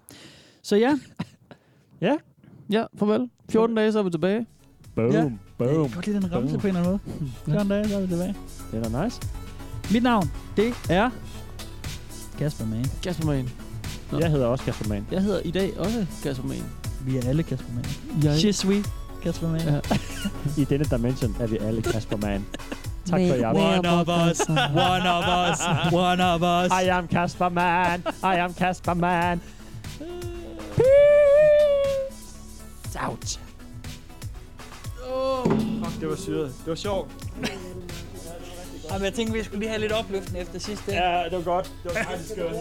Speaker 3: Så ja.
Speaker 4: ja.
Speaker 5: Ja, farvel. 14 dage, så er vi tilbage.
Speaker 4: Boom,
Speaker 3: Ja.
Speaker 4: ja. boom.
Speaker 3: Jeg kan godt lide den ramse
Speaker 4: boom.
Speaker 3: på en eller anden måde. Sådan der, så er vi tilbage.
Speaker 4: Det er da nice.
Speaker 3: Mit navn, det er Kasper Mann.
Speaker 5: Kasper Mann. Nå.
Speaker 4: Jeg hedder også Kasper Mann.
Speaker 5: Jeg hedder i dag også Kasper Mann.
Speaker 3: Vi er alle Kasper Mann.
Speaker 5: Jeg-
Speaker 3: Je suis Kasper Mann.
Speaker 5: Ja.
Speaker 4: I denne dimension er vi alle Kasper Mann. Tak for i aften.
Speaker 3: One of us, one of us, one of us.
Speaker 4: I am Kasper Man. I am Kasper Man.
Speaker 3: It's out.
Speaker 5: Oh,
Speaker 4: fuck, det var syret. Det var sjovt.
Speaker 15: Jamen, jeg tænkte, vi skulle lige have lidt opløftende efter sidste.
Speaker 4: Ja, det var godt. Det var
Speaker 15: faktisk godt.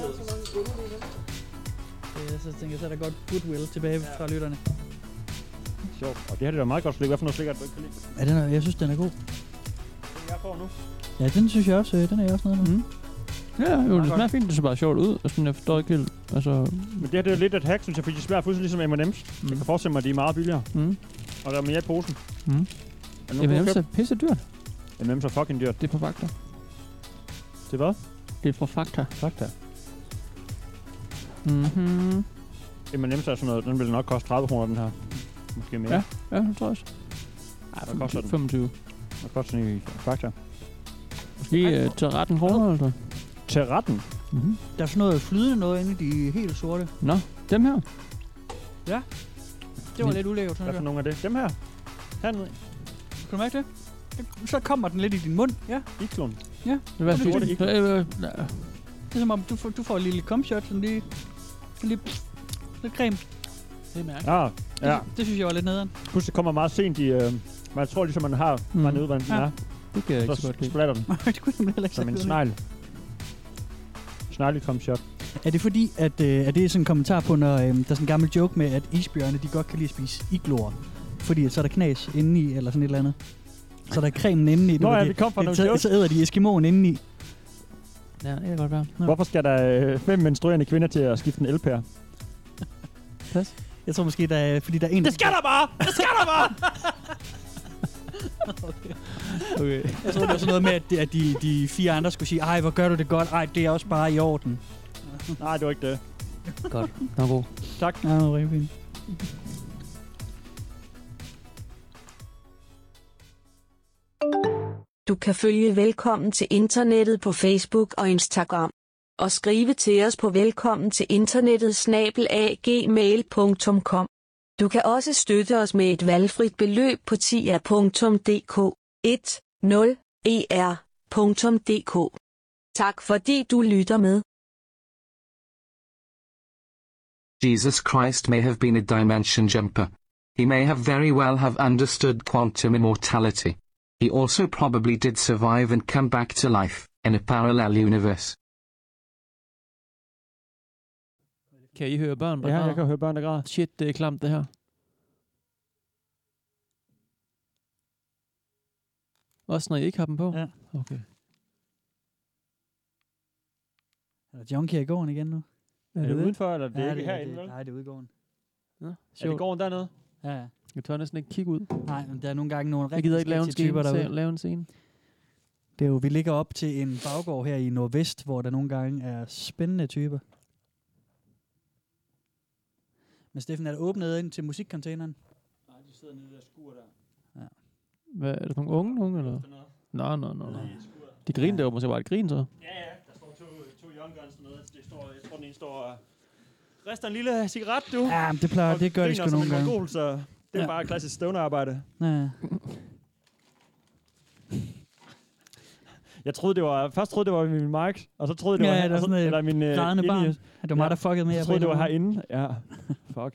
Speaker 15: Så tænker jeg, så er der godt goodwill tilbage fra lytterne.
Speaker 4: Sjovt. Og det her det er da meget godt slik. Hvad for noget slik er det, du ikke kan lide?
Speaker 3: Ja, den er, jeg synes, den er god.
Speaker 4: Den jeg får nu.
Speaker 3: Ja, den synes jeg også, øh, den er jeg også nede med. Mm.
Speaker 5: Mhm. Ja, jo, det smager fint. Det ser bare sjovt ud. Og sådan, jeg forstår ikke helt. Altså,
Speaker 4: Men det her det er lidt et hack, synes jeg, fordi de smager fuldstændig ligesom M&M's. Mm. Jeg kan forestille mig, at de er meget billigere.
Speaker 5: Mm.
Speaker 4: Og der er mere i posen.
Speaker 5: Mm.
Speaker 4: Er der nogen, du har
Speaker 5: M&M's er
Speaker 4: købt?
Speaker 5: pisse dyrt.
Speaker 4: M&M's er fucking dyrt.
Speaker 5: Det er på Fakta.
Speaker 4: Det er hvad?
Speaker 5: Det er fra Fakta.
Speaker 4: Fakta.
Speaker 5: Mhm.
Speaker 4: M&M's er sådan noget, den ville nok koste 30 kroner, den her. Måske mere.
Speaker 5: Ja, ja, det tror jeg også. Ej,
Speaker 4: Hvad koster den?
Speaker 5: 25.
Speaker 4: Hvad koster den i Fakta?
Speaker 5: Lige øh, til 13 kroner, altså.
Speaker 4: Til retten?
Speaker 5: Mhm.
Speaker 3: Der er sådan noget flydende noget inde i de helt sorte.
Speaker 5: Nå, dem her.
Speaker 3: Ja. Det var lidt ulækkert.
Speaker 4: Hvad for nogle af det? Dem her. Hernede.
Speaker 3: Kan du mærke det? Det- Så kommer den lidt i din mund. Ja.
Speaker 4: Iklon.
Speaker 3: Ja.
Speaker 5: Det var
Speaker 3: Den er
Speaker 5: fint.
Speaker 3: lidt-
Speaker 5: Det er, øh, nej.
Speaker 3: Det er som om, du får, du får en lille kumshot, sådan lige... sådan Lige... Lidt creme. Det er mærkeligt.
Speaker 4: Ah, ja.
Speaker 3: Det synes jeg var lidt nederen.
Speaker 4: Plus, det kommer meget sent i... Øh, man tror ligesom, man har mm. man ved, hvordan den
Speaker 3: Ja.
Speaker 4: er.
Speaker 5: Det kan jeg ikke så godt
Speaker 4: så
Speaker 5: lide.
Speaker 4: splatter den.
Speaker 3: det kunne jeg heller ikke
Speaker 4: Som en
Speaker 3: så
Speaker 4: snegl. Sneglig kom shot.
Speaker 3: Er det fordi, at, øh, at det er sådan en kommentar på, når øh, der er sådan en gammel joke med, at isbjørne, de godt kan lide at spise igloer, fordi at så er der knas indeni, eller sådan et eller andet. Så er der cremen indeni.
Speaker 4: Nå
Speaker 3: du ved,
Speaker 4: ja,
Speaker 3: de-
Speaker 4: vi kom fra
Speaker 3: de-
Speaker 4: nogle
Speaker 3: så,
Speaker 4: jokes.
Speaker 3: så æder de eskimoen indeni.
Speaker 5: Ja, det kan godt være.
Speaker 4: Ja. Hvorfor skal der øh, fem menstruerende kvinder til at skifte en elpære?
Speaker 5: Pas.
Speaker 3: Jeg tror måske, der er, fordi der er en...
Speaker 14: Det skal der bare! Det skal der bare!
Speaker 5: Okay.
Speaker 3: Jeg tror, det var sådan noget med, at, at de, de fire andre skulle sige, ej, hvor gør du det godt, ej, det er også bare i orden.
Speaker 4: Nej, det var ikke det.
Speaker 5: Godt. Den var god.
Speaker 4: Tak.
Speaker 3: Ja, det var rigtig fint.
Speaker 2: Du kan følge Velkommen til Internettet på Facebook og Instagram. Og skrive til os på velkommen til internettet snabelagmail.com. Du kan også støtte os med et valgfrit beløb på tia.dk E 10er.dk. Tak fordi du lytter med.
Speaker 16: Jesus Christ may have been a dimension jumper. He may have very well have understood quantum immortality. He also probably did survive and come back to life in a parallel universe.
Speaker 5: Kan I høre børn, der
Speaker 4: Ja,
Speaker 5: græder?
Speaker 4: jeg kan høre børn, der græder.
Speaker 5: Shit, det er klamt, det her. Også når I ikke har dem på?
Speaker 3: Ja.
Speaker 5: Okay.
Speaker 3: Er der junkie i gården igen nu?
Speaker 4: Er det udenfor, eller er det
Speaker 3: Ja,
Speaker 4: ikke herinde,
Speaker 3: det,
Speaker 4: vel?
Speaker 3: Nej, det er ude i gården.
Speaker 5: Ja,
Speaker 4: Er det gården dernede?
Speaker 3: Ja, ja.
Speaker 5: Jeg tør næsten ikke kigge ud.
Speaker 3: Nej, men der er nogle gange nogle
Speaker 5: Jeg gider
Speaker 3: rigtig
Speaker 5: ikke lave en
Speaker 3: sketchy typer
Speaker 5: scene.
Speaker 3: derude.
Speaker 5: Se, lave en scene.
Speaker 3: Det er jo, vi ligger op til en baggård her i Nordvest, hvor der nogle gange er spændende typer. Men Steffen, er der åbnet ind til musikcontaineren?
Speaker 4: Nej, de sidder nede i der skur der.
Speaker 5: Hvad, er der nogle unge nogen, eller? Nå, nå, nå, nå. De griner der jo måske bare et grin, så.
Speaker 4: Ja, ja. Der står to, to young guns dernede. Det står, jeg tror, den ene står og rister en lille cigaret, du.
Speaker 3: Ja, men det plejer- det gør de sgu nogle gange.
Speaker 4: Mongol, så det er ja. bare klassisk støvnearbejde.
Speaker 3: Ja.
Speaker 4: Jeg troede, det var, først troede, det var min mic, og så troede, det var,
Speaker 3: Ja, ja, det var
Speaker 4: og så,
Speaker 3: sådan et
Speaker 4: eller min, øh,
Speaker 3: grædende barn.
Speaker 4: in-ears.
Speaker 3: Det var mig, der fuckede med jer
Speaker 4: Jeg
Speaker 3: på
Speaker 4: troede,
Speaker 3: en
Speaker 4: det var
Speaker 3: eller anden
Speaker 4: herinde. Ja, fuck.